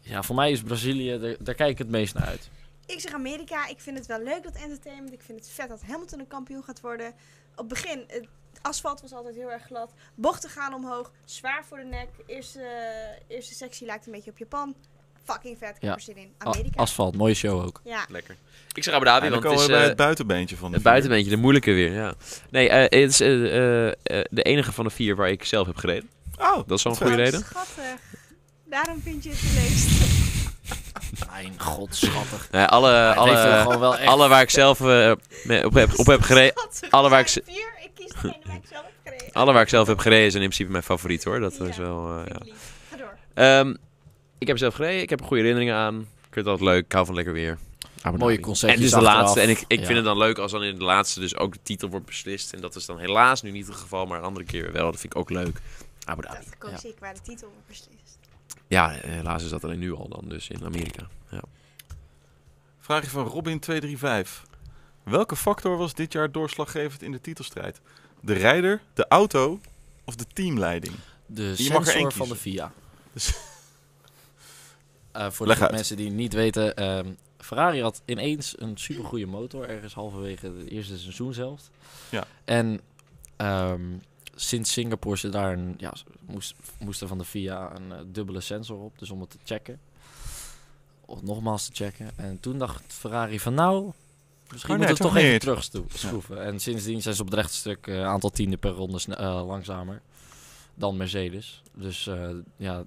[SPEAKER 2] ja, voor mij is Brazilië, daar, daar kijk ik het meest naar uit.
[SPEAKER 3] Ik zeg Amerika, ik vind het wel leuk dat entertainment. Ik vind het vet dat Hamilton een kampioen gaat worden. Op het begin, het asfalt was altijd heel erg glad. Bochten gaan omhoog, zwaar voor de nek. Eerste, eh, eerste sectie lijkt een beetje op Japan. Fucking vet, ik
[SPEAKER 2] Ja.
[SPEAKER 3] heb er zin in.
[SPEAKER 2] A-
[SPEAKER 3] Amerika.
[SPEAKER 2] asfalt, mooie show ook.
[SPEAKER 3] Ja,
[SPEAKER 1] Lekker. Ik zeg Abu Dhabi,
[SPEAKER 4] En dan
[SPEAKER 1] want het
[SPEAKER 4] komen we
[SPEAKER 1] is...
[SPEAKER 4] bij
[SPEAKER 1] eh,
[SPEAKER 4] het buitenbeentje van de
[SPEAKER 1] Het
[SPEAKER 4] vier.
[SPEAKER 1] buitenbeentje, de moeilijke weer, ja. Nee, eh, het is eh, eh, eh, de enige van de vier waar ik zelf heb gereden.
[SPEAKER 4] Oh,
[SPEAKER 1] Dat is wel een
[SPEAKER 4] vet.
[SPEAKER 1] goede
[SPEAKER 3] Oh,
[SPEAKER 1] reden.
[SPEAKER 3] Schattig. Daarom vind je het het leukst.
[SPEAKER 2] Mijn god, schattig.
[SPEAKER 1] Nee, alle,
[SPEAKER 2] Het heeft er
[SPEAKER 1] alle,
[SPEAKER 2] gewoon wel echt
[SPEAKER 1] alle waar ik zelf eh, mee- op, heb, op heb gereden...
[SPEAKER 3] Schattig.
[SPEAKER 1] Alle Oh, waar
[SPEAKER 3] Er zijn vier, ik kies degene waar ik zelf heb gereden.
[SPEAKER 1] Alle waar ik zelf heb gereden zijn in principe mijn favoriet hoor. Dat is
[SPEAKER 3] Ja.
[SPEAKER 1] wel... eh,
[SPEAKER 3] Vind
[SPEAKER 1] ja.
[SPEAKER 3] ik lief. Ga door.
[SPEAKER 1] Ehm, ik heb zelf gereden, ik heb er goede herinningen aan. Ik vind het altijd leuk, ik hou van lekker weer. Abu
[SPEAKER 2] Mooie
[SPEAKER 1] Dhabi.
[SPEAKER 2] concessies
[SPEAKER 1] En het is de
[SPEAKER 2] achteraf.
[SPEAKER 1] laatste. En ik, ik
[SPEAKER 2] Ja.
[SPEAKER 1] vind het dan leuk als dan in de laatste dus ook de titel wordt beslist. En dat is dan helaas nu niet het geval, maar een andere keer weer wel. Dat vind ik ook leuk. Abu Dhabi.
[SPEAKER 3] Dat koos ik waar de titel wordt beslist.
[SPEAKER 1] Ja, helaas is dat alleen nu al dan dus in Amerika. Ja.
[SPEAKER 4] Vraagje van Robin235. Welke factor was dit jaar doorslaggevend in de titelstrijd? De rijder, de auto of de teamleiding?
[SPEAKER 2] De
[SPEAKER 4] Je mag er één
[SPEAKER 2] sensor van de
[SPEAKER 4] kiezen.
[SPEAKER 2] VIA.
[SPEAKER 4] Dus-
[SPEAKER 2] Eh, voor
[SPEAKER 4] Leg
[SPEAKER 2] de
[SPEAKER 4] uit.
[SPEAKER 2] mensen die het niet weten, ehm, Ferrari had ineens een supergoeie motor, ergens halverwege het eerste seizoen zelf.
[SPEAKER 4] Ja.
[SPEAKER 2] En ehm, sinds Singapore ze daar een, ja, ze moest, moesten van de VIA een eh, dubbele sensor op, dus om het te checken. Of nogmaals te checken. En toen dacht Ferrari van nou, misschien
[SPEAKER 4] Oh,
[SPEAKER 2] moeten
[SPEAKER 4] nee,
[SPEAKER 2] we
[SPEAKER 4] toch
[SPEAKER 2] toch even
[SPEAKER 4] niet.
[SPEAKER 2] terugsto- schroeven. En sindsdien zijn ze op het rechtstuk eh, een aantal tienden per ronde sne- eh, langzamer dan Mercedes. Dus eh, ja,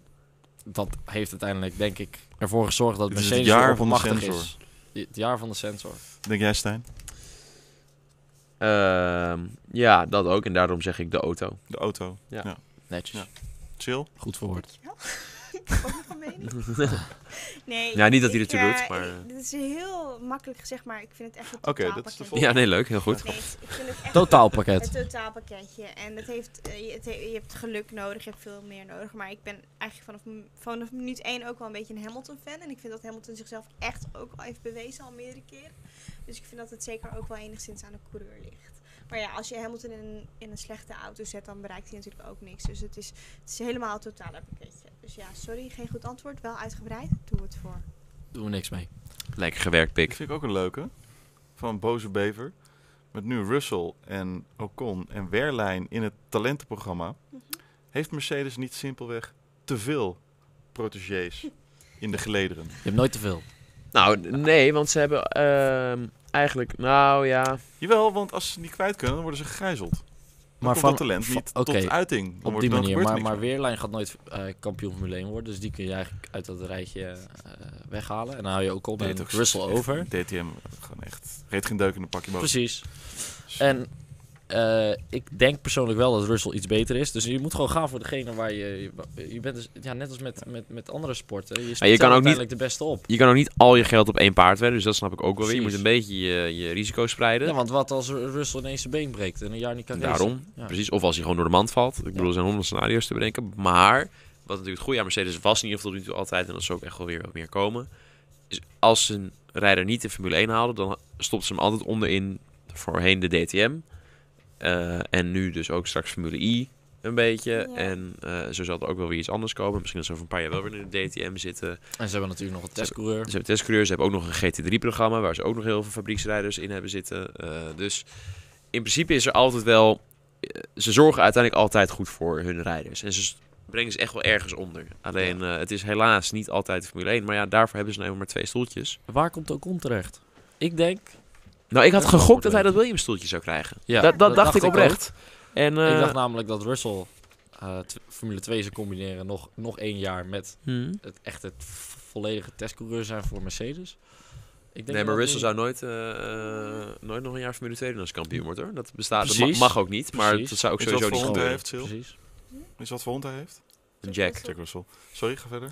[SPEAKER 2] dat heeft uiteindelijk denk ik ervoor gezorgd dat
[SPEAKER 4] Dit is het
[SPEAKER 2] Mercedes
[SPEAKER 4] jaar
[SPEAKER 2] jaar
[SPEAKER 4] van de
[SPEAKER 2] machtig
[SPEAKER 4] sensor.
[SPEAKER 2] is. Het jaar van de sensor.
[SPEAKER 4] Denk jij, Stijn?
[SPEAKER 1] Ehm, ja, dat ook. En daarom zeg ik de auto.
[SPEAKER 4] De auto.
[SPEAKER 2] Netjes.
[SPEAKER 4] Ja. Chill.
[SPEAKER 2] Goed verwoord.
[SPEAKER 3] Ik ook nog een mening. Nee,
[SPEAKER 1] Ja, niet dat
[SPEAKER 3] ik,
[SPEAKER 1] hij er toe
[SPEAKER 3] eh,
[SPEAKER 1] doet, maar-
[SPEAKER 3] ik- dit is heel makkelijk gezegd, maar ik vind het echt een
[SPEAKER 4] Oké,
[SPEAKER 3] totaalpakket.
[SPEAKER 4] dat is de volgende.
[SPEAKER 1] Ja, nee, leuk. Heel goed.
[SPEAKER 3] Nee, ik vind het echt
[SPEAKER 2] Totaalpakket.
[SPEAKER 3] Het totaalpakketje. En dat heeft, eh, je, het he- je hebt geluk nodig, je hebt veel meer nodig. Maar ik ben eigenlijk vanaf, m- vanaf minuut 1 ook wel een beetje een Hamilton-fan. En ik vind dat Hamilton zichzelf echt ook al heeft bewezen al meerdere keren. Dus ik vind dat het zeker ook wel enigszins aan de coureur ligt. Maar ja, als je Hamilton in, een- in een slechte auto zet, dan bereikt hij natuurlijk ook niks. Dus het is, het is helemaal het totale pakketje. Dus ja, sorry, geen goed antwoord. Wel uitgebreid, doe het voor.
[SPEAKER 2] Doen we niks mee.
[SPEAKER 1] Lekker gewerkt,
[SPEAKER 4] Ik
[SPEAKER 1] Pik.
[SPEAKER 4] vind ik ook een leuke. Van Boze Bever. Met nu Russell en Ocon en Werlijn in het talentenprogramma. Heeft Mercedes niet simpelweg te veel protégés in de gelederen?
[SPEAKER 2] Je hebt nooit te veel.
[SPEAKER 1] Nou, nee, want ze hebben ehm, eigenlijk... Nou ja,
[SPEAKER 4] Jawel, want als ze niet kwijt kunnen, dan worden ze gegijzeld. Dan
[SPEAKER 2] Maar
[SPEAKER 4] komt
[SPEAKER 2] van
[SPEAKER 4] dat talent
[SPEAKER 2] van-
[SPEAKER 4] niet
[SPEAKER 2] oké,
[SPEAKER 4] tot uiting. Dan
[SPEAKER 2] op
[SPEAKER 4] wordt-
[SPEAKER 2] die
[SPEAKER 4] dan
[SPEAKER 2] manier.
[SPEAKER 4] gebeurt er
[SPEAKER 2] Maar,
[SPEAKER 4] niks
[SPEAKER 2] maar Weerlijn gaat nooit eh, kampioen Formule 1 worden. Dus die kun je eigenlijk uit dat rijtje eh, weghalen. En dan hou je ook al
[SPEAKER 4] Nee,
[SPEAKER 2] en
[SPEAKER 4] toch,
[SPEAKER 2] Russell
[SPEAKER 4] echt
[SPEAKER 2] over.
[SPEAKER 4] DTM gewoon echt. Reed geen deuk in een pakje boven.
[SPEAKER 2] Precies. En eh, ik denk persoonlijk wel dat Russell iets beter is. Dus je moet gewoon gaan voor degene waar je... Je bent dus, ja, net als met, met, met andere sporten. Je, speelt
[SPEAKER 1] kan ook niet-
[SPEAKER 2] zelf uiteindelijk de beste op.
[SPEAKER 1] je kan ook niet al je geld op één paard wedden. Dus dat snap ik ook wel weer. Je moet
[SPEAKER 2] Precies.
[SPEAKER 1] een beetje je, je risico spreiden.
[SPEAKER 2] Ja, want wat als Ru- Russell ineens zijn been breekt en een jaar niet kan racen?
[SPEAKER 1] Daarom,
[SPEAKER 2] Ja.
[SPEAKER 1] precies. Of als hij gewoon door de mand valt. Ik bedoel, er zijn honderd scenario's te bedenken. Maar, wat natuurlijk het goede aan Mercedes was, in ieder geval tot nu toe altijd, en dat zou ook echt wel weer wat meer komen, is als een rijder niet de Formule 1 haalde, dan stopt ze hem altijd onderin, voorheen de DTM. Eh, en nu dus ook straks Formule I een beetje.
[SPEAKER 3] Ja.
[SPEAKER 1] En eh, zo zal er ook wel weer iets anders komen. Misschien dat ze over een paar jaar wel weer in de DTM zitten.
[SPEAKER 2] En ze hebben natuurlijk nog een testcoureur.
[SPEAKER 1] Ze Dus hebben testcoureurs, ze hebben ook nog een GT3-programma waar ze ook nog heel veel fabrieksrijders in hebben zitten. Eh, dus in principe is er altijd wel. eh, Ze zorgen uiteindelijk altijd goed voor hun rijders. En ze s- brengen ze echt wel ergens onder. Alleen eh, het is helaas niet altijd de Formule 1. Maar ja, daarvoor hebben ze nou helemaal maar twee stoeltjes.
[SPEAKER 2] Waar komt Ocon terecht? Ik denk...
[SPEAKER 1] Nou, ik had
[SPEAKER 2] Dat is wel
[SPEAKER 1] gegokt dat hij
[SPEAKER 2] goed.
[SPEAKER 1] dat Williams stoeltje zou krijgen.
[SPEAKER 2] Ja,
[SPEAKER 1] dat, dat, dacht ik
[SPEAKER 2] ook.
[SPEAKER 1] oprecht. En, eh,
[SPEAKER 2] Ik dacht namelijk dat Russell eh, t- Formule 2 zou combineren nog, nog één jaar met
[SPEAKER 1] hmm.
[SPEAKER 2] het echt het v- volledige testcoureur zijn voor Mercedes. Ik denk
[SPEAKER 1] Nee, maar
[SPEAKER 2] dat
[SPEAKER 1] Russell
[SPEAKER 2] die-
[SPEAKER 1] zou nooit, eh, eh, nooit nog een jaar Formule 2 doen als kampioen wordt hoor. Dat bestaat, Ah, dat ma-
[SPEAKER 2] Precies.
[SPEAKER 1] mag ook niet, maar
[SPEAKER 2] Precies.
[SPEAKER 1] dat zou ook
[SPEAKER 4] Weet je wat
[SPEAKER 1] sowieso niet
[SPEAKER 4] voor hond hij
[SPEAKER 1] gebeuren.
[SPEAKER 4] heeft, Sil?
[SPEAKER 2] Precies.
[SPEAKER 4] Is wat voor hond hij heeft?
[SPEAKER 1] Een Jack.
[SPEAKER 4] Jack Russell. Sorry, ga verder.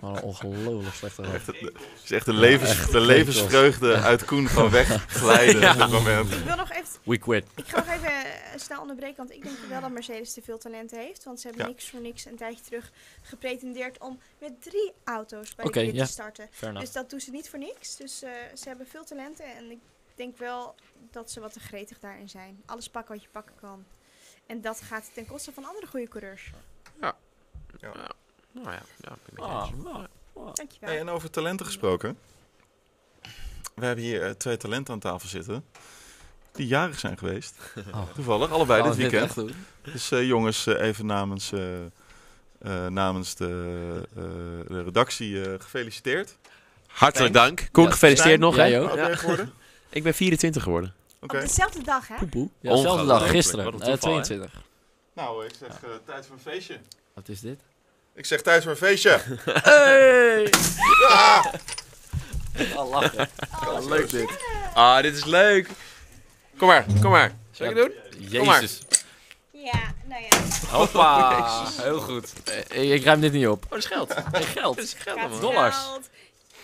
[SPEAKER 2] Wat een ongelooflijk slechte hoofd.
[SPEAKER 4] Echt, het is echt de, levens, de levensvreugde uit Koen gewoon wegglijden op dit moment.
[SPEAKER 3] Ik wil nog even
[SPEAKER 2] We quit.
[SPEAKER 3] Ik ga nog even eh, snel onderbreken, want ik denk wel dat Mercedes te veel talent heeft. Want ze hebben
[SPEAKER 4] Ja.
[SPEAKER 3] niks voor niks een tijdje terug gepretendeerd om met drie auto's bij
[SPEAKER 2] Oké,
[SPEAKER 3] de grid
[SPEAKER 2] ja.
[SPEAKER 3] te starten.
[SPEAKER 2] Fair enough.
[SPEAKER 3] Dus dat doen ze niet voor niks. Dus eh, ze hebben veel talenten en ik denk wel dat ze wat te gretig daarin zijn. Alles pakken wat je pakken kan. En dat gaat ten koste van andere goede coureurs.
[SPEAKER 1] Nou ja, ja, ik ben
[SPEAKER 2] Ah,
[SPEAKER 1] het met je eens.
[SPEAKER 3] Dankjewel.
[SPEAKER 4] Hey, en over talenten gesproken. We hebben hier eh, twee talenten aan tafel zitten. Die jarig zijn geweest.
[SPEAKER 2] Oh.
[SPEAKER 4] Toevallig, allebei
[SPEAKER 2] Gaan
[SPEAKER 4] dit
[SPEAKER 2] we
[SPEAKER 4] weekend.
[SPEAKER 2] echt doen?
[SPEAKER 4] Dus eh, jongens, eh, even namens, eh, eh, namens de, eh, de redactie eh, gefeliciteerd.
[SPEAKER 1] Hartelijk
[SPEAKER 4] Thanks.
[SPEAKER 1] dank. Koen,
[SPEAKER 4] Ja,
[SPEAKER 1] gefeliciteerd
[SPEAKER 4] Stijn,
[SPEAKER 1] nog.
[SPEAKER 2] jij
[SPEAKER 1] hè?
[SPEAKER 2] ook.
[SPEAKER 4] Oud ben je geworden?
[SPEAKER 1] Ik ben 24 geworden.
[SPEAKER 4] Oké.
[SPEAKER 3] Op dezelfde dag, hè?
[SPEAKER 2] Poepoe. Ja,
[SPEAKER 1] Ongelooflijk.
[SPEAKER 2] dezelfde dag,
[SPEAKER 1] Wat een
[SPEAKER 2] gisteren. eh,
[SPEAKER 1] toeval, hè?
[SPEAKER 2] 22.
[SPEAKER 4] Nou, ik zeg eh, tijd voor een feestje.
[SPEAKER 2] Wat is dit?
[SPEAKER 4] Ik zeg tijd voor een feestje.
[SPEAKER 2] Hey! Al lachen.
[SPEAKER 4] leuk dit.
[SPEAKER 1] Ah, dit is leuk. Kom maar, kom maar. Zal ik het doen?
[SPEAKER 2] Jezus.
[SPEAKER 3] Ja, nou ja.
[SPEAKER 2] Hoppa. Heel goed. Eh, Ik ruim dit niet op.
[SPEAKER 1] Oh, dat is geld.
[SPEAKER 2] Geld.
[SPEAKER 1] Dat is geld,
[SPEAKER 3] Gaat
[SPEAKER 1] man.
[SPEAKER 2] dollars.
[SPEAKER 3] geld.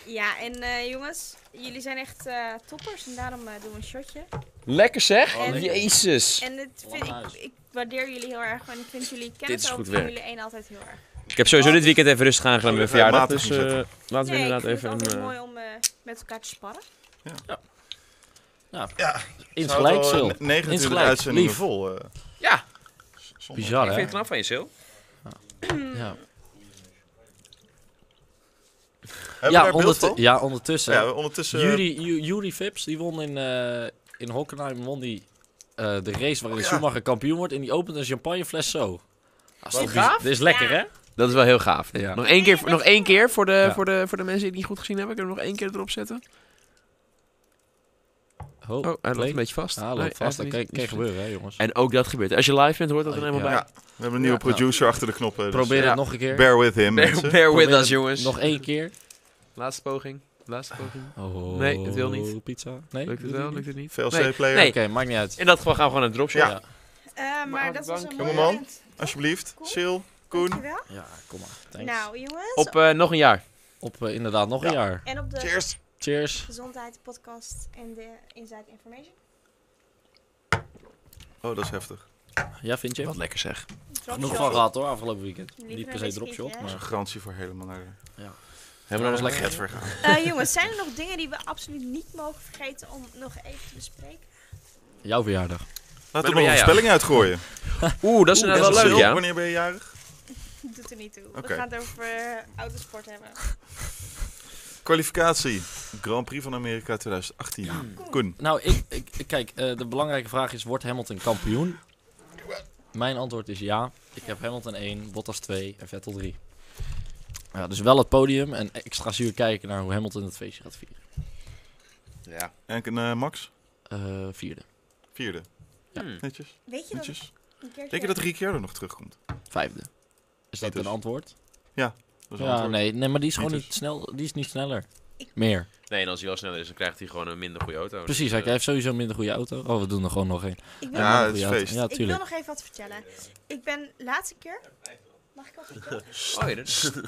[SPEAKER 3] Ja, en eh, jongens, jullie zijn echt eh, toppers en daarom eh, doen we een shotje.
[SPEAKER 1] Lekker zeg!
[SPEAKER 3] Oh, lekker.
[SPEAKER 1] Jezus!
[SPEAKER 3] En het vind, ik,
[SPEAKER 2] Langhuis.
[SPEAKER 3] ik waardeer jullie heel erg en ik vind jullie
[SPEAKER 1] Dit is
[SPEAKER 3] kennis over
[SPEAKER 1] goed werk.
[SPEAKER 3] Formule 1 altijd heel erg.
[SPEAKER 1] Ik heb sowieso dit weekend even rustig aangedaan met mijn verjaardag.
[SPEAKER 4] Matig
[SPEAKER 1] Dus eh,
[SPEAKER 4] inzetten.
[SPEAKER 1] laten we
[SPEAKER 3] Nee,
[SPEAKER 1] inderdaad
[SPEAKER 3] ik vind
[SPEAKER 1] even
[SPEAKER 3] het
[SPEAKER 1] een...
[SPEAKER 3] altijd
[SPEAKER 1] eh,
[SPEAKER 3] mooi om eh, met elkaar te sparren.
[SPEAKER 2] Insgelijk
[SPEAKER 4] Ze
[SPEAKER 2] zo.
[SPEAKER 4] hadden al, eh, 29
[SPEAKER 2] Insgelijk,
[SPEAKER 4] uitzendingen
[SPEAKER 2] lief.
[SPEAKER 4] vol. eh,
[SPEAKER 1] Ja,
[SPEAKER 4] zondag.
[SPEAKER 2] Bizar,
[SPEAKER 1] ik
[SPEAKER 2] hè?
[SPEAKER 1] vind het knap van je, Sil.
[SPEAKER 2] Ja,
[SPEAKER 4] Hebben we
[SPEAKER 2] ja,
[SPEAKER 4] daar beeld
[SPEAKER 2] ondertu-
[SPEAKER 4] van?
[SPEAKER 2] ja, ondertussen.
[SPEAKER 4] Ja, ondertussen... eh,
[SPEAKER 2] Jury, Ju- Jury Vips, die won in, eh in Hockenheim won die, eh, de race waarin
[SPEAKER 4] Ja.
[SPEAKER 2] Schumacher kampioen wordt. En die opent een champagnefles zo. Dat
[SPEAKER 1] toch gaaf?
[SPEAKER 2] Dit is lekker,
[SPEAKER 3] Ja.
[SPEAKER 2] hè?
[SPEAKER 1] Dat is wel heel gaaf.
[SPEAKER 2] Ja.
[SPEAKER 1] Nog één keer, nog één keer voor, de,
[SPEAKER 2] Ja.
[SPEAKER 1] voor, de, voor de mensen die het niet goed gezien hebben. Kunnen we nog één keer erop zetten?
[SPEAKER 2] Ho,
[SPEAKER 1] Oh, hij loopt
[SPEAKER 2] play.
[SPEAKER 1] een beetje vast.
[SPEAKER 2] Ah, loopt
[SPEAKER 1] Nee,
[SPEAKER 2] vast.
[SPEAKER 1] hij
[SPEAKER 2] Dat
[SPEAKER 1] heeft
[SPEAKER 2] kan,
[SPEAKER 1] niet- niet gezien.
[SPEAKER 2] kan gebeuren, hè, jongens.
[SPEAKER 1] En ook dat gebeurt. Als je live bent, hoort dat er
[SPEAKER 2] Oh,
[SPEAKER 1] helemaal
[SPEAKER 2] ja.
[SPEAKER 1] bij.
[SPEAKER 4] We hebben een nieuwe
[SPEAKER 2] Ja.
[SPEAKER 4] producer achter de knoppen. dus,
[SPEAKER 2] Probeer
[SPEAKER 4] eh,
[SPEAKER 1] ja.
[SPEAKER 2] het nog een keer.
[SPEAKER 4] Bear with him,
[SPEAKER 1] Bear,
[SPEAKER 4] mensen.
[SPEAKER 1] bear with
[SPEAKER 2] Probeer
[SPEAKER 1] us,
[SPEAKER 2] het
[SPEAKER 1] jongens.
[SPEAKER 2] Nog één keer.
[SPEAKER 1] Laatste poging. Laatste poging.
[SPEAKER 2] Oh,
[SPEAKER 1] Nee, het wil niet.
[SPEAKER 2] Pizza. Nee,
[SPEAKER 1] Lukt het
[SPEAKER 2] doet
[SPEAKER 1] wel?
[SPEAKER 2] niet?
[SPEAKER 1] Lukt het niet? Nee.
[SPEAKER 4] VLC-player,
[SPEAKER 1] Nee.
[SPEAKER 2] Oké, maakt niet uit.
[SPEAKER 1] In dat geval gaan we gewoon een dropshot.
[SPEAKER 4] Ja.
[SPEAKER 1] Ja.
[SPEAKER 3] Eh, maar
[SPEAKER 1] aan de
[SPEAKER 3] dat was
[SPEAKER 1] bank.
[SPEAKER 3] een mooi
[SPEAKER 4] Jongeman.
[SPEAKER 3] moment.
[SPEAKER 4] alsjeblieft.
[SPEAKER 3] Cool.
[SPEAKER 4] Sil, Koen.
[SPEAKER 3] Dankjewel.
[SPEAKER 2] Ja, kom maar. Thanks.
[SPEAKER 3] Nou jongens,
[SPEAKER 1] Op eh, nog een jaar.
[SPEAKER 2] Op eh, inderdaad nog een jaar.
[SPEAKER 3] en op de
[SPEAKER 4] Cheers.
[SPEAKER 2] Cheers.
[SPEAKER 3] gezondheid podcast en de Inside Information.
[SPEAKER 4] Oh, dat is heftig.
[SPEAKER 2] Ja, vind je?
[SPEAKER 1] Wat lekker zeg.
[SPEAKER 2] Genoeg van gehad hoor, afgelopen weekend.
[SPEAKER 3] Liever
[SPEAKER 2] Niet per
[SPEAKER 3] een
[SPEAKER 2] se dropshot,
[SPEAKER 3] whisky, hè?
[SPEAKER 4] Dat is een
[SPEAKER 2] maar...
[SPEAKER 4] garantie voor helemaal naar de...
[SPEAKER 2] Ja.
[SPEAKER 4] Hebben we nou nog eens
[SPEAKER 2] lekker-
[SPEAKER 4] lekker vergaan.
[SPEAKER 3] Eh, jongens, zijn er nog dingen die we absoluut niet mogen vergeten om nog even te bespreken?
[SPEAKER 2] Jouw verjaardag.
[SPEAKER 4] Laten
[SPEAKER 1] ben
[SPEAKER 4] we nog
[SPEAKER 1] jij
[SPEAKER 4] een
[SPEAKER 1] jarig?
[SPEAKER 4] spelling uitgooien.
[SPEAKER 1] Oeh, dat is
[SPEAKER 4] Oeh,
[SPEAKER 1] inderdaad wel
[SPEAKER 4] Sil,
[SPEAKER 1] leuk, ja.
[SPEAKER 4] Wanneer ben je jarig?
[SPEAKER 3] Doet er niet toe.
[SPEAKER 4] Oké.
[SPEAKER 3] We gaan het over eh, autosport hebben.
[SPEAKER 4] Kwalificatie. Grand Prix van Amerika 2018. Koen.
[SPEAKER 2] Nou, ik, ik, ik- kijk, eh, de belangrijke vraag is, wordt Hamilton kampioen? Mijn antwoord is ja. Ik heb Hamilton 1, Bottas 2 en Vettel 3. Ja, dus wel het podium en extra zuur kijken naar hoe Hamilton het feestje gaat vieren.
[SPEAKER 1] Ja.
[SPEAKER 4] En eh, Max?
[SPEAKER 2] Eh, vierde,
[SPEAKER 4] Vierde.
[SPEAKER 2] Ja.
[SPEAKER 1] Hmm.
[SPEAKER 4] Netjes.
[SPEAKER 3] Weet je dat ik
[SPEAKER 4] Netjes.
[SPEAKER 3] een keertje...
[SPEAKER 4] Denk je dat Ricciardo nog terugkomt?
[SPEAKER 2] vijfde. Is dat
[SPEAKER 4] Dus.
[SPEAKER 2] een antwoord?
[SPEAKER 4] Dat
[SPEAKER 2] Ja,
[SPEAKER 4] is antwoord.
[SPEAKER 2] nee, nee, maar die is gewoon
[SPEAKER 4] Niet dus.
[SPEAKER 2] niet, snel, die is niet sneller.
[SPEAKER 3] Ik-
[SPEAKER 2] Meer.
[SPEAKER 1] Nee, en als hij wel sneller is, dan krijgt hij gewoon een minder goede auto.
[SPEAKER 2] Precies, hij heeft sowieso een minder goede auto. Oh, we doen er gewoon nog één.
[SPEAKER 3] Ik wil,
[SPEAKER 4] Ja,
[SPEAKER 2] Minder
[SPEAKER 4] het is
[SPEAKER 2] goede auto.
[SPEAKER 4] feest.
[SPEAKER 2] Ja,
[SPEAKER 3] ik wil
[SPEAKER 2] tuurlijk.
[SPEAKER 3] nog even wat vertellen. Ik ben laatste keer... Mag ik wat vertellen?
[SPEAKER 1] Oh, ja, dat-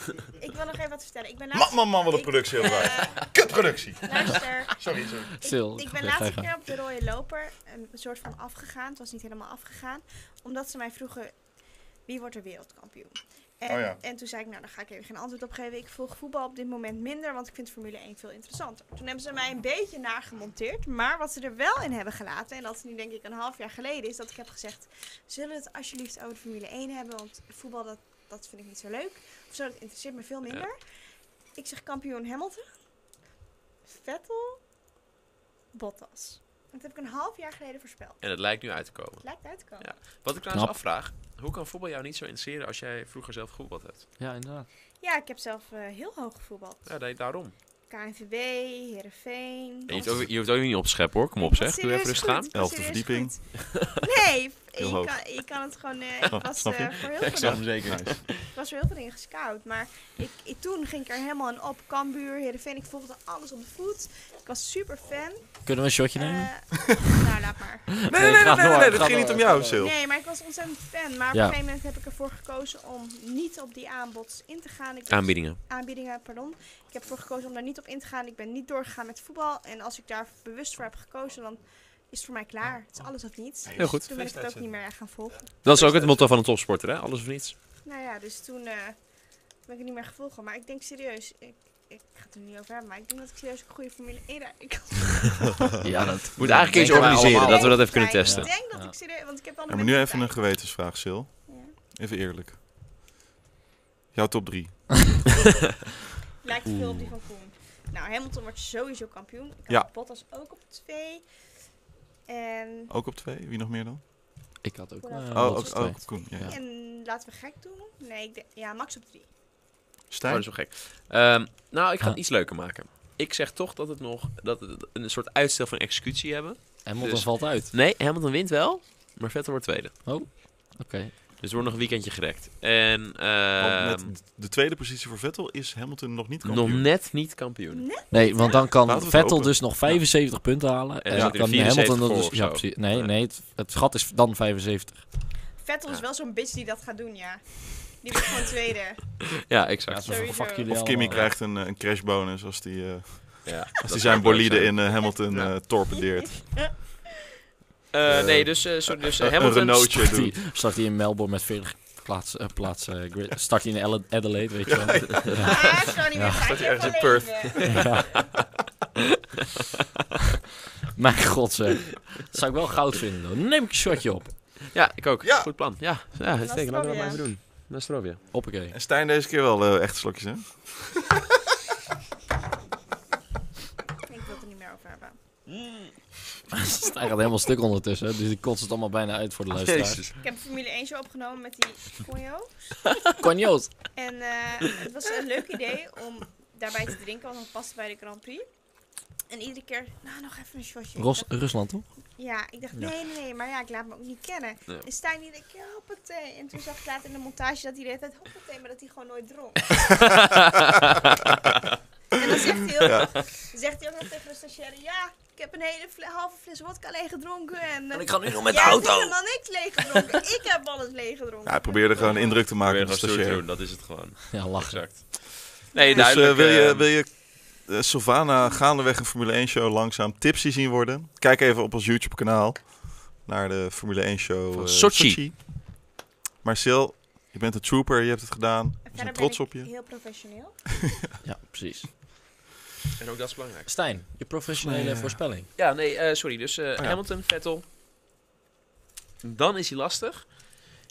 [SPEAKER 3] ik wil nog even wat vertellen. Ik ben
[SPEAKER 4] Man,
[SPEAKER 3] laatste... Eh,
[SPEAKER 4] man, man, wat een productie hebben wij. Kutproductie.
[SPEAKER 3] Luister.
[SPEAKER 4] Sorry, sorry.
[SPEAKER 2] Stil.
[SPEAKER 3] Ik, ik ben
[SPEAKER 2] Ja,
[SPEAKER 3] laatste
[SPEAKER 2] ga je
[SPEAKER 3] keer op de rode loper een soort van afgegaan. Het was niet helemaal afgegaan. Omdat ze mij vroegen, wie wordt er wereldkampioen? En,
[SPEAKER 4] Oh ja.
[SPEAKER 3] en toen zei ik, nou, daar ga ik even geen antwoord op geven. Ik volg voetbal op dit moment minder, want ik vind Formule 1 veel interessanter. Toen hebben ze mij een beetje nagemonteerd. Maar wat ze er wel in hebben gelaten, en dat is nu denk ik een half jaar geleden, is dat ik heb gezegd... Zullen we het alsjeblieft over de Formule 1 hebben? Want voetbal, dat, dat vind ik niet zo leuk. Of zo, dat interesseert me veel minder. Ik zeg kampioen Hamilton. Vettel. Bottas. Dat heb ik een half jaar geleden voorspeld.
[SPEAKER 1] En het lijkt nu uit te komen.
[SPEAKER 3] Het lijkt uit te komen.
[SPEAKER 1] Ja. Wat ik trouwens afvraag, hoe kan voetbal jou niet zo interesseren als jij vroeger zelf gevoetbald hebt?
[SPEAKER 2] Ja, inderdaad.
[SPEAKER 3] Ja, ik heb zelf eh, heel hoog gevoetbald.
[SPEAKER 1] Ja, nee, daarom.
[SPEAKER 3] KNVB, Heerenveen.
[SPEAKER 1] Je hoeft, ook, je hoeft ook niet op te scheppen hoor, kom op
[SPEAKER 3] Dat
[SPEAKER 1] zeg.
[SPEAKER 3] is
[SPEAKER 1] Doe even
[SPEAKER 3] serieus
[SPEAKER 1] rustig aan.
[SPEAKER 3] goed. Dat is
[SPEAKER 4] Elfde
[SPEAKER 3] serieus
[SPEAKER 4] verdieping.
[SPEAKER 3] goed. Nee, je
[SPEAKER 4] Heel hoog.
[SPEAKER 3] kan, je kan het gewoon... eh, ik was,
[SPEAKER 4] snap je?
[SPEAKER 3] eh, voor heel veel dingen-
[SPEAKER 4] hem zeker.
[SPEAKER 3] ik was voor heel veel dingen gescout. Maar ik, ik- toen ging ik er helemaal in op. Kambuur, Heerenveen. Ik volgde alles op de voet. Ik was super fan.
[SPEAKER 2] Kunnen we een shotje nemen?
[SPEAKER 3] nou, laat maar.
[SPEAKER 4] Nee, nee, nee, nee,
[SPEAKER 2] gaat
[SPEAKER 4] nee,
[SPEAKER 2] door,
[SPEAKER 4] nee, dat
[SPEAKER 2] gaat
[SPEAKER 4] ging niet
[SPEAKER 2] door.
[SPEAKER 4] om jou, Sil.
[SPEAKER 3] Nee, maar ik was ontzettend fan. Maar op
[SPEAKER 2] Ja.
[SPEAKER 3] een gegeven moment heb ik ervoor gekozen om niet op die aanbod in te gaan. Ik ben-
[SPEAKER 1] Aanbiedingen.
[SPEAKER 3] aanbiedingen, pardon. Ik heb ervoor gekozen om daar niet op in te gaan. Ik ben niet doorgegaan met voetbal. En als ik daar bewust voor heb gekozen, dan is het voor mij klaar.
[SPEAKER 4] Oh.
[SPEAKER 3] Het is alles of niets.
[SPEAKER 1] Heel goed.
[SPEAKER 3] Toen ben ik het ook niet meer echt gaan volgen.
[SPEAKER 1] Dat is ook het motto van een topsporter, hè? Alles of niets.
[SPEAKER 3] Nou ja, dus toen eh, ben ik het niet meer gevolgen. Maar ik denk serieus, ik, ik ga het er niet over hebben, maar ik denk dat ik serieus een goede Formule 1 rijder kan
[SPEAKER 2] Ja, dat
[SPEAKER 1] Moet eigenlijk eens
[SPEAKER 2] denken wij
[SPEAKER 1] organiseren
[SPEAKER 2] allemaal.
[SPEAKER 1] dat we dat even kunnen
[SPEAKER 3] zijn.
[SPEAKER 1] testen.
[SPEAKER 3] Ik denk dat
[SPEAKER 2] Ja.
[SPEAKER 3] ik serieus, want ik heb wel
[SPEAKER 4] Ja,
[SPEAKER 3] een
[SPEAKER 4] maar nu even een gewetensvraag, Sil.
[SPEAKER 3] Ja.
[SPEAKER 4] Even eerlijk. Jouw top 3.
[SPEAKER 3] Lijkt veel op die van Koen. Nou, Hamilton wordt sowieso kampioen. Ik had
[SPEAKER 4] Ja.
[SPEAKER 3] Bottas ook op twee. En,
[SPEAKER 4] Ook op 2? Wie nog meer dan?
[SPEAKER 2] Ik had ook... eh,
[SPEAKER 3] Oh,
[SPEAKER 4] Oh,
[SPEAKER 2] Bottas
[SPEAKER 4] ook,
[SPEAKER 2] twee.
[SPEAKER 4] ook op Koen. Ja.
[SPEAKER 2] Ja.
[SPEAKER 3] en laten we gek doen. Nee, ik denk, ja, Max op drie.
[SPEAKER 1] Oh,
[SPEAKER 4] Stijn?
[SPEAKER 1] dat is wel gek. Ehm, nou, ik ga het
[SPEAKER 2] Ja.
[SPEAKER 1] iets leuker maken. Ik zeg toch dat het nog dat het een soort uitstel van executie hebben.
[SPEAKER 2] Hamilton
[SPEAKER 1] Dus-
[SPEAKER 2] valt uit.
[SPEAKER 1] Nee, Hamilton wint wel, maar Vettel wordt tweede.
[SPEAKER 2] Oké.
[SPEAKER 1] Dus er wordt nog een weekendje gerekt. En ehm,
[SPEAKER 4] Want met de tweede positie voor Vettel is Hamilton nog niet
[SPEAKER 1] nog
[SPEAKER 4] kampioen.
[SPEAKER 1] net niet kampioen.
[SPEAKER 3] Net.
[SPEAKER 2] Nee, want dan kan
[SPEAKER 4] Laten we het
[SPEAKER 2] Vettel
[SPEAKER 4] hopen.
[SPEAKER 2] dus nog 75 punten halen.
[SPEAKER 1] En dan
[SPEAKER 2] En, dan
[SPEAKER 1] zit er
[SPEAKER 2] kan
[SPEAKER 1] 74
[SPEAKER 2] Hamilton dat
[SPEAKER 1] voor
[SPEAKER 2] dus...
[SPEAKER 1] of
[SPEAKER 2] Ja,
[SPEAKER 1] zo.
[SPEAKER 2] precies. Nee,
[SPEAKER 1] Ja.
[SPEAKER 2] nee, het, het gat is dan 75.
[SPEAKER 3] Vettel is
[SPEAKER 1] Ja.
[SPEAKER 3] wel zo'n bitch die dat gaat doen, ja. Die wordt gewoon tweede.
[SPEAKER 1] Ja,
[SPEAKER 2] Ja,
[SPEAKER 1] exact.
[SPEAKER 2] zo van,
[SPEAKER 3] Sowieso.
[SPEAKER 2] fuck jullie
[SPEAKER 4] Of Kimmy
[SPEAKER 2] allemaal.
[SPEAKER 4] krijgt een, eh, een crashbonus als die, eh,
[SPEAKER 1] Ja,
[SPEAKER 4] als die zijn bolide in eh, Hamilton eh, torpedeert.
[SPEAKER 1] Eh, nee, dus, eh, sorry, dus eh,
[SPEAKER 4] Een
[SPEAKER 1] Hamilton...
[SPEAKER 4] Renaultje
[SPEAKER 2] Start
[SPEAKER 4] doet.
[SPEAKER 2] die, start die in Melbourne met 40 plaatsen. eh, plaatsen, eh, grid- start die in Adela- Adelaide, weet je wel.
[SPEAKER 3] Ah, is gewoon niet meer. Gaat
[SPEAKER 1] Staat
[SPEAKER 3] je
[SPEAKER 1] hij
[SPEAKER 3] eh,
[SPEAKER 1] ergens in
[SPEAKER 3] even
[SPEAKER 1] Perth?
[SPEAKER 3] leven.
[SPEAKER 2] Ja. Mijn god zeg. Dat zou ik wel goud vinden. Hoor. Neem ik een shotje op.
[SPEAKER 1] Ja, ik ook.
[SPEAKER 4] Ja.
[SPEAKER 1] Goed plan. Ja, ja het steken. Laten we dat maar
[SPEAKER 3] Nastrovia.
[SPEAKER 1] even doen. Nastrovia.
[SPEAKER 2] Hoppakee.
[SPEAKER 4] En Stijn deze keer wel eh, echt slokjes, hè?
[SPEAKER 3] Ik wil het er niet meer over hebben.
[SPEAKER 2] Hij gaat helemaal stuk ondertussen. hè, Dus die kotst het allemaal bijna uit
[SPEAKER 4] Ah,
[SPEAKER 2] voor de luisteraars.
[SPEAKER 3] Ik heb Formule 1 show opgenomen met die Conjo.
[SPEAKER 2] Konjoot.
[SPEAKER 3] En eh, het was een leuk idee om daarbij te drinken, want dan past bij de Grand Prix. En iedere keer, nou nog even een shotje. Ik
[SPEAKER 2] Ros
[SPEAKER 3] dacht-
[SPEAKER 2] Rusland toch?
[SPEAKER 3] ja, ik dacht,
[SPEAKER 2] Ja.
[SPEAKER 3] nee, nee, nee, maar ja, ik laat me ook niet kennen.
[SPEAKER 1] Ja.
[SPEAKER 3] En Stijn iedere keer, hoppatee. En toen zag ik later in de montage dat hij de hele tijd hoppatee, maar dat hij gewoon nooit dronk. en dan zegt hij ook, zegt hij ook nog tegen de stagiaire, ja, ik heb een hele fle- halve fles wodka leeggedronken. En, eh,
[SPEAKER 2] ga nu nog met
[SPEAKER 3] jij hebt helemaal niks leeggedronken. ik heb alles leeggedronken.
[SPEAKER 4] Ja, hij probeerde gewoon indruk te maken op de stagiair.
[SPEAKER 1] dat is het gewoon.
[SPEAKER 2] Ja, lachen.
[SPEAKER 1] Exact. Nee,
[SPEAKER 4] Dus eh,
[SPEAKER 1] duidelijk.
[SPEAKER 4] wil je,
[SPEAKER 1] eh,
[SPEAKER 4] wil je eh, Sylvana gaandeweg een Formule 1-show langzaam tipsy zien worden? Kijk even op ons YouTube-kanaal naar de Formule 1-show
[SPEAKER 1] Van Sochi.
[SPEAKER 4] Marcel, je bent een trooper, je hebt het gedaan. We zijn trots op je.
[SPEAKER 3] heel professioneel.
[SPEAKER 2] Ja, precies.
[SPEAKER 1] En ook dat is belangrijk.
[SPEAKER 2] Stijn, je professionele voorspelling.
[SPEAKER 1] Ja, nee, eh, sorry. Dus
[SPEAKER 2] Oh,
[SPEAKER 1] eh,
[SPEAKER 4] ja.
[SPEAKER 1] Hamilton, Vettel. Dan is hij lastig.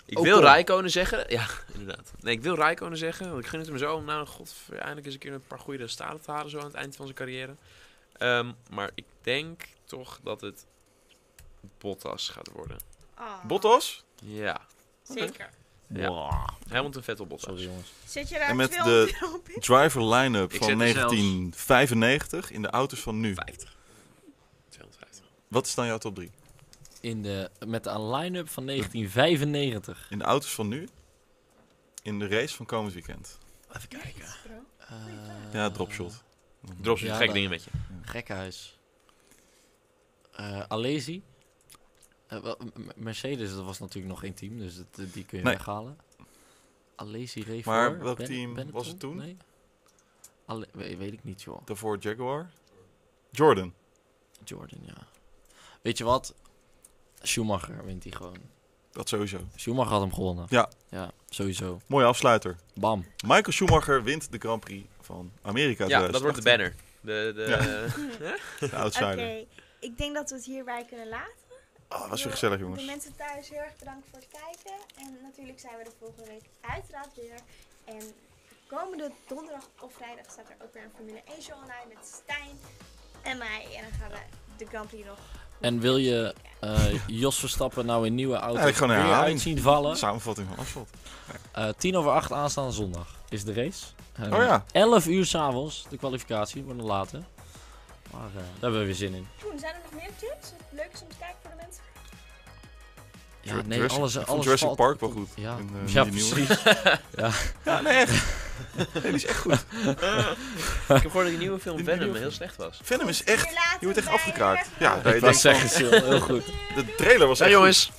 [SPEAKER 1] Ik
[SPEAKER 2] Ocon.
[SPEAKER 1] wil Rijkonen zeggen. Ja, inderdaad. Nee, ik wil Rijkonen zeggen. Want ik gun het hem zo om nou, god, eindelijk eens een keer een paar goede resultaten te halen zo aan het eind van zijn carrière. Ehm, maar ik denk toch dat het Bottas gaat worden.
[SPEAKER 3] Ah,
[SPEAKER 4] Bottas?
[SPEAKER 1] Ja.
[SPEAKER 3] Zeker.
[SPEAKER 1] Ja.
[SPEAKER 2] Wow.
[SPEAKER 1] Hamilton, Vettel, Bottas.
[SPEAKER 2] Sorry jongens.
[SPEAKER 3] Zit je daar
[SPEAKER 4] En met
[SPEAKER 3] 200 euro op in?
[SPEAKER 4] Driver line-up
[SPEAKER 1] Ik
[SPEAKER 4] van
[SPEAKER 1] zet er zelfs-
[SPEAKER 4] 1995 in de auto's van nu.
[SPEAKER 1] 50. 250.
[SPEAKER 4] Wat is dan jouw top 3?
[SPEAKER 2] In de, met een line-up van 1995.
[SPEAKER 4] In de auto's van nu? In de race van komend weekend.
[SPEAKER 2] Even kijken. Eh,
[SPEAKER 4] Ja, dropshot.
[SPEAKER 1] Drops,
[SPEAKER 2] Ja,
[SPEAKER 1] gek
[SPEAKER 2] dan-
[SPEAKER 1] dingen met je.
[SPEAKER 2] Gekhuis. Eh Alesi. Eh, wel, M- M- Mercedes, dat was natuurlijk nog één team, dus dat, eh, die kun je
[SPEAKER 4] Nee.
[SPEAKER 2] weghalen. Alesi reed
[SPEAKER 4] Maar
[SPEAKER 2] voor
[SPEAKER 4] welk team was het toen?
[SPEAKER 2] Nee. Ale- we- weet ik niet, joh.
[SPEAKER 4] Daarvoor Jaguar. Jordan.
[SPEAKER 2] Jordan, ja. Weet je wat? Schumacher wint die gewoon.
[SPEAKER 4] Dat sowieso.
[SPEAKER 2] Schumacher had hem gewonnen.
[SPEAKER 4] Ja.
[SPEAKER 2] Ja, sowieso.
[SPEAKER 4] Mooie afsluiter.
[SPEAKER 2] Bam.
[SPEAKER 4] Michael Schumacher wint de Grand Prix van Amerika.
[SPEAKER 1] Ja, dat wordt de
[SPEAKER 4] 2018.
[SPEAKER 1] banner. De, de,
[SPEAKER 4] De
[SPEAKER 3] Oké,
[SPEAKER 4] outsider.
[SPEAKER 3] ik denk dat we het hierbij kunnen laten.
[SPEAKER 4] Oh, was weer gezellig, jongens.
[SPEAKER 3] De mensen thuis heel erg bedankt voor het kijken. En natuurlijk zijn we er volgende week uiteraard weer. En komende donderdag of vrijdag staat er ook weer een Formule 1 show online met Stijn en mij. En dan gaan we de Grand Prix nog.
[SPEAKER 2] En wil je eh, Jos Verstappen nou in nieuwe auto's
[SPEAKER 4] Eigenlijk gewoon een
[SPEAKER 2] weer
[SPEAKER 4] herhaling.
[SPEAKER 2] uitzien vallen?
[SPEAKER 4] Samenvatting van asfalt.
[SPEAKER 2] Eh, tien over acht aanstaande zondag is de race.
[SPEAKER 1] Ehm,
[SPEAKER 2] Eh,
[SPEAKER 4] Oh ja.
[SPEAKER 2] 11 uur s'avonds, de kwalificatie, wordt nog later. Maar eh, daar hebben we weer zin in.
[SPEAKER 3] Toen zijn er nog meer tunes? Leuk is om te kijken voor de mensen.
[SPEAKER 2] Ja, nee,
[SPEAKER 4] Jurassic-
[SPEAKER 2] alles,
[SPEAKER 4] ik vond
[SPEAKER 2] alles
[SPEAKER 4] Jurassic
[SPEAKER 2] valt-
[SPEAKER 4] Park wel goed.
[SPEAKER 2] Ja,
[SPEAKER 4] In, eh,
[SPEAKER 2] ja
[SPEAKER 4] die nieuwe.
[SPEAKER 2] precies.
[SPEAKER 4] Ja, nee, echt.
[SPEAKER 1] ik heb gehoord dat die nieuwe film Venom heel slecht was.
[SPEAKER 4] Venom is echt...
[SPEAKER 3] Hier laten
[SPEAKER 4] Je wordt echt
[SPEAKER 3] wij
[SPEAKER 4] afgekraakt.
[SPEAKER 3] heel erg
[SPEAKER 4] Ja,
[SPEAKER 3] bedankt.
[SPEAKER 4] dat
[SPEAKER 2] Ik
[SPEAKER 4] je
[SPEAKER 2] was
[SPEAKER 4] denkt
[SPEAKER 2] zeggen, Sil, heel goed.
[SPEAKER 4] van, de trailer was
[SPEAKER 1] Ja,
[SPEAKER 4] echt
[SPEAKER 1] jongens.
[SPEAKER 4] goed.